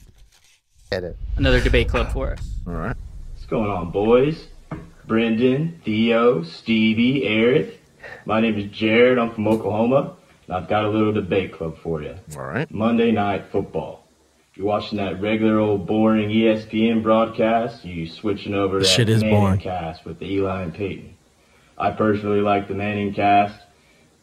Speaker 3: Edit.
Speaker 5: another debate club for us.
Speaker 11: What's going on, boys? Brendan, Theo, Stevie, Eric. My name is Jared. I'm from Oklahoma, and I've got a little debate club for you.
Speaker 4: All right.
Speaker 11: Monday Night Football. You're watching that regular old boring E ESPN broadcast. You switching over to
Speaker 2: This
Speaker 11: that
Speaker 2: shit is
Speaker 11: Manning
Speaker 2: boring.
Speaker 11: cast with Eli and Peyton. I personally like the Manning cast.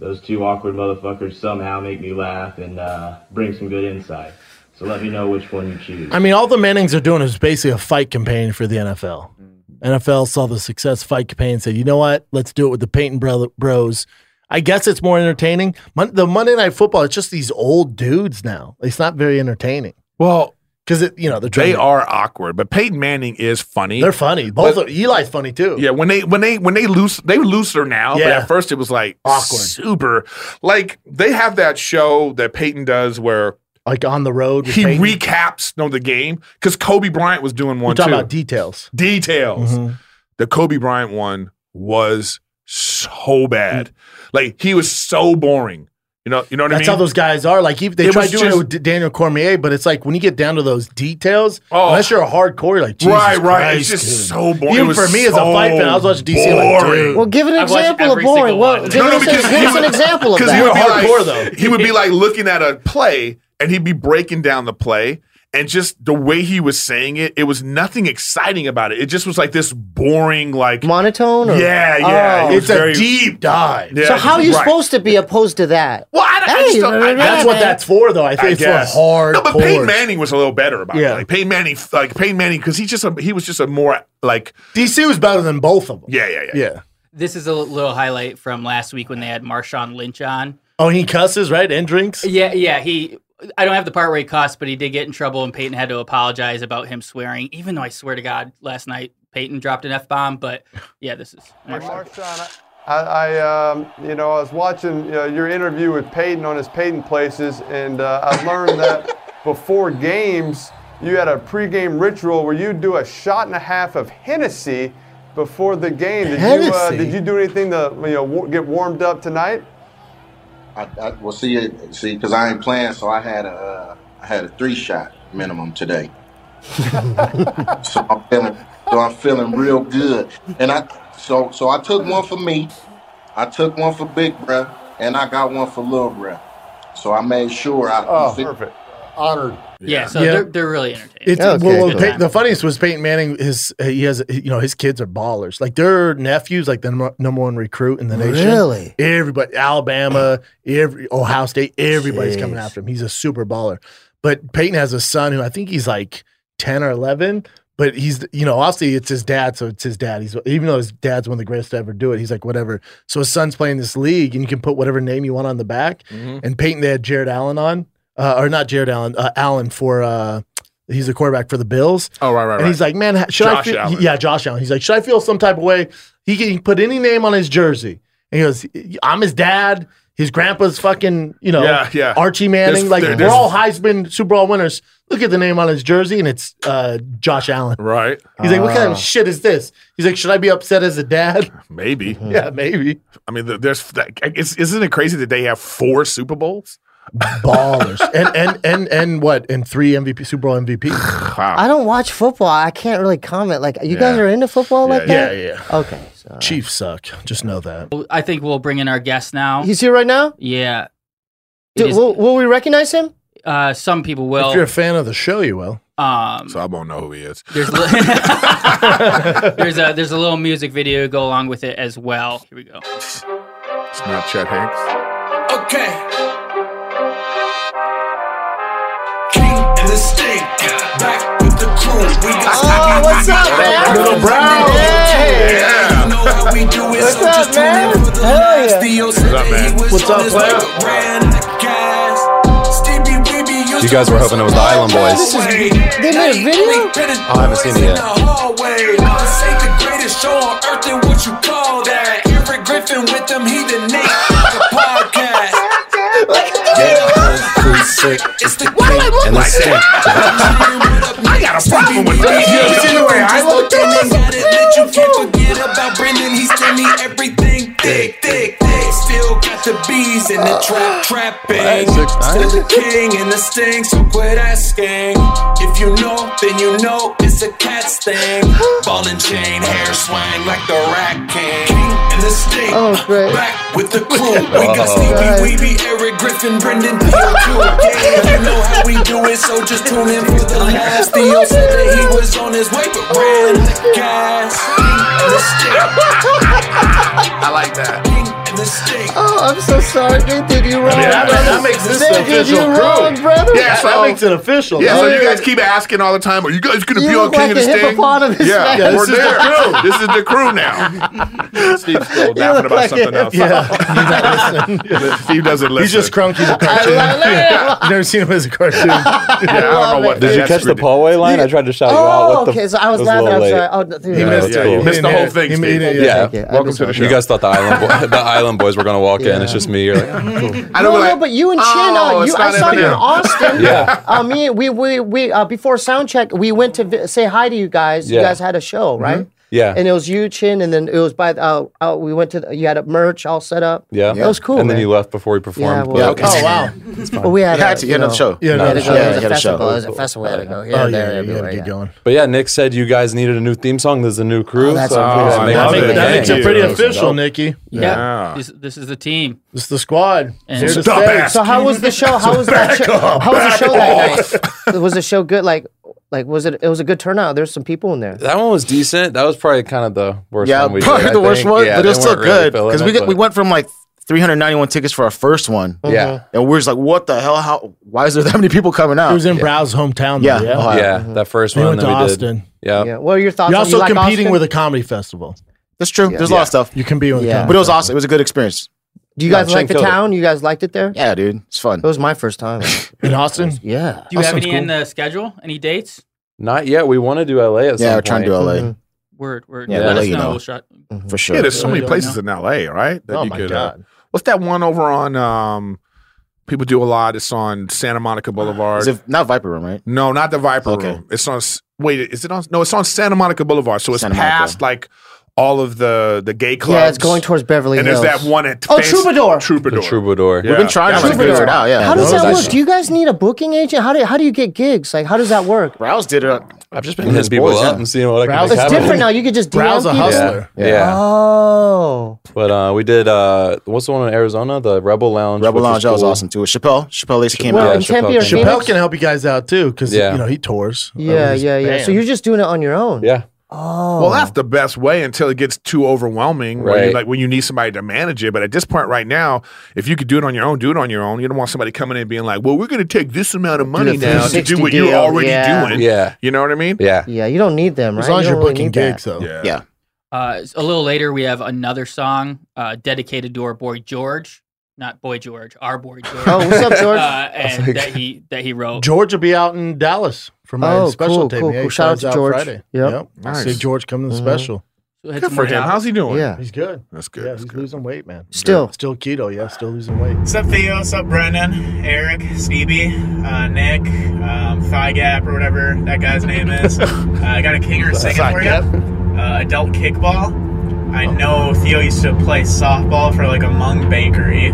Speaker 11: Those two awkward motherfuckers somehow make me laugh and uh, bring some good insight. So let me know which one you choose.
Speaker 2: I mean, all the Mannings are doing is basically a fight campaign for the NFL.
Speaker 4: Mm.
Speaker 2: NFL saw the success fight campaign and said, you know what? Let's do it with the Peyton bro- Bros. I guess it's more entertaining. Mon- the Monday Night Football, it's just these old dudes now. It's not very entertaining
Speaker 4: Well,
Speaker 2: because it, you know, they're trying
Speaker 4: they
Speaker 2: to-
Speaker 4: are awkward, but Peyton Manning is funny.
Speaker 2: They're funny. Both
Speaker 4: But-
Speaker 2: are, Eli's funny too.
Speaker 4: Yeah, when they when they when they loose they looser now, but
Speaker 2: Yeah.
Speaker 4: at first it was like
Speaker 2: Awkward.
Speaker 4: super. Like they have that show that Peyton does where
Speaker 2: like on the road. with
Speaker 4: he
Speaker 2: Peyton. You
Speaker 4: recaps no the game because Kobe Bryant was doing one
Speaker 2: talk
Speaker 4: too.
Speaker 2: about Mm-hmm. details.
Speaker 4: Details. The Kobe Bryant one was so bad. Like he was so boring. You know, you know what
Speaker 2: Mm. That's
Speaker 4: I
Speaker 2: how
Speaker 4: mean?
Speaker 2: those guys are. Like he, they
Speaker 4: It
Speaker 2: try
Speaker 4: was
Speaker 2: doing
Speaker 4: just-
Speaker 2: it with D- Daniel Cormier, but it's like when you get down to those details,
Speaker 4: Oh.
Speaker 2: unless you're a hardcore, you're like Jesus
Speaker 4: right, right.
Speaker 2: Christ,
Speaker 4: it's just
Speaker 2: dude.
Speaker 4: so boring.
Speaker 2: Even
Speaker 4: It was
Speaker 2: for me as a fight fan, I was watching DC like,
Speaker 4: boring.
Speaker 2: dude.
Speaker 3: Well, give an
Speaker 5: I've watched
Speaker 3: example of
Speaker 5: every
Speaker 3: boring.
Speaker 5: single
Speaker 3: Well,
Speaker 5: one.
Speaker 4: No,
Speaker 3: give,
Speaker 4: no,
Speaker 3: us, a-
Speaker 4: because
Speaker 3: give
Speaker 4: he
Speaker 3: us an
Speaker 4: would-
Speaker 3: example of
Speaker 4: Because he
Speaker 3: that.
Speaker 4: would be
Speaker 2: Hardcore,
Speaker 4: like,
Speaker 2: though.
Speaker 4: he would be like looking at a play and he'd be breaking down the play and just the way he was saying it, it was nothing exciting about it. It just was like this boring, like
Speaker 3: Monotone. Or,
Speaker 4: yeah, yeah.
Speaker 3: Oh.
Speaker 4: it was
Speaker 2: it's a
Speaker 4: very-
Speaker 2: deep dive.
Speaker 4: yeah,
Speaker 3: so how are you
Speaker 4: right.
Speaker 3: supposed to be opposed to that?
Speaker 4: Well, I just don't- I-
Speaker 2: that's what that's for, though. I think it's
Speaker 4: guess.
Speaker 2: for hard.
Speaker 4: No, but Peyton
Speaker 2: cores.
Speaker 4: Manning was a little better about
Speaker 2: Yeah.
Speaker 4: it. Like Peyton Manning, like Peyton Manning, because he just a, he was just a more like
Speaker 2: DC was better than both of them.
Speaker 4: Yeah, yeah, yeah.
Speaker 2: Yeah.
Speaker 5: This is a little highlight from last week when they had Marshawn Lynch on.
Speaker 2: Oh, he cusses right and drinks.
Speaker 5: Yeah, yeah. He, I don't have the part where he cussed, but he did get in trouble, and Peyton had to apologize about him swearing. Even though I swear to God, last night Peyton dropped an f bomb. But yeah, this is Marshawn.
Speaker 12: I, I um, you know, I was watching uh, your interview with Peyton on his Peyton Places, and uh, I learned that before games, you had a pregame ritual where you do a shot and a half of Hennessy before the game. Did you uh,
Speaker 13: Hennessy?
Speaker 12: did you do anything to you know wa- get warmed up tonight?
Speaker 13: I, I well see it see because I ain't playing, so I had a uh, I had a three shot minimum today. so I'm feeling so I'm feeling real good, and I so so I took one for me, I took one for Big Bruh, and I got one for Little Bruh. So I made sure I
Speaker 12: Oh, perfect.
Speaker 13: honored.
Speaker 5: Yeah, so
Speaker 2: Yeah.
Speaker 5: they're they're really entertaining.
Speaker 2: It's,
Speaker 5: Okay,
Speaker 2: well, well,
Speaker 5: cool.
Speaker 2: Pey- the funniest was Peyton Manning. His he has you know his kids are ballers. Like their nephews, like the number, number one recruit in the nation.
Speaker 3: Really?
Speaker 2: everybody, Alabama, every Ohio State, everybody's coming
Speaker 3: Jeez.
Speaker 2: after him. He's a super baller. But Peyton has a son who I think he's like ten or eleven. But he's you know obviously it's his dad, so it's his dad. He's even though his dad's one of the greatest to ever do it. He's like whatever. So his son's playing this league, and you can put whatever name you want on the back.
Speaker 3: Mm.
Speaker 14: Mhm.
Speaker 2: Mm-hmm. And Peyton, they had Jared Allen on, uh, or not Jared Allen, uh, Allen for. Uh, He's the quarterback for the Bills.
Speaker 4: Oh, right, right,
Speaker 2: And he's
Speaker 4: right.
Speaker 2: like, man, ha- should I
Speaker 4: Josh
Speaker 2: feel?
Speaker 4: Allen.
Speaker 2: Yeah, Josh Allen. He's like, should I feel some type of way? He can put any name on his jersey. And he goes, I'm his dad. His grandpa's fucking, you know,
Speaker 4: Yeah, yeah.
Speaker 2: Archie Manning.
Speaker 4: There's-
Speaker 2: like
Speaker 4: there-
Speaker 2: we're
Speaker 4: there's-
Speaker 2: all Heisman Super Bowl winners. Look at the name on his jersey, and it's uh, Josh Allen.
Speaker 4: Right.
Speaker 2: He's like, what kind
Speaker 4: Ah.
Speaker 2: of shit is this? He's like, should I be upset as a dad?
Speaker 4: maybe.
Speaker 2: Yeah, maybe.
Speaker 4: I mean, th- there's like, it's, isn't it crazy that they have four Super Bowls?
Speaker 2: Ballers and and and and what? And three MVP Super Bowl MVP.
Speaker 3: I don't watch football. I can't really comment. Like you guys
Speaker 2: Yeah.
Speaker 3: are into football like
Speaker 2: yeah,
Speaker 3: that.
Speaker 2: yeah.
Speaker 3: Okay. uh,
Speaker 2: Chiefs suck. Just know that.
Speaker 5: I think we'll bring in our guest now.
Speaker 3: He's here right now.
Speaker 5: Yeah.
Speaker 3: Do-
Speaker 5: It is-
Speaker 3: will, will we recognize him?
Speaker 5: uh, some people will.
Speaker 2: if you're a fan of the show, you will.
Speaker 5: um,
Speaker 4: so I won't know who he is.
Speaker 5: There's li- there's a there's a little music video to go along with it as well. Here we go.
Speaker 4: It's not Chet Hanks.
Speaker 15: Okay. King and the sting, back with the crew. We got
Speaker 7: Oh, what's up, man?
Speaker 15: Little Brown.
Speaker 7: Hey.
Speaker 15: Yeah. You know how we do it.
Speaker 7: What's
Speaker 15: so
Speaker 7: up,
Speaker 15: just tune in
Speaker 7: man?
Speaker 15: for the
Speaker 7: Hell
Speaker 15: live
Speaker 7: yeah.
Speaker 15: steal. Said
Speaker 7: What's up,
Speaker 15: that he
Speaker 7: man?
Speaker 15: was
Speaker 7: What's
Speaker 15: on
Speaker 7: up,
Speaker 15: his
Speaker 7: player?
Speaker 15: way to grand gas. Stevie Weeby used
Speaker 16: You guys were
Speaker 15: to
Speaker 16: hoping it was the Island Boys.
Speaker 15: This is
Speaker 16: They
Speaker 15: made a video?
Speaker 16: Oh, I haven't seen it
Speaker 15: in
Speaker 16: yet.
Speaker 15: the hallway. This ain't the greatest show on earth, and what you call that? Eric Griffin with them, he the Nate of the podcast. It's the Why I look
Speaker 7: like
Speaker 15: I got a problem with
Speaker 7: that. You ever seen the way I
Speaker 15: look at it that you can't forget about Brendan. He's telling me everything thick, thick, thick. Still got the bees in the trap, trapping. Still the king in the sting, so quit asking. If you know, then you know it's a cat's thing. Ball and chain, hair swang like the rat king. King in the sting.
Speaker 7: Oh, great.
Speaker 15: Back with the crew. We got
Speaker 7: Oh.
Speaker 15: Stevie
Speaker 7: Right.
Speaker 15: Weeby, Eric Griffin, Brendan, PQ. Yeah, you know how we do it, so just tune in for the last. Theo said that he was on his way, but ran the gas. And the stick. I like that. And the stick.
Speaker 3: Oh, I'm so sorry, dude. Did you wrong?
Speaker 4: Yeah, that-
Speaker 3: brother.
Speaker 4: that makes this
Speaker 3: They
Speaker 4: an
Speaker 3: did
Speaker 4: official
Speaker 3: you
Speaker 4: crew.
Speaker 3: wrong, brother.
Speaker 4: Yeah, so- Yeah, so you guys keep asking all the time, "Are you guys going to
Speaker 3: You
Speaker 4: be on
Speaker 3: look
Speaker 4: King
Speaker 3: like
Speaker 4: of the
Speaker 3: a
Speaker 4: Sting?"
Speaker 3: hippopotamus,
Speaker 4: yeah,
Speaker 3: man. Yeah,
Speaker 4: we're
Speaker 3: this is the
Speaker 4: there.
Speaker 3: crew.
Speaker 4: this is the crew now. Steve's still laughing
Speaker 2: look
Speaker 4: about
Speaker 2: like a
Speaker 4: something
Speaker 2: hip-
Speaker 4: else.
Speaker 2: yeah.
Speaker 4: Steve doesn't listen.
Speaker 2: He's just crunk. He's a cartoon. You've never seen him as a cartoon.
Speaker 16: I don't know what Did you catch the Poway line? I tried to shout you out.
Speaker 3: Oh,
Speaker 16: What the-
Speaker 3: okay. So I was
Speaker 16: it a
Speaker 3: laughing.
Speaker 16: little
Speaker 3: I'm
Speaker 16: late.
Speaker 3: sorry. Oh, no, dude.
Speaker 16: Yeah, that's cool.
Speaker 2: He made it,
Speaker 16: Yeah.
Speaker 3: Thank you. I'm
Speaker 16: Welcome to
Speaker 3: sorry.
Speaker 16: the show. You guys thought the Island, Boy- the island Boys were going to walk in. It's just me. You're like,
Speaker 3: I don't no, no, but you and Chin,
Speaker 7: "Oh,
Speaker 3: uh,
Speaker 7: it's
Speaker 3: you, I
Speaker 7: not
Speaker 3: saw you in
Speaker 7: Eminem."
Speaker 3: Austin.
Speaker 16: Yeah.
Speaker 3: Uh, me, we, we, we, uh, before sound check, we went to vi- say hi to you guys. You
Speaker 16: Yeah. Mm-hmm.
Speaker 3: guys had a show, right?
Speaker 16: Yeah.
Speaker 3: And it was you, Chin, and then it was by, uh, uh, we went to, the, you had a merch all set up.
Speaker 16: yeah.
Speaker 3: That was cool.
Speaker 16: And
Speaker 3: man.
Speaker 16: then you left before he performed.
Speaker 3: Yeah, well,
Speaker 16: but-
Speaker 3: oh wow! Well, we had
Speaker 16: You
Speaker 3: a,
Speaker 16: had to, you had
Speaker 3: know,
Speaker 16: another show.
Speaker 3: we
Speaker 16: Yeah,
Speaker 3: had
Speaker 16: another
Speaker 3: to
Speaker 16: show.
Speaker 3: go.
Speaker 16: Yeah,
Speaker 3: It
Speaker 16: you had
Speaker 3: was a
Speaker 16: a show.
Speaker 3: festival. It was a festival. We had to go. Here,
Speaker 2: Oh, yeah,
Speaker 3: there,
Speaker 2: yeah, you had
Speaker 3: everywhere,
Speaker 2: to get going.
Speaker 16: But yeah, Nick said you guys needed a new theme song. There's a new crew.
Speaker 3: that's
Speaker 16: so
Speaker 3: awesome.
Speaker 16: that
Speaker 3: Oh, I
Speaker 16: makes
Speaker 3: love
Speaker 16: it
Speaker 3: it.
Speaker 16: big.
Speaker 3: That
Speaker 2: makes it pretty official, Nikki.
Speaker 5: Yeah.
Speaker 16: Yeah.
Speaker 5: This, this is the team.
Speaker 2: It's the squad.
Speaker 5: And-
Speaker 2: Here to
Speaker 5: Stop
Speaker 2: stay.
Speaker 5: asking.
Speaker 3: So how was the show? How was that show? How was the show that night? Was the show good? Like, like was it? It was a good turnout. There's some people in there.
Speaker 16: That one was decent. That was probably kind of the worst
Speaker 3: Yeah,
Speaker 16: one we did.
Speaker 3: probably
Speaker 16: I
Speaker 3: the worst
Speaker 16: think.
Speaker 3: one,
Speaker 16: Yeah,
Speaker 3: but it was
Speaker 16: they
Speaker 3: still
Speaker 16: weren't really
Speaker 3: good,
Speaker 16: feeling
Speaker 17: 'cause we
Speaker 16: it,
Speaker 17: get- we
Speaker 16: but-
Speaker 17: went from like
Speaker 14: 391 tickets for our first one.
Speaker 16: Yeah.
Speaker 14: And we're just like, what the hell? How? Why is there that many people coming out?
Speaker 2: It was in Brow's hometown.
Speaker 14: Yeah.
Speaker 2: though,
Speaker 14: Ohio.
Speaker 16: yeah, that first
Speaker 2: They
Speaker 16: one
Speaker 2: went
Speaker 16: that
Speaker 2: to
Speaker 16: we
Speaker 2: Austin.
Speaker 16: did. Yeah.
Speaker 3: Yeah. What are your thoughts?
Speaker 2: You're
Speaker 3: on-
Speaker 2: also
Speaker 3: you like
Speaker 2: competing
Speaker 3: Austin?
Speaker 2: with a comedy festival.
Speaker 14: That's true. There's a lot of stuff.
Speaker 2: You can be on.
Speaker 3: Yeah.
Speaker 14: But it was awesome. It was a good experience.
Speaker 3: Do you guys
Speaker 14: Yeah,
Speaker 3: like the
Speaker 14: Shane killed it.
Speaker 3: town? You guys liked it there?
Speaker 14: Yeah, dude. It's fun. It
Speaker 3: was my first time.
Speaker 2: In Austin?
Speaker 3: Yeah.
Speaker 5: Do you have any in the schedule? Any dates?
Speaker 16: Not yet. We want to do LA. At
Speaker 14: Yeah,
Speaker 16: some
Speaker 14: we're trying to do
Speaker 16: point.
Speaker 14: LA.
Speaker 5: Word, word.
Speaker 14: Yeah,
Speaker 5: Let
Speaker 14: LA,
Speaker 5: us
Speaker 14: you
Speaker 5: know.
Speaker 14: know.
Speaker 5: We'll shot.
Speaker 14: For sure.
Speaker 4: Yeah, there's so many places in LA, right? That
Speaker 14: Oh
Speaker 4: you
Speaker 14: my
Speaker 4: could, uh,
Speaker 14: God.
Speaker 4: what's that one over on? Um, people do a lot. It's on Santa Monica Boulevard.
Speaker 14: Is it not Viper Room, right?
Speaker 4: No, not the Viper
Speaker 14: Okay.
Speaker 4: Room. It's on. s- Wait, is it on? No, it's on Santa Monica Boulevard. So it's
Speaker 14: Santa Monica.
Speaker 4: past like all of the the gay clubs.
Speaker 3: Yeah, it's going towards Beverly
Speaker 4: and
Speaker 3: Hills.
Speaker 4: there's that one at
Speaker 3: Oh,
Speaker 4: Fancy-
Speaker 3: Troubadour.
Speaker 4: Troubadour.
Speaker 16: Troubadour.
Speaker 4: Yeah.
Speaker 14: We've been trying to like, figure it out. Yeah.
Speaker 3: How does that work? Do you guys need a booking agent? How do how do you get gigs? Like how does that work?
Speaker 14: Rouse did it. I've just been
Speaker 16: Hitting people up and seeing what I can
Speaker 3: Browse-
Speaker 16: make
Speaker 3: It's
Speaker 16: happen.
Speaker 3: different now. You could just DM
Speaker 16: Browse a
Speaker 3: people.
Speaker 16: hustler. Yeah. Yeah.
Speaker 3: Oh.
Speaker 16: But uh, we did. Uh, what's the one in Arizona? The Rebel Lounge.
Speaker 14: Rebel
Speaker 16: which
Speaker 14: Lounge, that was
Speaker 16: cool.
Speaker 14: awesome too. With Chappelle, Chappelle Lacey came
Speaker 16: Well,
Speaker 14: out.
Speaker 16: in Tempe
Speaker 14: came
Speaker 16: or
Speaker 14: out.
Speaker 2: Chappelle can help you guys out too because
Speaker 14: Yeah.
Speaker 2: you know he tours.
Speaker 3: Yeah, yeah, yeah. So you're just doing it on your own.
Speaker 16: Yeah.
Speaker 3: Oh.
Speaker 4: Well, that's the best way until it gets too overwhelming. Where you,
Speaker 16: Right.
Speaker 4: like when you need somebody to manage it. But at this point, right now, if you could do it on your own, do it on your own. You don't want somebody coming in and being like, "Well, we're going to take this amount of money
Speaker 3: the
Speaker 4: now to do
Speaker 3: 360
Speaker 4: what you're
Speaker 3: deal."
Speaker 4: already
Speaker 3: Yeah.
Speaker 4: doing."
Speaker 16: Yeah.
Speaker 4: You know what I mean?
Speaker 16: Yeah.
Speaker 3: Yeah, you don't need them, right?
Speaker 2: As long as
Speaker 3: You
Speaker 2: you're
Speaker 3: don't really
Speaker 2: booking
Speaker 3: need that.
Speaker 2: gigs though.
Speaker 4: Yeah.
Speaker 14: Yeah.
Speaker 5: Uh, a little later, we have another song uh, dedicated to our boy George, not boy George, our boy George.
Speaker 2: Oh, what's up, George?
Speaker 5: Uh,
Speaker 2: I was
Speaker 5: and
Speaker 2: like-
Speaker 5: that he that he wrote.
Speaker 2: George will be out in Dallas for my
Speaker 5: Oh,
Speaker 2: special
Speaker 5: cool,
Speaker 2: tape.
Speaker 5: cool,
Speaker 2: Yeah, he
Speaker 5: cool. Shout out
Speaker 2: flies
Speaker 5: to George. Mm-hmm.
Speaker 2: Friday.
Speaker 3: Yep.
Speaker 2: See
Speaker 4: Nice.
Speaker 2: George come to the
Speaker 4: Mhm.
Speaker 2: special.
Speaker 5: Good
Speaker 4: Good for him. How's he doing?
Speaker 3: Yeah.
Speaker 2: He's good.
Speaker 4: That's good.
Speaker 2: Yeah, he's losing weight, man.
Speaker 3: Still.
Speaker 2: Still keto, yeah, still losing weight.
Speaker 17: What's up, Theo? What's up, Brendan? Eric, Stevie, uh, Nick, um, Thigh Gap, or whatever that guy's name is. uh, I got a kinger singing
Speaker 2: Thigh
Speaker 17: for you.
Speaker 2: Gap.
Speaker 17: Uh, adult kickball. I know Theo used to play softball for like a Hmong bakery.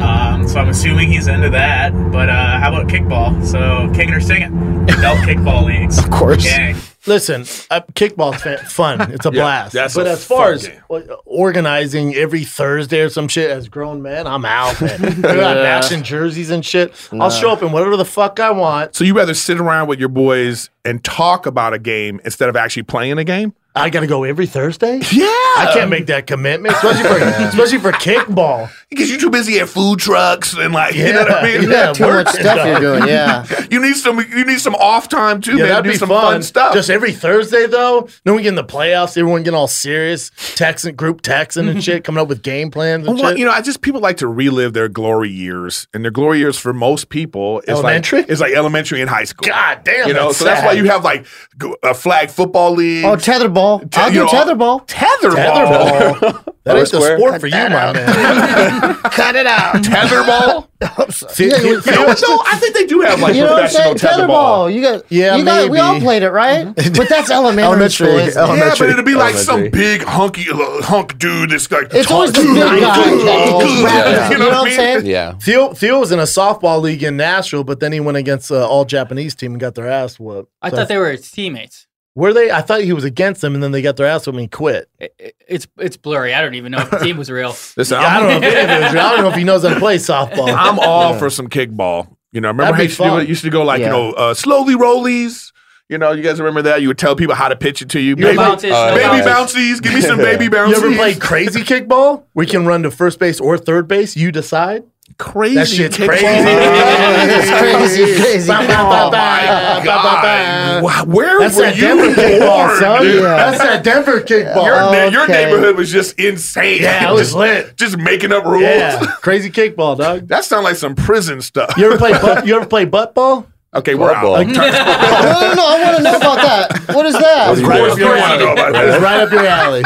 Speaker 17: Um, so I'm assuming he's into that. But uh, how about kickball? So kicking or singing? Adult kickball leagues. Of
Speaker 14: course.
Speaker 17: Gang.
Speaker 2: Listen, uh, kickball's fa- fun. It's a
Speaker 17: Yeah,
Speaker 2: blast.
Speaker 17: that's
Speaker 2: but
Speaker 17: a
Speaker 2: as far
Speaker 17: fun
Speaker 2: as uh, organizing every Thursday or some shit as grown man, I'm out, man. They're not
Speaker 4: Yeah.
Speaker 2: matching jerseys and shit.
Speaker 4: Nah.
Speaker 2: I'll show up in whatever the fuck I want.
Speaker 4: So you rather sit around with your boys and talk about a game instead of actually playing a game?
Speaker 2: I got to go every Thursday.
Speaker 4: Yeah,
Speaker 2: I can't make that commitment, especially for especially for kickball.
Speaker 4: because you're too busy at food trucks and like you know what I
Speaker 2: Yeah,
Speaker 4: mean.
Speaker 2: yeah, too
Speaker 4: Work
Speaker 2: much stuff you're doing, yeah.
Speaker 4: you need some. You need some off time too,
Speaker 2: Yeah,
Speaker 4: man.
Speaker 2: that'd
Speaker 4: Do
Speaker 2: be
Speaker 4: some
Speaker 2: fun.
Speaker 4: fun stuff.
Speaker 2: Just every Thursday though. Then we get in the playoffs. Everyone getting all serious, texting group texting and shit, coming up with game plans and
Speaker 4: Well,
Speaker 2: shit.
Speaker 4: you know, I just people like to relive their glory years, and their glory years for most people is
Speaker 2: Elementary?
Speaker 4: like is like elementary and high school.
Speaker 2: God damn,
Speaker 4: you know,
Speaker 2: that's
Speaker 4: so that's why
Speaker 2: sad.
Speaker 4: you have like g- a flag football league.
Speaker 3: Oh, tetherball.
Speaker 4: Te-
Speaker 3: I'll
Speaker 4: you
Speaker 3: do
Speaker 4: know,
Speaker 3: tetherball.
Speaker 4: Tetherball.
Speaker 2: that
Speaker 4: is
Speaker 2: ain't the sport for you, my man.
Speaker 3: Cut it out.
Speaker 4: Tetherball.
Speaker 2: Yeah, you-
Speaker 4: you know what though? I think they do have like
Speaker 3: you know what I'm
Speaker 4: professional
Speaker 3: saying?
Speaker 4: tetherball.
Speaker 3: Tetherball. You got.
Speaker 2: Yeah,
Speaker 3: you got, We all
Speaker 2: maybe.
Speaker 3: played it, right? But that's elementary.
Speaker 2: Elementary,
Speaker 3: School, isn't it?
Speaker 4: Yeah, but it'll be like some big hunky little hunk dude that's like
Speaker 3: It's always the
Speaker 4: "Talk
Speaker 3: big
Speaker 4: to me,
Speaker 3: guy
Speaker 4: dude,
Speaker 3: that
Speaker 4: talk
Speaker 3: goes
Speaker 4: to me."
Speaker 3: rapping.
Speaker 4: You know what I mean?
Speaker 2: Theo, Theo was in a softball league in Nashville, but then he went against an all Japanese team and got their ass whooped.
Speaker 5: I
Speaker 2: So-
Speaker 5: thought they were his teammates.
Speaker 2: Were they? I thought he was against them, and then they got their ass whooped and he quit.
Speaker 5: It, it- it's it's blurry. I don't even know if the team was real.
Speaker 4: Listen,
Speaker 2: I don't know. If any of it was- I don't know if he knows how to play softball.
Speaker 4: I'm all for some kickball. You know, remember
Speaker 2: That'd
Speaker 4: how
Speaker 2: be fun.
Speaker 4: you used to do it? You used to go like,
Speaker 2: Yeah.
Speaker 4: you know, uh, slowly rollies. You know, you guys remember that? You would tell people how to pitch it to you.
Speaker 2: No bounces, no
Speaker 4: baby
Speaker 2: bounces.
Speaker 4: bouncies. Give me some baby bouncies.
Speaker 2: You ever played crazy kickball? We can run to first base or third base. You decide.
Speaker 4: Crazy
Speaker 2: that shit's
Speaker 4: kickball.
Speaker 2: crazy.
Speaker 4: That's crazy, crazy
Speaker 2: Ba, ba, ba,
Speaker 4: kickball.
Speaker 2: ba,
Speaker 4: Oh my
Speaker 2: ba, ba, ba.
Speaker 4: Wha- where
Speaker 2: That's
Speaker 4: were
Speaker 2: that
Speaker 4: you
Speaker 2: Denver kickball,
Speaker 4: born,
Speaker 2: son.
Speaker 4: dude? Oh,
Speaker 2: That's that Denver kickball.
Speaker 4: Your, na- your neighborhood was just insane.
Speaker 2: Yeah, it was
Speaker 4: just,
Speaker 2: lit.
Speaker 4: Just making up rules.
Speaker 2: Yeah, crazy kickball, dog.
Speaker 4: That sounds like some prison stuff.
Speaker 2: You ever play? Butt, you ever play butt ball?
Speaker 4: Okay, we're out.
Speaker 2: Butt
Speaker 4: Turn-
Speaker 3: no, no, no. I want to know about that. What is that?
Speaker 2: That's right up your
Speaker 4: wanna
Speaker 2: alley.
Speaker 4: know about that.
Speaker 2: That's right up your alley.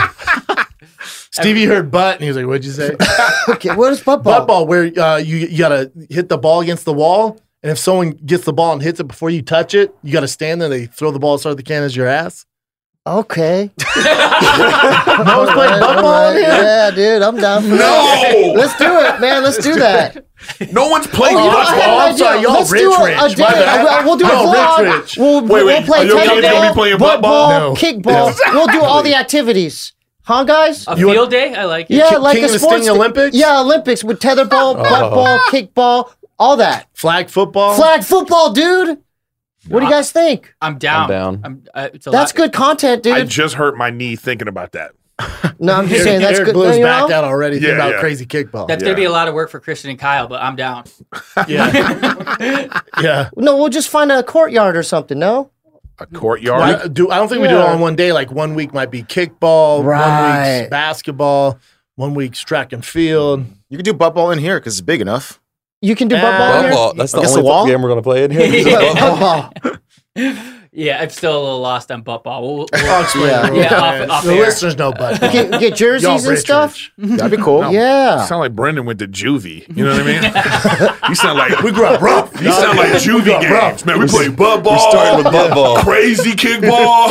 Speaker 2: Stevie heard butt and he was like, "What'd you say?"
Speaker 3: okay, what is butt
Speaker 2: ball? Butt ball, where uh, you you gotta hit the ball against the wall, and if someone gets the ball and hits it before you touch it, you gotta stand there. They throw the ball as hard as they can as your ass.
Speaker 3: Okay.
Speaker 2: I was playing butt ball in here.
Speaker 3: Yeah, dude, I'm down. For
Speaker 2: No!
Speaker 3: that. let's do it, man. Let's do that.
Speaker 4: No one's
Speaker 2: playing
Speaker 3: oh, you know,
Speaker 2: butt
Speaker 3: I had
Speaker 2: ball.
Speaker 3: an
Speaker 2: I'm
Speaker 3: idea.
Speaker 2: sorry, y'all
Speaker 3: let's
Speaker 2: rich
Speaker 3: do a, a
Speaker 2: rich.
Speaker 3: day.
Speaker 2: My bad.
Speaker 3: We'll, we'll do
Speaker 2: Y'all
Speaker 3: a
Speaker 2: rich
Speaker 3: vlog.
Speaker 2: rich.
Speaker 3: We'll,
Speaker 2: Wait,
Speaker 3: we'll
Speaker 2: wait,
Speaker 3: play
Speaker 2: are you okay with me
Speaker 3: tetherball,
Speaker 2: playing butt
Speaker 3: butt
Speaker 2: ball? No.
Speaker 3: ball, kickball. We'll do all the activities, huh, guys?
Speaker 5: A field day. I like it.
Speaker 3: yeah, like
Speaker 2: King
Speaker 3: a
Speaker 2: of the
Speaker 3: sports
Speaker 2: Sting Olympics?
Speaker 3: Yeah, Olympics with tetherball, butt
Speaker 2: Oh.
Speaker 3: ball, kickball, all that.
Speaker 2: Flag football.
Speaker 3: Flag football, dude. What do you guys think?
Speaker 5: I'm down.
Speaker 4: down.
Speaker 5: I'm, uh, it's a
Speaker 3: That's
Speaker 5: lot.
Speaker 3: good content, dude.
Speaker 4: I just hurt my knee thinking about that.
Speaker 3: No, I'm just saying that's
Speaker 2: Eric
Speaker 3: good.
Speaker 2: Blue's
Speaker 3: no, you
Speaker 2: back
Speaker 3: know?
Speaker 2: out already thinking about crazy kickball.
Speaker 5: That's gonna be a lot of work for Christian and Kyle, but I'm down.
Speaker 2: yeah.
Speaker 3: No, we'll just find a courtyard or something. No.
Speaker 4: A courtyard.
Speaker 2: I, do, I don't think we do it
Speaker 3: Yeah.
Speaker 2: on one day. Like one week might be kickball, one
Speaker 14: Right.
Speaker 2: week's basketball, one week's track and field.
Speaker 14: You can do butt ball in here because it's big enough.
Speaker 3: You can do
Speaker 5: Eh,
Speaker 3: butt ball
Speaker 16: Butt ball. That's the
Speaker 14: Against
Speaker 16: only
Speaker 14: the wall?
Speaker 16: game we're gonna play in here. Is butt ball.
Speaker 3: ball.
Speaker 5: Yeah, I'm still a little lost on butt ball. We'll, we'll,
Speaker 2: I'll explain
Speaker 5: yeah,
Speaker 2: the
Speaker 5: yeah,
Speaker 2: rules.
Speaker 5: off, off
Speaker 2: the
Speaker 5: air.
Speaker 2: listeners know butt ball.
Speaker 3: Uh, Get, get jerseys
Speaker 2: uh, Y'all
Speaker 3: and
Speaker 2: rich,
Speaker 3: stuff.
Speaker 14: That'd be
Speaker 2: Oh,
Speaker 14: cool.
Speaker 4: No. You
Speaker 3: Yeah.
Speaker 4: sound like Brendan went to juvie. You know what I mean? you sound like
Speaker 2: we grew up rough.
Speaker 4: You sound like
Speaker 2: We grew
Speaker 4: juvie
Speaker 2: up
Speaker 4: games,
Speaker 2: rough.
Speaker 4: man. We play butt ball.
Speaker 16: We started with butt ball.
Speaker 4: Crazy kickball.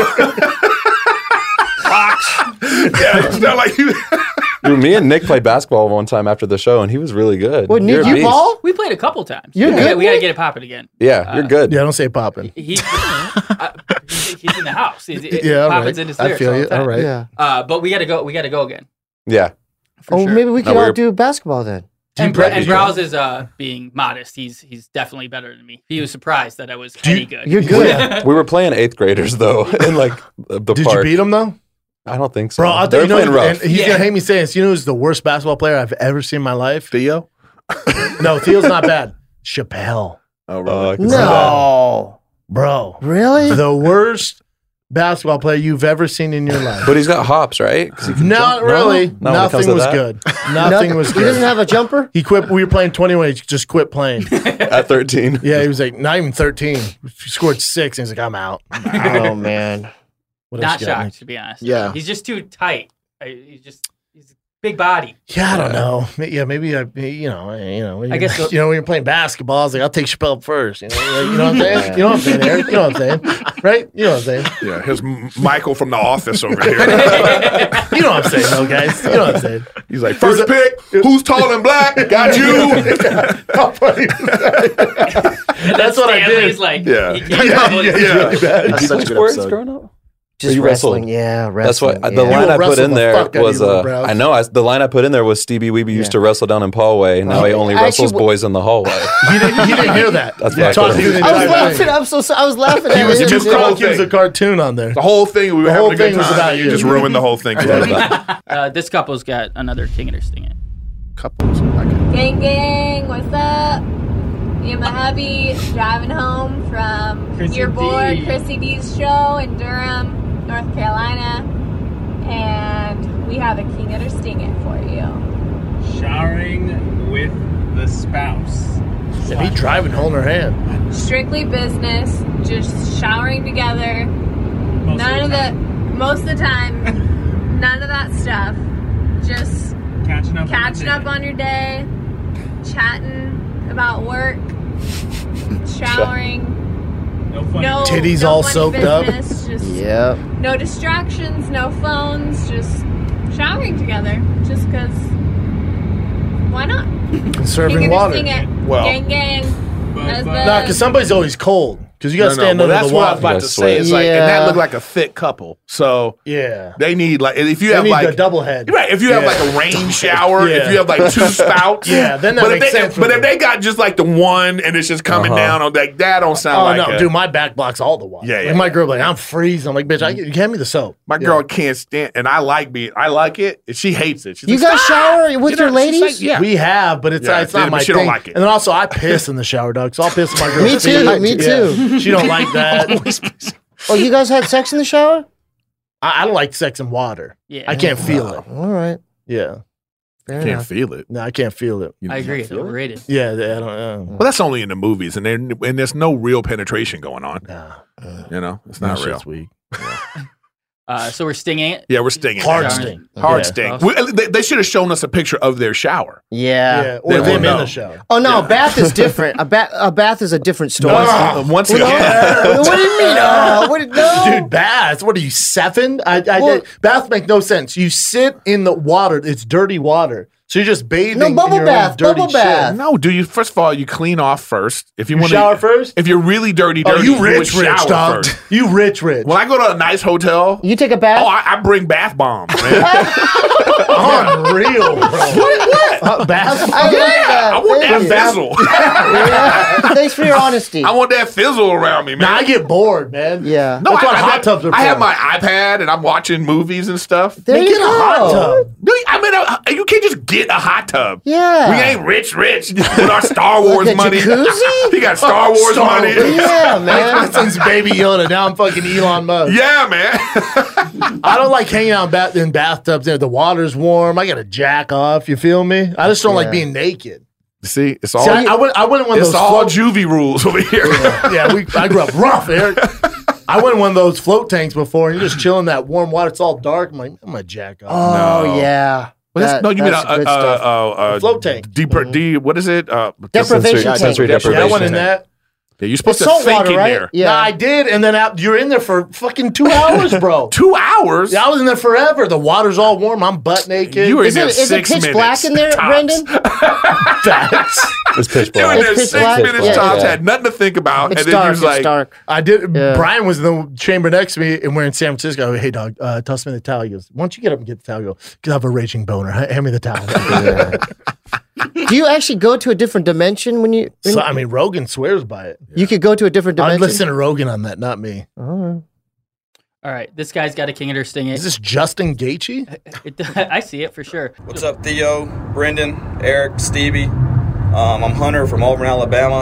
Speaker 4: Box. Yeah, it's not like you.
Speaker 16: Dude, me and Nick played basketball one time after the show, and he was really good.
Speaker 3: What, Nick,
Speaker 16: You're a
Speaker 3: you
Speaker 16: beast.
Speaker 3: ball?
Speaker 5: We played a couple times.
Speaker 3: You're
Speaker 5: we
Speaker 3: good,
Speaker 5: Gotta, we gotta
Speaker 3: Nick?
Speaker 5: get it popping again. Uh,
Speaker 16: Yeah,
Speaker 2: Uh,
Speaker 16: you're good.
Speaker 2: Yeah, don't say popping.
Speaker 5: He's, uh, he's in the house. He's, it,
Speaker 2: Yeah, all
Speaker 5: poppins
Speaker 2: right.
Speaker 5: in his
Speaker 2: I
Speaker 5: lyrics
Speaker 2: feel
Speaker 5: all
Speaker 2: you.
Speaker 5: the time.
Speaker 2: All right.
Speaker 3: Yeah.
Speaker 5: Uh, but we gotta go. We gotta go again.
Speaker 16: Yeah.
Speaker 3: Oh, maybe we
Speaker 16: No,
Speaker 3: could
Speaker 16: we're-
Speaker 3: all do basketball then.
Speaker 5: And, Br- and
Speaker 16: practice
Speaker 5: Browse is uh, being modest. He's he's definitely better than me. He was surprised that I was any good.
Speaker 3: You're good.
Speaker 16: We were playing eighth graders though, in like the
Speaker 2: Did
Speaker 16: park.
Speaker 2: you beat him though?
Speaker 16: I don't think so.
Speaker 2: Bro, I'll tell
Speaker 16: They're
Speaker 2: you, know,
Speaker 16: playing
Speaker 2: and
Speaker 16: rough.
Speaker 2: he's gonna hate me saying this. You know who's the worst basketball player I've ever seen in my life?
Speaker 4: Theo?
Speaker 2: No, Theo's not bad. Chappelle.
Speaker 16: Oh, really?
Speaker 3: No.
Speaker 2: Bro.
Speaker 3: Really?
Speaker 2: The worst basketball player you've ever seen in your life.
Speaker 16: But he's got hops, right? 'Cause he can
Speaker 2: Not
Speaker 16: jump.
Speaker 2: really.
Speaker 16: No? Not when it
Speaker 2: Nothing
Speaker 16: comes to
Speaker 2: was
Speaker 16: that?
Speaker 2: good. Nothing was
Speaker 3: He doesn't
Speaker 2: good.
Speaker 3: have a jumper?
Speaker 2: He quit. We were playing 21. He just quit playing.
Speaker 16: At 13.
Speaker 2: Yeah, he was like not even 13. He scored six, and he's like, "I'm out."
Speaker 3: oh man.
Speaker 2: What
Speaker 5: Not
Speaker 2: else you got,
Speaker 5: shocked
Speaker 2: Nick?
Speaker 5: to be honest.
Speaker 14: Yeah.
Speaker 5: he's just too tight. I, he's just he's a big body.
Speaker 2: Yeah, I don't know. May- Yeah, maybe I. You know, I- you know. When
Speaker 5: I
Speaker 2: you're,
Speaker 5: guess the-
Speaker 2: you know when you're playing basketball. I was like, "I'll take Chappelle first. You know, like, you know what I'm saying? You know what I'm saying, Eric? You know what I'm saying, right? You know what I'm saying?
Speaker 4: Yeah, his M- Michael from the office over here.
Speaker 2: You know what I'm saying, though, guys. You know what I'm saying.
Speaker 4: He's like, first pick, who's tall and black? Got you.
Speaker 2: How funny is that? That's what I did.
Speaker 5: Stanley's like,
Speaker 4: Yeah.
Speaker 5: he can't
Speaker 2: yeah,
Speaker 5: handle
Speaker 2: yeah,
Speaker 5: it.
Speaker 2: yeah,
Speaker 14: That's such a good episode.
Speaker 16: growing up?
Speaker 3: Just
Speaker 16: you
Speaker 3: wrestling.
Speaker 16: wrestled.
Speaker 3: Yeah,
Speaker 16: That's
Speaker 3: wrestling.
Speaker 16: what the
Speaker 3: yeah.
Speaker 16: line I put
Speaker 2: wrestle
Speaker 16: in
Speaker 2: the
Speaker 16: there
Speaker 2: fuck out of
Speaker 16: was.
Speaker 2: you,
Speaker 16: Uh,
Speaker 2: bro.
Speaker 16: I know. I, the line I put in there was Stevie Weeby used to wrestle down in Paulway, and now he only
Speaker 3: I actually
Speaker 16: wrestles
Speaker 3: w-
Speaker 16: boys in the hallway.
Speaker 2: He didn't, he didn't hear that.
Speaker 16: That's
Speaker 2: yeah,
Speaker 16: right.
Speaker 2: talking to the
Speaker 3: I was
Speaker 2: entire thing.
Speaker 3: laughing. I'm so sorry. I was laughing at
Speaker 2: He was
Speaker 3: him,
Speaker 2: just
Speaker 3: dude.
Speaker 4: called-
Speaker 2: called he was a cartoon on there.
Speaker 4: The whole thing, we were
Speaker 2: The
Speaker 4: having
Speaker 2: whole
Speaker 4: a good
Speaker 2: thing was
Speaker 4: time.
Speaker 2: about
Speaker 4: you
Speaker 2: you.
Speaker 4: just ruined the whole thing.
Speaker 16: Forgot about it.
Speaker 5: Uh, this couple's got another king or sting it.
Speaker 4: Couples.
Speaker 7: Gang, gang, what's up? Me and my hubby driving home from
Speaker 5: Chrissy
Speaker 7: your boy
Speaker 5: D.
Speaker 7: Chrissy D's show in Durham, North Carolina, and we have a king it or sting it for you.
Speaker 17: Showering with the spouse.
Speaker 2: And he driving, holding her hand.
Speaker 7: Strictly business, just showering together.
Speaker 17: Most
Speaker 7: none
Speaker 17: of
Speaker 7: of
Speaker 17: the
Speaker 7: the most of the time, none of that stuff. Just
Speaker 17: Catching up. on
Speaker 7: catching
Speaker 17: the
Speaker 7: up on your day, chatting about work, showering.
Speaker 17: day. No fun.
Speaker 7: No
Speaker 2: Titties
Speaker 7: no
Speaker 2: all
Speaker 7: funny
Speaker 2: soaped up.
Speaker 7: business, Just
Speaker 3: Yep.
Speaker 7: no distractions, no phones, just showering together. Just because. Why not? King
Speaker 2: Conserving
Speaker 7: of
Speaker 2: water.
Speaker 7: Sing
Speaker 2: No,
Speaker 7: it.
Speaker 4: Well-
Speaker 7: gang gang. As the-
Speaker 2: because somebody's always cold. Because you got to
Speaker 4: No, no,
Speaker 2: stand
Speaker 4: well,
Speaker 2: under
Speaker 4: that's
Speaker 2: the
Speaker 4: what I was
Speaker 2: water.
Speaker 4: about to say. It's like, and
Speaker 3: Yeah.
Speaker 4: that looked like a thick couple. So
Speaker 2: Yeah.
Speaker 4: they need like, if you
Speaker 2: You
Speaker 4: have
Speaker 2: need
Speaker 4: like
Speaker 2: the double head.
Speaker 4: Right. If you have
Speaker 2: Yeah.
Speaker 4: like a rain shower, if
Speaker 2: Yeah.
Speaker 4: you have like two spouts,
Speaker 2: Yeah, then that
Speaker 4: but
Speaker 2: makes
Speaker 4: if they,
Speaker 2: sense for
Speaker 4: But if
Speaker 2: them.
Speaker 4: they got just like the one and it's just coming
Speaker 16: Uh-huh.
Speaker 4: down, on like that don't sound
Speaker 2: Oh
Speaker 4: like
Speaker 2: no,
Speaker 4: a-
Speaker 2: dude, my back blocks all the water.
Speaker 4: Yeah,
Speaker 2: Like,
Speaker 4: yeah,
Speaker 2: my
Speaker 4: yeah.
Speaker 2: girl, be like I'm freezing. I'm like, bitch, I, you hand me the soap.
Speaker 4: My girl can't stand, and I like being, I like it, and she hates it. She's
Speaker 3: You
Speaker 4: like,
Speaker 3: guys
Speaker 4: "Stop!"
Speaker 3: shower with
Speaker 4: You know,
Speaker 3: your
Speaker 4: she's
Speaker 3: ladies?
Speaker 4: like, yeah,
Speaker 2: We have, but it's
Speaker 4: Yeah,
Speaker 2: it's not
Speaker 4: but
Speaker 2: my
Speaker 4: she
Speaker 2: thing.
Speaker 4: don't like it.
Speaker 2: And then also, I piss in the shower, dog. So I'll piss in my girl.
Speaker 3: Me too, me too.
Speaker 2: She don't like that.
Speaker 3: Oh, you guys had sex in the shower?
Speaker 2: I, I don't like sex and water.
Speaker 5: Yeah.
Speaker 2: I can't feel it.
Speaker 3: Oh, All right.
Speaker 2: Yeah,
Speaker 3: Fair
Speaker 4: can't
Speaker 3: enough.
Speaker 4: feel it.
Speaker 2: no, I can't feel it.
Speaker 5: I agree. It's overrated.
Speaker 2: Yeah, they- I don't. Uh,
Speaker 4: Well, that's only in the movies, and there, and there's no real penetration going on.
Speaker 2: nah,
Speaker 4: You know, it's not real.
Speaker 2: Weak.
Speaker 5: Uh, so we're stinging it.
Speaker 4: Yeah, we're stinging.
Speaker 2: Hard
Speaker 4: now.
Speaker 5: Sorry.
Speaker 2: sting.
Speaker 4: Hard
Speaker 2: Yeah.
Speaker 4: sting. We- they they should have shown us a picture of their shower.
Speaker 3: Yeah.
Speaker 2: Yeah, or
Speaker 4: They
Speaker 2: them
Speaker 4: won't
Speaker 2: in
Speaker 4: know.
Speaker 2: the shower.
Speaker 3: Oh no, a bath is different. A bath, a bath is a different story.
Speaker 4: Once, once again,
Speaker 3: Uh, what do you mean? Uh, what, no,
Speaker 2: Dude, baths. What are you seven? I, I
Speaker 3: Well-
Speaker 2: baths make no sense. You sit in the water. It's dirty water. So you're just bathing.
Speaker 3: No,
Speaker 2: in
Speaker 3: bubble
Speaker 2: your
Speaker 3: bath,
Speaker 2: Own dirty
Speaker 3: bubble
Speaker 2: shit.
Speaker 3: bath.
Speaker 4: No, do you first of all you clean off first. If you,
Speaker 2: You
Speaker 4: want
Speaker 2: shower first?
Speaker 4: If you're really dirty,
Speaker 2: Oh,
Speaker 4: dirty,
Speaker 2: you
Speaker 4: would
Speaker 2: rich, rich,
Speaker 4: shower
Speaker 2: dog.
Speaker 4: first.
Speaker 2: You rich, rich.
Speaker 4: When I go to a nice hotel,
Speaker 3: you take a bath.
Speaker 4: Oh, I, I bring bath bombs, man.
Speaker 2: Unreal, bro.
Speaker 4: what?
Speaker 2: What? bath.
Speaker 3: I
Speaker 4: yeah,
Speaker 3: like that.
Speaker 4: I want
Speaker 3: Uh,
Speaker 4: that
Speaker 3: Thank you.
Speaker 4: fizzle.
Speaker 3: Yeah. Thanks for your honesty.
Speaker 4: I want that fizzle around me, man.
Speaker 2: Nah, I get bored, man.
Speaker 3: Yeah.
Speaker 4: No,
Speaker 2: That's
Speaker 4: I,
Speaker 2: what
Speaker 4: I
Speaker 2: hot
Speaker 4: have,
Speaker 2: tubs are
Speaker 4: I have
Speaker 2: for.
Speaker 4: my iPad and I'm watching movies and stuff.
Speaker 3: There
Speaker 2: Man,
Speaker 3: you
Speaker 2: get a
Speaker 3: go.
Speaker 2: hot tub.
Speaker 4: Really? I mean, uh, you can't just get a hot tub.
Speaker 3: Yeah.
Speaker 4: We ain't rich, rich with our Star Wars
Speaker 3: Like a
Speaker 4: money.
Speaker 3: jacuzzi?
Speaker 4: we got Star Wars
Speaker 2: Star
Speaker 4: money.
Speaker 2: Wars.
Speaker 3: Yeah, man.
Speaker 2: Like, since Baby Yoda, now I'm fucking Elon Musk.
Speaker 4: Yeah, man.
Speaker 2: I don't like hanging out in, bath- in bathtubs. There, the water's warm. I got to jack off. You feel me? I just don't like
Speaker 3: Yeah.
Speaker 2: being naked.
Speaker 4: See, it's all
Speaker 2: See, I, I, wouldn't, I wouldn't want
Speaker 4: it's
Speaker 2: those.
Speaker 4: all
Speaker 2: float-
Speaker 4: juvie rules over here.
Speaker 2: yeah, we, I grew up rough, Eric. I went in one of those float tanks before, and you're just chilling in that warm water. It's all dark. I'm like, I'm gonna jack off.
Speaker 3: Oh
Speaker 4: No.
Speaker 3: yeah.
Speaker 4: Well, that's,
Speaker 3: That-
Speaker 4: no, you mean uh, a,
Speaker 3: that's
Speaker 4: a,
Speaker 3: good
Speaker 4: a,
Speaker 3: stuff.
Speaker 4: a- a-
Speaker 2: Float tank.
Speaker 4: Deeper, de- what is it? Uh,
Speaker 3: Deprivation
Speaker 16: sensory-
Speaker 3: tank.
Speaker 16: sensory
Speaker 2: Yeah, I went in
Speaker 16: deprivation.
Speaker 2: that.
Speaker 4: yeah, you're supposed
Speaker 3: It's
Speaker 4: to
Speaker 3: salt
Speaker 4: think
Speaker 3: water,
Speaker 4: in
Speaker 3: right?
Speaker 4: there.
Speaker 3: Yeah.
Speaker 2: Nah, I did, and then out, you're in there for fucking two hours, bro.
Speaker 4: Two hours.
Speaker 2: Yeah, I was in there forever. The water's all warm. I'm butt naked.
Speaker 4: You were
Speaker 2: Is
Speaker 4: in
Speaker 2: it-
Speaker 4: there
Speaker 3: Is it- is it
Speaker 4: six
Speaker 3: pitch
Speaker 4: minutes.
Speaker 3: black in there,
Speaker 4: tops.
Speaker 3: Brendan?
Speaker 2: facts.
Speaker 16: It's pitch
Speaker 4: You were
Speaker 16: black.
Speaker 4: in there
Speaker 3: It's pitch
Speaker 4: six
Speaker 3: black.
Speaker 4: minutes
Speaker 3: Yeah,
Speaker 4: tops,
Speaker 16: yeah.
Speaker 4: had nothing to think about,
Speaker 3: It's
Speaker 4: and then you
Speaker 3: dark.
Speaker 4: was like,
Speaker 3: it's dark.
Speaker 2: I did.
Speaker 3: Yeah.
Speaker 2: Brian was in the chamber next to me, and we're in San Francisco. I go, hey, dog, uh, toss me the towel. He goes, why don't you get up and get the towel? I go, 'Cause I have a raging boner. Ha- Hand me the towel.
Speaker 3: Do you actually go to a different dimension when you? when
Speaker 2: so, I mean, Rogan swears by it.
Speaker 3: you could go to a different
Speaker 2: I'd
Speaker 3: dimension.
Speaker 2: listen to Rogan on that, not me.
Speaker 3: Oh.
Speaker 5: All right, this guy's got a king it or sting
Speaker 2: Is
Speaker 5: it.
Speaker 2: this Justin Gaethje?
Speaker 5: It- I see it for sure.
Speaker 18: What's up, Theo, Brendan, Eric, Stevie? Um, I'm Hunter from Auburn, Alabama,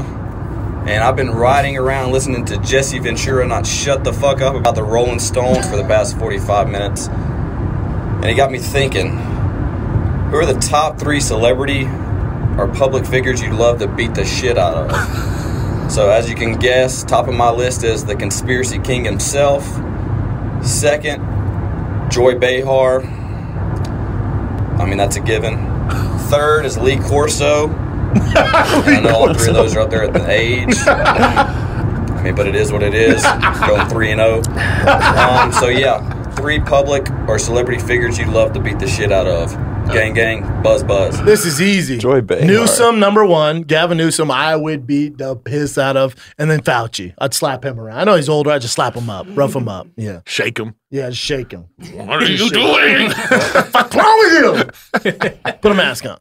Speaker 18: and I've been riding around listening to Jesse Ventura not shut the fuck up about the Rolling Stones for the past 45 minutes. And it got me thinking who are the top three celebrity or public figures you'd love to beat the shit out of? so, as you can guess, top of my list is the conspiracy king himself. Second, Joy Behar, I mean, that's a given. Third is Lee Corso. I know all three of those are up there at the age. I mean, but it is what it is. Going 3 and 0. Um, so, yeah, three public or celebrity figures you love to beat the shit out of. Gang, gang, buzz, buzz.
Speaker 2: This is easy.
Speaker 16: Joy Behar.
Speaker 2: Newsom, number one. Gavin Newsom, I would beat the piss out of. And then Fauci. I'd slap him around. I know he's older. I'd just slap him up, rough him up. Yeah.
Speaker 4: shake him.
Speaker 2: Yeah, just shake him.
Speaker 4: What are you doing?
Speaker 2: Fuck wrong with you? Put a mask on.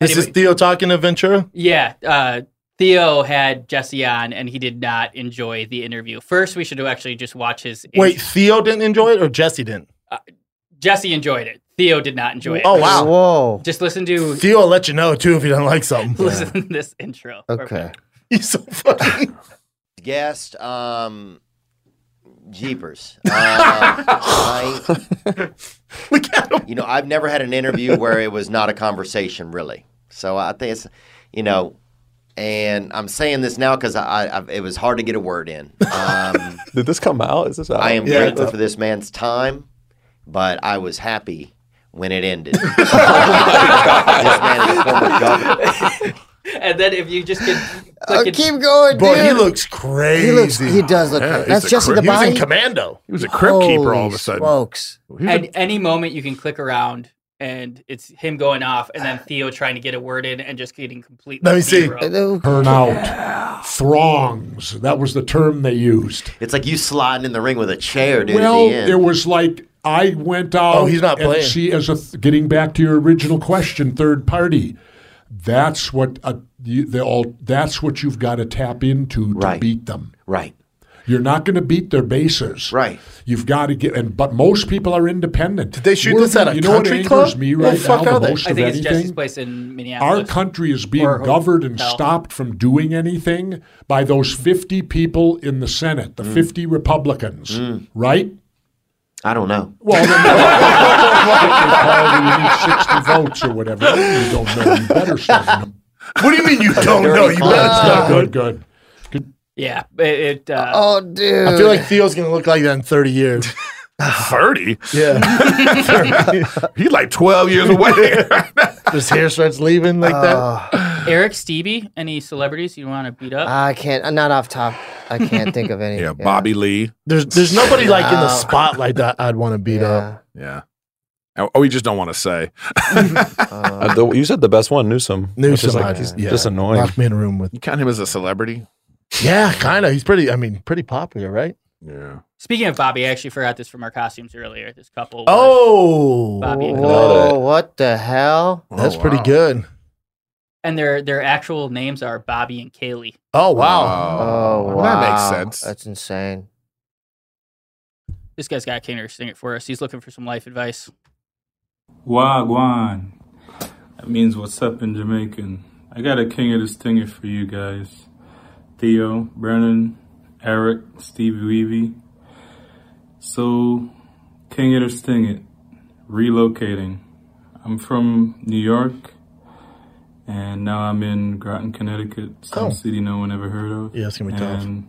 Speaker 2: This is Theo talking to Ventura.
Speaker 5: Yeah, uh, Theo had Jesse on, and he did not enjoy the interview. First, we should actually just watch his.
Speaker 2: Wait, Theo didn't enjoy it or Jesse didn't?
Speaker 5: Jesse enjoyed it. Theo did not enjoy it.
Speaker 2: Oh, wow.
Speaker 3: Whoa.
Speaker 5: Just listen to
Speaker 2: Theo will let you know too if he doesn't like something.
Speaker 5: listen to this intro.
Speaker 3: Okay.
Speaker 2: He's so fucking.
Speaker 1: guest um jeepers uh, I- you know i've never had an interview where it was not a conversation really so i think it's you know and i'm saying this now because I, I I've- it was hard to get a word in um,
Speaker 16: Did this come out? Is this out?
Speaker 1: i am
Speaker 2: Yeah.
Speaker 1: grateful for this man's time but i was happy when it ended this man is a former governor
Speaker 5: And then if you just could
Speaker 3: Oh,
Speaker 5: click it-
Speaker 3: keep going,
Speaker 2: Boy,
Speaker 3: dude.
Speaker 2: he looks crazy.
Speaker 3: He looks. He does look.
Speaker 4: Yeah,
Speaker 3: crazy.
Speaker 4: he's
Speaker 3: That's
Speaker 4: a
Speaker 3: Jesse
Speaker 4: creep.
Speaker 3: the
Speaker 2: He was in
Speaker 3: body.
Speaker 2: commando.
Speaker 4: He was a crib keeper all of a sudden.
Speaker 3: Smokes.
Speaker 4: He was a-
Speaker 5: at any moment you can click around and it's him going off and then Theo trying to get a word in and just getting completely.
Speaker 2: Let me see.
Speaker 5: zero.
Speaker 19: Turn out throngs. That was the term they used.
Speaker 1: it's like you sliding in the ring with a chair dude
Speaker 19: well,
Speaker 1: at the end
Speaker 19: it was like I went out.
Speaker 2: Oh, he's not
Speaker 19: and
Speaker 2: playing.
Speaker 19: See, as a th- getting back to your original question, third party. That's what uh, you, they all. That's what you've got to tap into to
Speaker 1: Right.
Speaker 19: beat them.
Speaker 1: right
Speaker 19: You're not going to beat their bases.
Speaker 1: right
Speaker 19: You've got to get. And but most people are independent. Did
Speaker 2: they shoot this at a
Speaker 19: you know
Speaker 2: country
Speaker 19: what
Speaker 2: club?
Speaker 19: angers me
Speaker 2: Where
Speaker 19: right
Speaker 2: the fuck
Speaker 19: now
Speaker 2: are
Speaker 19: the
Speaker 2: they?
Speaker 19: most
Speaker 5: I
Speaker 19: of
Speaker 5: think it's Jesse's
Speaker 19: anything?
Speaker 5: place in
Speaker 19: Our
Speaker 5: Minneapolis.
Speaker 19: country is being
Speaker 5: Or-
Speaker 19: governed and
Speaker 5: no.
Speaker 19: stopped from doing anything by those 50 people in the Senate, the 50 Republicans, right?
Speaker 1: Mm. i don't know
Speaker 19: Well, then, they call you need 60 votes or whatever. You don't know. You better study them.
Speaker 2: What do you mean you don't know? You better stop.
Speaker 19: Good, good. good.
Speaker 5: yeah, it, it, uh,
Speaker 3: Oh, dude.
Speaker 2: I feel like Theo's gonna look like that in thirty years.
Speaker 4: 30?
Speaker 2: Yeah,
Speaker 4: He's like 12 years away.
Speaker 2: his hair starts leaving like that.
Speaker 5: Eric Stevie, any celebrities you want to beat up?
Speaker 3: I can't. I'm not off top. I can't think of any.
Speaker 4: yeah, Bobby Lee.
Speaker 2: There's there's nobody like in the
Speaker 3: Wow.
Speaker 2: spotlight that I'd want to beat
Speaker 3: Yeah.
Speaker 2: up.
Speaker 4: Yeah. And we Oh, just don't want to say.
Speaker 16: Uh, the- you said the best one, Newsom.
Speaker 4: Newsom,
Speaker 16: which is,
Speaker 4: I
Speaker 16: like,
Speaker 4: just-
Speaker 16: just,
Speaker 4: yeah.
Speaker 16: annoying.
Speaker 4: Lock
Speaker 2: me in a room with.
Speaker 4: You count him as a celebrity?
Speaker 2: Yeah, kind of. He's pretty. I mean, pretty popular, right?
Speaker 4: Yeah.
Speaker 5: Speaking of Bobby, I actually forgot this from our costumes earlier. This couple. was
Speaker 2: Oh,
Speaker 5: Bobby and Camilla.
Speaker 3: Whoa, what the hell?
Speaker 2: That's
Speaker 4: Oh,
Speaker 2: pretty good.
Speaker 5: and their their actual names are Bobby and Kaylee.
Speaker 2: Oh
Speaker 3: wow. Oh wow.
Speaker 5: That makes
Speaker 4: sense.
Speaker 3: That's insane.
Speaker 5: This guy's got Kaner sing it for us. He's looking for some life advice.
Speaker 20: Wagwan. That means what's up in Jamaican. I got a king of the stinger for you guys. Theo, Brennan, Eric, Stevie Weavy. So, king of the stinger, relocating. I'm from New York, and now I'm in Groton, Connecticut, some
Speaker 2: Oh.
Speaker 20: city no one ever heard of.
Speaker 2: Yeah, it's gonna be tough.
Speaker 20: And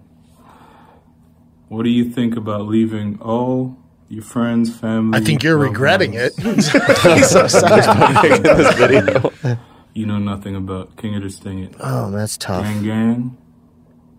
Speaker 20: what do you think about leaving all your friends, family?
Speaker 2: I think you're
Speaker 20: loved
Speaker 2: regretting
Speaker 20: ones?
Speaker 2: it. He's so excited.
Speaker 20: You know nothing about King of the Sting It.
Speaker 3: Oh, that's tough.
Speaker 20: Gang Gang,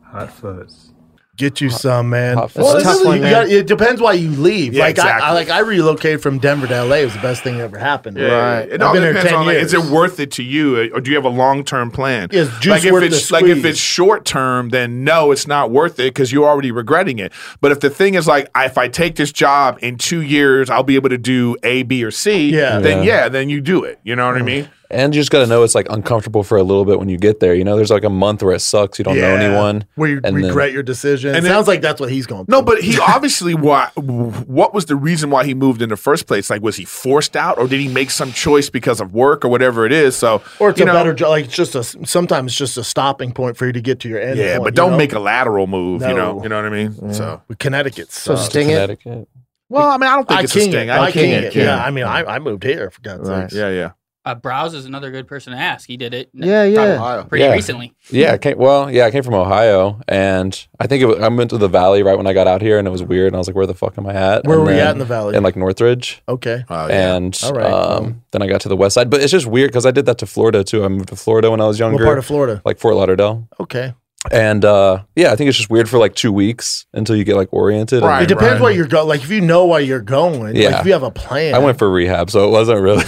Speaker 20: Hot Fuzz.
Speaker 2: Get you some, man.
Speaker 20: hot
Speaker 2: Well,
Speaker 20: fudge.
Speaker 2: it
Speaker 20: Tough
Speaker 2: really-
Speaker 20: one,
Speaker 2: you
Speaker 20: man.
Speaker 2: got- it depends why you leave.
Speaker 4: Yeah,
Speaker 2: like I, I,
Speaker 4: exactly.
Speaker 2: like I relocated from Denver to LA. It was the best thing that ever happened.
Speaker 4: Yeah, It all depends on like, is it worth it to you, or do you have a long term plan?
Speaker 2: Is juice
Speaker 4: like if
Speaker 2: worth
Speaker 4: it's
Speaker 2: the
Speaker 4: like if
Speaker 2: squeeze?
Speaker 4: it's short term, then no, it's not worth it because you're already regretting it. But if the thing is like, I- if I take this job in two years, I'll be able to do A, B, or C.
Speaker 16: Yeah.
Speaker 4: Then
Speaker 16: Yeah.
Speaker 4: yeah, then you do it. You know
Speaker 3: Mm.
Speaker 4: what I mean?
Speaker 16: And you just got to know it's like uncomfortable for a little bit when you get there. You know, there's like a month where it sucks. You don't know
Speaker 4: Yeah.
Speaker 16: anyone.
Speaker 2: Where you
Speaker 16: and then-
Speaker 2: regret your decision. it
Speaker 4: And then-
Speaker 2: sounds like that's what he's going.
Speaker 4: No, but he obviously why, what was the reason why he moved in the first place? Like, was he forced out, or did he make some choice because of work or whatever it is? So,
Speaker 2: Or it's
Speaker 4: you
Speaker 2: a
Speaker 4: know,
Speaker 2: better job. Like it's just a sometimes it's just a stopping point for you to get to your end.
Speaker 4: yeah,
Speaker 2: point,
Speaker 4: but
Speaker 2: you
Speaker 4: don't
Speaker 2: know?
Speaker 4: make a lateral move. You know,
Speaker 2: No.
Speaker 4: you know what I mean. So
Speaker 2: Connecticut.
Speaker 4: So
Speaker 2: sucks.
Speaker 4: sting it? Connecticut. Well, I mean, I don't think
Speaker 2: I
Speaker 4: it's a
Speaker 2: king
Speaker 4: sting.
Speaker 2: It.
Speaker 4: I
Speaker 2: I
Speaker 4: king
Speaker 2: king
Speaker 4: it,
Speaker 2: it.
Speaker 4: yeah.
Speaker 2: Yeah. I mean, I, I moved here for God's sake.
Speaker 4: Yeah, yeah.
Speaker 5: Uh, Browse is another good person to ask. He did it. uh,
Speaker 3: Yeah,
Speaker 5: probably
Speaker 16: yeah.
Speaker 5: Pretty
Speaker 16: Yeah.
Speaker 5: recently.
Speaker 16: Yeah, I came, well, yeah, I came from Ohio, and I think it was, I went to the Valley right when I got out here, and it was weird. And I was like, "Where the fuck am I at?"
Speaker 2: Where
Speaker 16: And
Speaker 2: were you
Speaker 16: then-
Speaker 2: at in the Valley?
Speaker 16: In like Northridge.
Speaker 2: Okay.
Speaker 16: And
Speaker 2: All right.
Speaker 16: um, then I got to the West Side, but it's just weird because I did that to Florida too. I moved to Florida when I was younger.
Speaker 2: part of Florida?
Speaker 16: Like Fort Lauderdale.
Speaker 2: Okay.
Speaker 16: And uh, yeah, I think it's just weird for like two weeks until you get like oriented. and-
Speaker 2: it depends where you're going. Like if you know where you're going, like
Speaker 16: Yeah.
Speaker 2: if you have a plan.
Speaker 16: I went for rehab, so it wasn't really.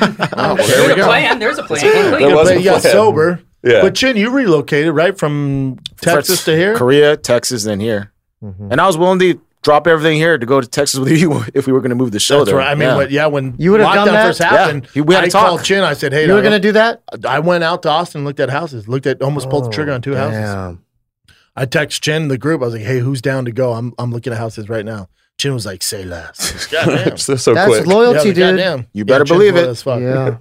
Speaker 4: oh,
Speaker 5: There's a plan. There's a plan.
Speaker 16: There was
Speaker 2: but
Speaker 16: a
Speaker 2: you got
Speaker 16: plan.
Speaker 2: sober.
Speaker 16: Yeah.
Speaker 2: But Chin, you relocated right from Texas to here. Mm-hmm.
Speaker 14: Korea, Texas, then here. And I was willing to drop everything here to go to Texas with you if we were going to move the show.
Speaker 2: That's
Speaker 14: there.
Speaker 2: right. I mean, when- yeah, when
Speaker 14: You would've done
Speaker 2: lockdown
Speaker 14: that?
Speaker 2: first
Speaker 14: Yeah.
Speaker 2: happened,
Speaker 14: He- we had
Speaker 2: I
Speaker 14: a talk.
Speaker 2: called Chin. I said, "Hey,
Speaker 14: You were gonna
Speaker 3: do that?"
Speaker 2: I went out to Austin, looked at houses, looked at almost pulled the trigger on two houses.
Speaker 3: damn.
Speaker 2: I text Chin the group. I was like, "Hey, who's down to go? I'm I'm looking at hhouses right now." Chin was like, "Say less." Goddamn.
Speaker 16: So- so
Speaker 5: That's quick. loyalty,
Speaker 2: but
Speaker 5: dude.
Speaker 2: goddamn.
Speaker 5: You better
Speaker 2: Chin's
Speaker 5: believe
Speaker 2: loyal
Speaker 5: it.
Speaker 2: as fuck.
Speaker 5: Yeah.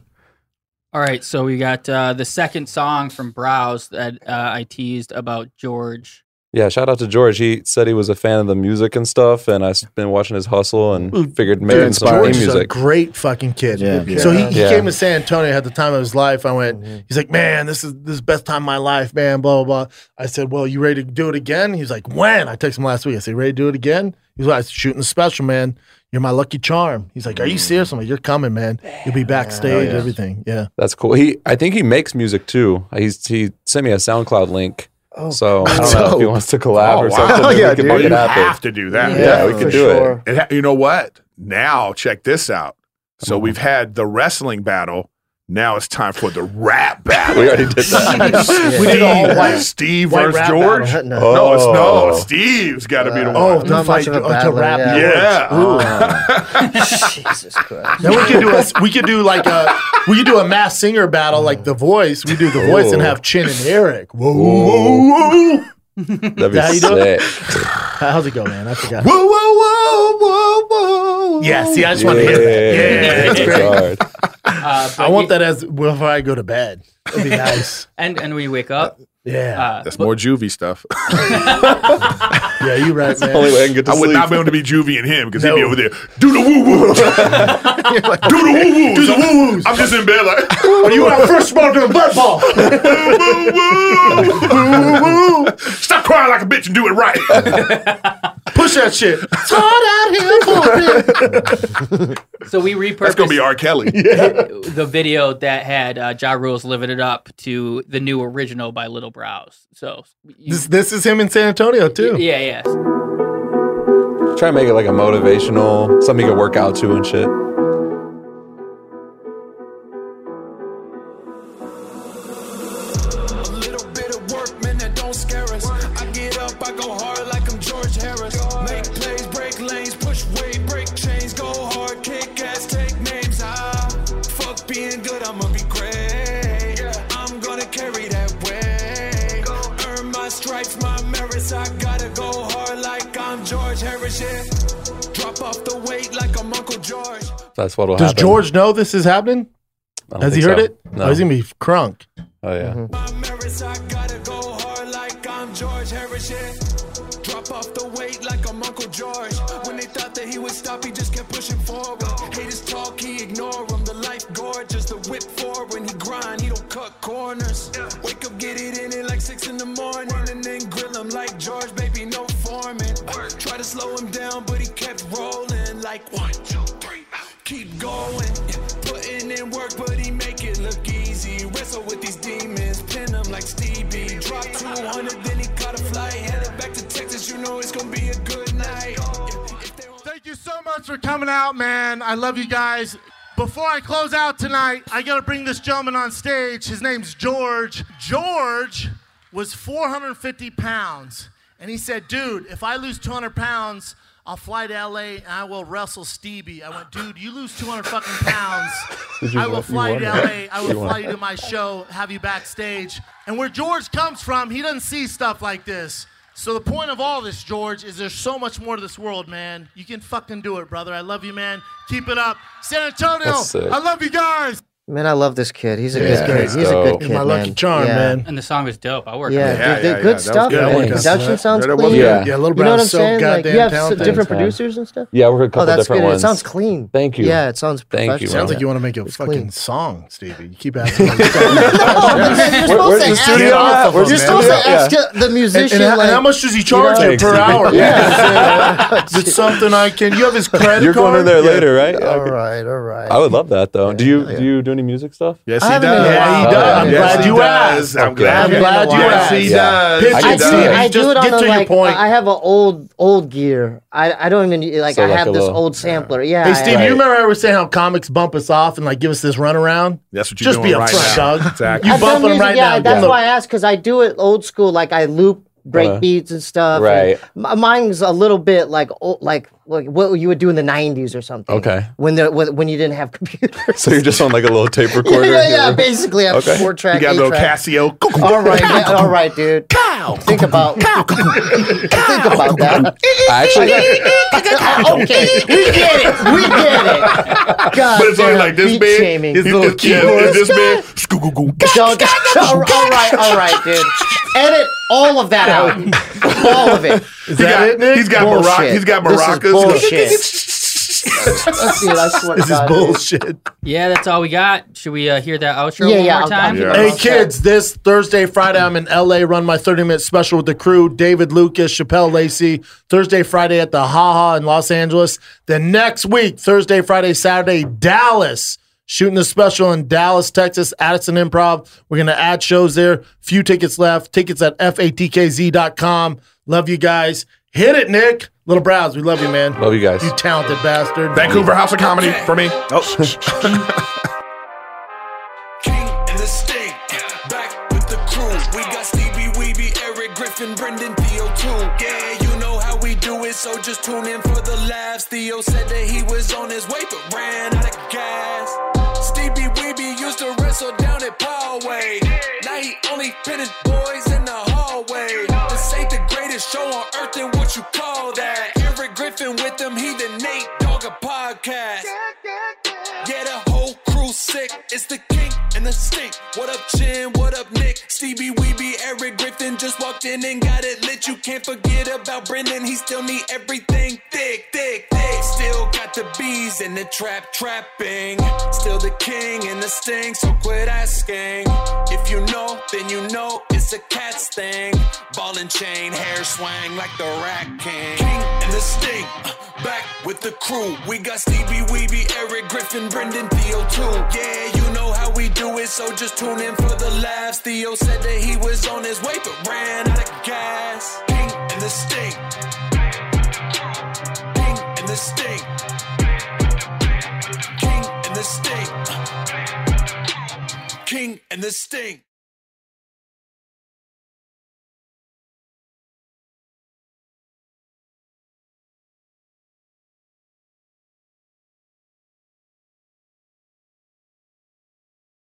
Speaker 5: All right, so we got uh, the second song from Browse that uh, I teased about George.
Speaker 16: Yeah, shout out to George. He said he was a fan of the music and stuff, and I've been watching his hustle and figured making some
Speaker 2: George
Speaker 16: new
Speaker 2: is a
Speaker 16: music.
Speaker 2: great fucking kid.
Speaker 16: Yeah. Mm-hmm.
Speaker 2: So he, he
Speaker 16: Yeah.
Speaker 2: came to San Antonio at the time of his life. I went, he's like, man, this is this is the best time of my life, man, blah, blah, blah. I said, well, you ready to do it again? He's like, when? I texted him last week. I said, ready to do it again? He's like, I'm shooting a special, man. You're my lucky charm. He's like, are you serious? I'm like, you're coming, man. You'll be backstage,
Speaker 16: Mm. Yeah.
Speaker 2: everything. Yeah.
Speaker 16: That's cool. He, I think he makes music too. He's he sent me a SoundCloud link. so I don't know if he
Speaker 4: Oh, dope.
Speaker 16: wants to collab
Speaker 4: Oh,
Speaker 16: or
Speaker 4: wow.
Speaker 16: something. then
Speaker 4: yeah,
Speaker 16: we can
Speaker 4: dude.
Speaker 16: make it
Speaker 4: you
Speaker 16: happen.
Speaker 4: have to do that.
Speaker 16: Yeah, we
Speaker 4: can
Speaker 16: can do it.
Speaker 4: it. ha- you know what? Now check this out. So we've had the wrestling battle. Now it's time for the rap battle.
Speaker 16: We already did that.
Speaker 4: Steve,
Speaker 16: We did all white-
Speaker 4: Steve
Speaker 16: white
Speaker 4: versus
Speaker 16: rap
Speaker 4: George.
Speaker 16: battle.
Speaker 4: No,
Speaker 16: No.
Speaker 4: it's no.
Speaker 16: Oh.
Speaker 4: Steve's got to be the one.
Speaker 2: Oh, to fight, oh, to rap.
Speaker 4: Yeah.
Speaker 2: Uh,
Speaker 3: Jesus Christ.
Speaker 2: Then we could do a, we could do like a we could do a mass singer battle like The Voice. We do The Voice and
Speaker 16: Ooh.
Speaker 2: have Chin and Eric. Whoa, whoa, whoa, whoa.
Speaker 16: That'd be
Speaker 2: How you doing?
Speaker 16: sick.
Speaker 2: How's it go, man? I forgot.
Speaker 4: Whoa, whoa, whoa, whoa, whoa.
Speaker 2: Yeah, see, I just want to hear that. Yeah, that's great. Uh, I want that as well, before I go to bed. It'd be nice.
Speaker 5: And and we wake up.
Speaker 2: Yeah.
Speaker 5: Uh,
Speaker 4: That's more juvie stuff.
Speaker 2: yeah, you're right, man.
Speaker 4: I would not be able to be juvie in him because he'd be
Speaker 2: No.
Speaker 4: over there. Do the woo woo. Do the woo woo.
Speaker 2: Do the woo woos.
Speaker 4: I'm just in bed like.
Speaker 2: Are you our first smoker in butt ball?
Speaker 4: Stop crying like a bitch and do it right.
Speaker 2: Push that shit. It's hard out here for a bit.
Speaker 5: So we repurposed.
Speaker 4: That's gonna be R. Kelly.
Speaker 5: the video that had uh, Ja Rule's "Living It Up" to the new original by Little Brows. So
Speaker 2: This, this is him in San Antonio too.
Speaker 5: yeah, yeah.
Speaker 16: Try to make it like a motivational, something you can work out to and shit.
Speaker 15: stripes, my merits. I gotta go hard like I'm George Harris. Yeah. Drop off the weight like I'm Uncle George.
Speaker 16: That's what will
Speaker 2: Does
Speaker 16: happen.
Speaker 2: George know this is happening?
Speaker 16: I don't
Speaker 2: Has he
Speaker 16: think
Speaker 2: heard
Speaker 16: so.
Speaker 2: it?
Speaker 16: No.
Speaker 2: Oh, he's gonna be crunk.
Speaker 16: Oh yeah.
Speaker 21: Mm-hmm.
Speaker 15: Drop off the weight like I'm Uncle George. When they thought that he would stop, he just kept pushing forward. Haters talk, he ignore 'em. The life gorgeous, the whip forward. When he grind, he don't cut corners. Wake up, get it in it like six in the morning. And then grill him like George, baby, no forming. Try to slow him down, but he kept rolling like one, two, three. out. Keep going, putting in work, but he make it look easy. Wrestle with these demons, pin 'em like Stevie. Drop 200, then he caught a flight, headed back to Texas. You know it's gonna be a good night.
Speaker 21: Thank you so much for coming out, man. I love you guys. Before I close out tonight, I gotta bring this gentleman on stage. His name's George. George was 450 pounds, and he said, "Dude, if I lose 200 pounds, I'll fly to LA and I will wrestle Stevie." I went, "Dude, you lose 200 fucking pounds,
Speaker 22: Did you
Speaker 21: I will
Speaker 22: want- you
Speaker 21: fly you
Speaker 22: want
Speaker 21: to
Speaker 22: that?
Speaker 21: LA. I will
Speaker 22: You want
Speaker 21: fly you to
Speaker 22: that?
Speaker 21: my show, have you backstage." And where George comes from, he doesn't see stuff like this. So the point of all this, George, is there's so much more to this world, man. You can fucking do it, brother. I love you, man. Keep it up, San Antonio.
Speaker 3: That's sick.
Speaker 21: I love you guys.
Speaker 3: Man, I love this kid. He's a
Speaker 21: Yeah,
Speaker 3: good kid.
Speaker 21: he's
Speaker 3: He's a
Speaker 21: dope.
Speaker 3: good
Speaker 21: He's
Speaker 3: kid.
Speaker 21: my lucky
Speaker 3: man.
Speaker 21: charm,
Speaker 3: yeah.
Speaker 21: man.
Speaker 5: And the song was dope. I worked.
Speaker 3: Yeah,
Speaker 5: on it.
Speaker 3: dude, they- good stuff. man. The production sounds clean. you know what I'm saying? like, you have s- different producers and stuff.
Speaker 16: Yeah, we heard a couple
Speaker 3: oh, that's
Speaker 16: different
Speaker 3: good.
Speaker 16: ones.
Speaker 3: It sounds clean.
Speaker 16: Thank you.
Speaker 3: Yeah, it sounds.
Speaker 16: Thank you.
Speaker 2: Sounds
Speaker 16: man.
Speaker 2: like you want to make a fucking song, Stevie. You keep asking. me.
Speaker 3: You're supposed to ask-
Speaker 2: Get off of
Speaker 3: You're
Speaker 2: him,
Speaker 3: supposed
Speaker 2: man.
Speaker 3: to ask the musician.
Speaker 2: And, and, how-
Speaker 3: like,
Speaker 2: and how much does he
Speaker 3: you
Speaker 2: charge
Speaker 3: know?
Speaker 2: you per hour?
Speaker 3: Yeah.
Speaker 2: Is it something I can? You have his credit
Speaker 16: You're going
Speaker 2: card?
Speaker 16: in there
Speaker 2: Yeah.
Speaker 16: later, right?
Speaker 3: All right, all right.
Speaker 16: I would love that though. Do you do you do any music stuff?
Speaker 3: Yes, I he haven't in a does. while.
Speaker 2: Yeah, he does. I'm glad you asked. I'm
Speaker 16: I'm glad-
Speaker 2: glad you asked. Pitch
Speaker 3: I
Speaker 2: it,
Speaker 3: do,
Speaker 2: Stevie.
Speaker 3: I do
Speaker 2: Just
Speaker 3: it on
Speaker 2: get
Speaker 3: the,
Speaker 2: to your
Speaker 3: like,
Speaker 2: point.
Speaker 3: I have an old old gear. I, I don't even like.
Speaker 2: So
Speaker 3: I
Speaker 2: like
Speaker 3: have
Speaker 2: a
Speaker 3: this
Speaker 2: little-
Speaker 3: old sampler. Yeah.
Speaker 2: Hey,
Speaker 3: I-
Speaker 2: Steve, you remember I was saying how comics bump us off and like give us this runaround?
Speaker 4: That's what
Speaker 3: you're
Speaker 2: Just
Speaker 3: doing
Speaker 2: be
Speaker 3: right
Speaker 2: upfront,
Speaker 3: now.
Speaker 2: dog.
Speaker 3: Exactly.
Speaker 2: You
Speaker 3: I've
Speaker 2: bump
Speaker 3: done
Speaker 2: them
Speaker 3: music,
Speaker 2: right
Speaker 3: yeah,
Speaker 2: now.
Speaker 3: That's
Speaker 2: dog.
Speaker 3: why I ask because I do it old school. Like I loop break
Speaker 2: Uh-huh.
Speaker 3: beats and stuff.
Speaker 16: Right.
Speaker 3: and m- mine's a little bit like old, like like what you would do in the '90s or something.
Speaker 16: Okay.
Speaker 3: When the when, when you didn't have computers.
Speaker 16: So you're just on like a little tape recorder.
Speaker 3: yeah, yeah, basically a four track.
Speaker 4: Casio.
Speaker 3: All right, yeah, all right, dude. Think about think about that.
Speaker 16: Actually,
Speaker 3: okay, we get it, we get it. God,
Speaker 4: but it's only
Speaker 3: damn,
Speaker 4: like this
Speaker 3: beat
Speaker 4: big.
Speaker 3: shaming.
Speaker 4: His little keyboard. This big.
Speaker 3: Don't- all right, all right, dude. Edit all of that out. All of it.
Speaker 4: Is that it, Nick? He's got
Speaker 3: Bullshit.
Speaker 4: maraca- he's got
Speaker 3: This
Speaker 4: maracas.
Speaker 3: is bullshit. Dude, I swear to
Speaker 2: This is
Speaker 3: God, dude.
Speaker 2: bullshit.
Speaker 5: Yeah, that's all we got. Should we uh, hear that outro
Speaker 3: Yeah,
Speaker 5: one
Speaker 3: yeah,
Speaker 5: more
Speaker 3: I'll-
Speaker 5: time?
Speaker 2: Hey kids, this Thursday, Friday, I'm in LA. Run my 30 minute special with the crew: David Lucas, Chappelle Lacey. Thursday, Friday at the Ha Ha in Los Angeles. Then next week, Thursday, Friday, Saturday, Dallas. Shooting the special in Dallas, Texas, Addison Improv. We're gonna add shows there. Few tickets left. Tickets at fatkz.com. Love you guys. Hit it, Nick. Little Brows, we love you, man.
Speaker 16: Love you guys.
Speaker 2: You talented bastard.
Speaker 4: Vancouver House of Comedy for me.
Speaker 2: Oh.
Speaker 15: in the state. Back with the crew. We got Stevie Weeby, Eric Griffin, Brendan Theo too. Yeah, you know how we do it, so just tune in for the laughs. Theo said that he was on his way, but ran out of gas. Stevie Weeby used to wrestle down at Poway. Now he only finished boys in the hallway. This ain't the greatest show on earth, and what you call that? Eric Griffin with them, he the Nate Dogger podcast.
Speaker 4: Oh.
Speaker 15: Yeah, the whole crew sick. It's the kink and the stink. What up, Chin? What up, Nick? Stevie Weeby, Eric Griffin just walked in and got it lit. You can't forget about Brendan. He still need everything thick, thick, thick. Still got the bees in the trap, trapping. Still the king in the sting, so quit asking. If you know, then you know it's a cat's thing. Ball and chain, hair swang like the rat king. King and the sting. Back with the crew. We got Stevie Weeby, Eric Griffin, Brendan Theo too. Yeah, you know how we do it, so just tune in for the laughs. Theo said that he was on his way, but ran out of gas. King and the sting. King and the sting. King and the sting. King and the sting.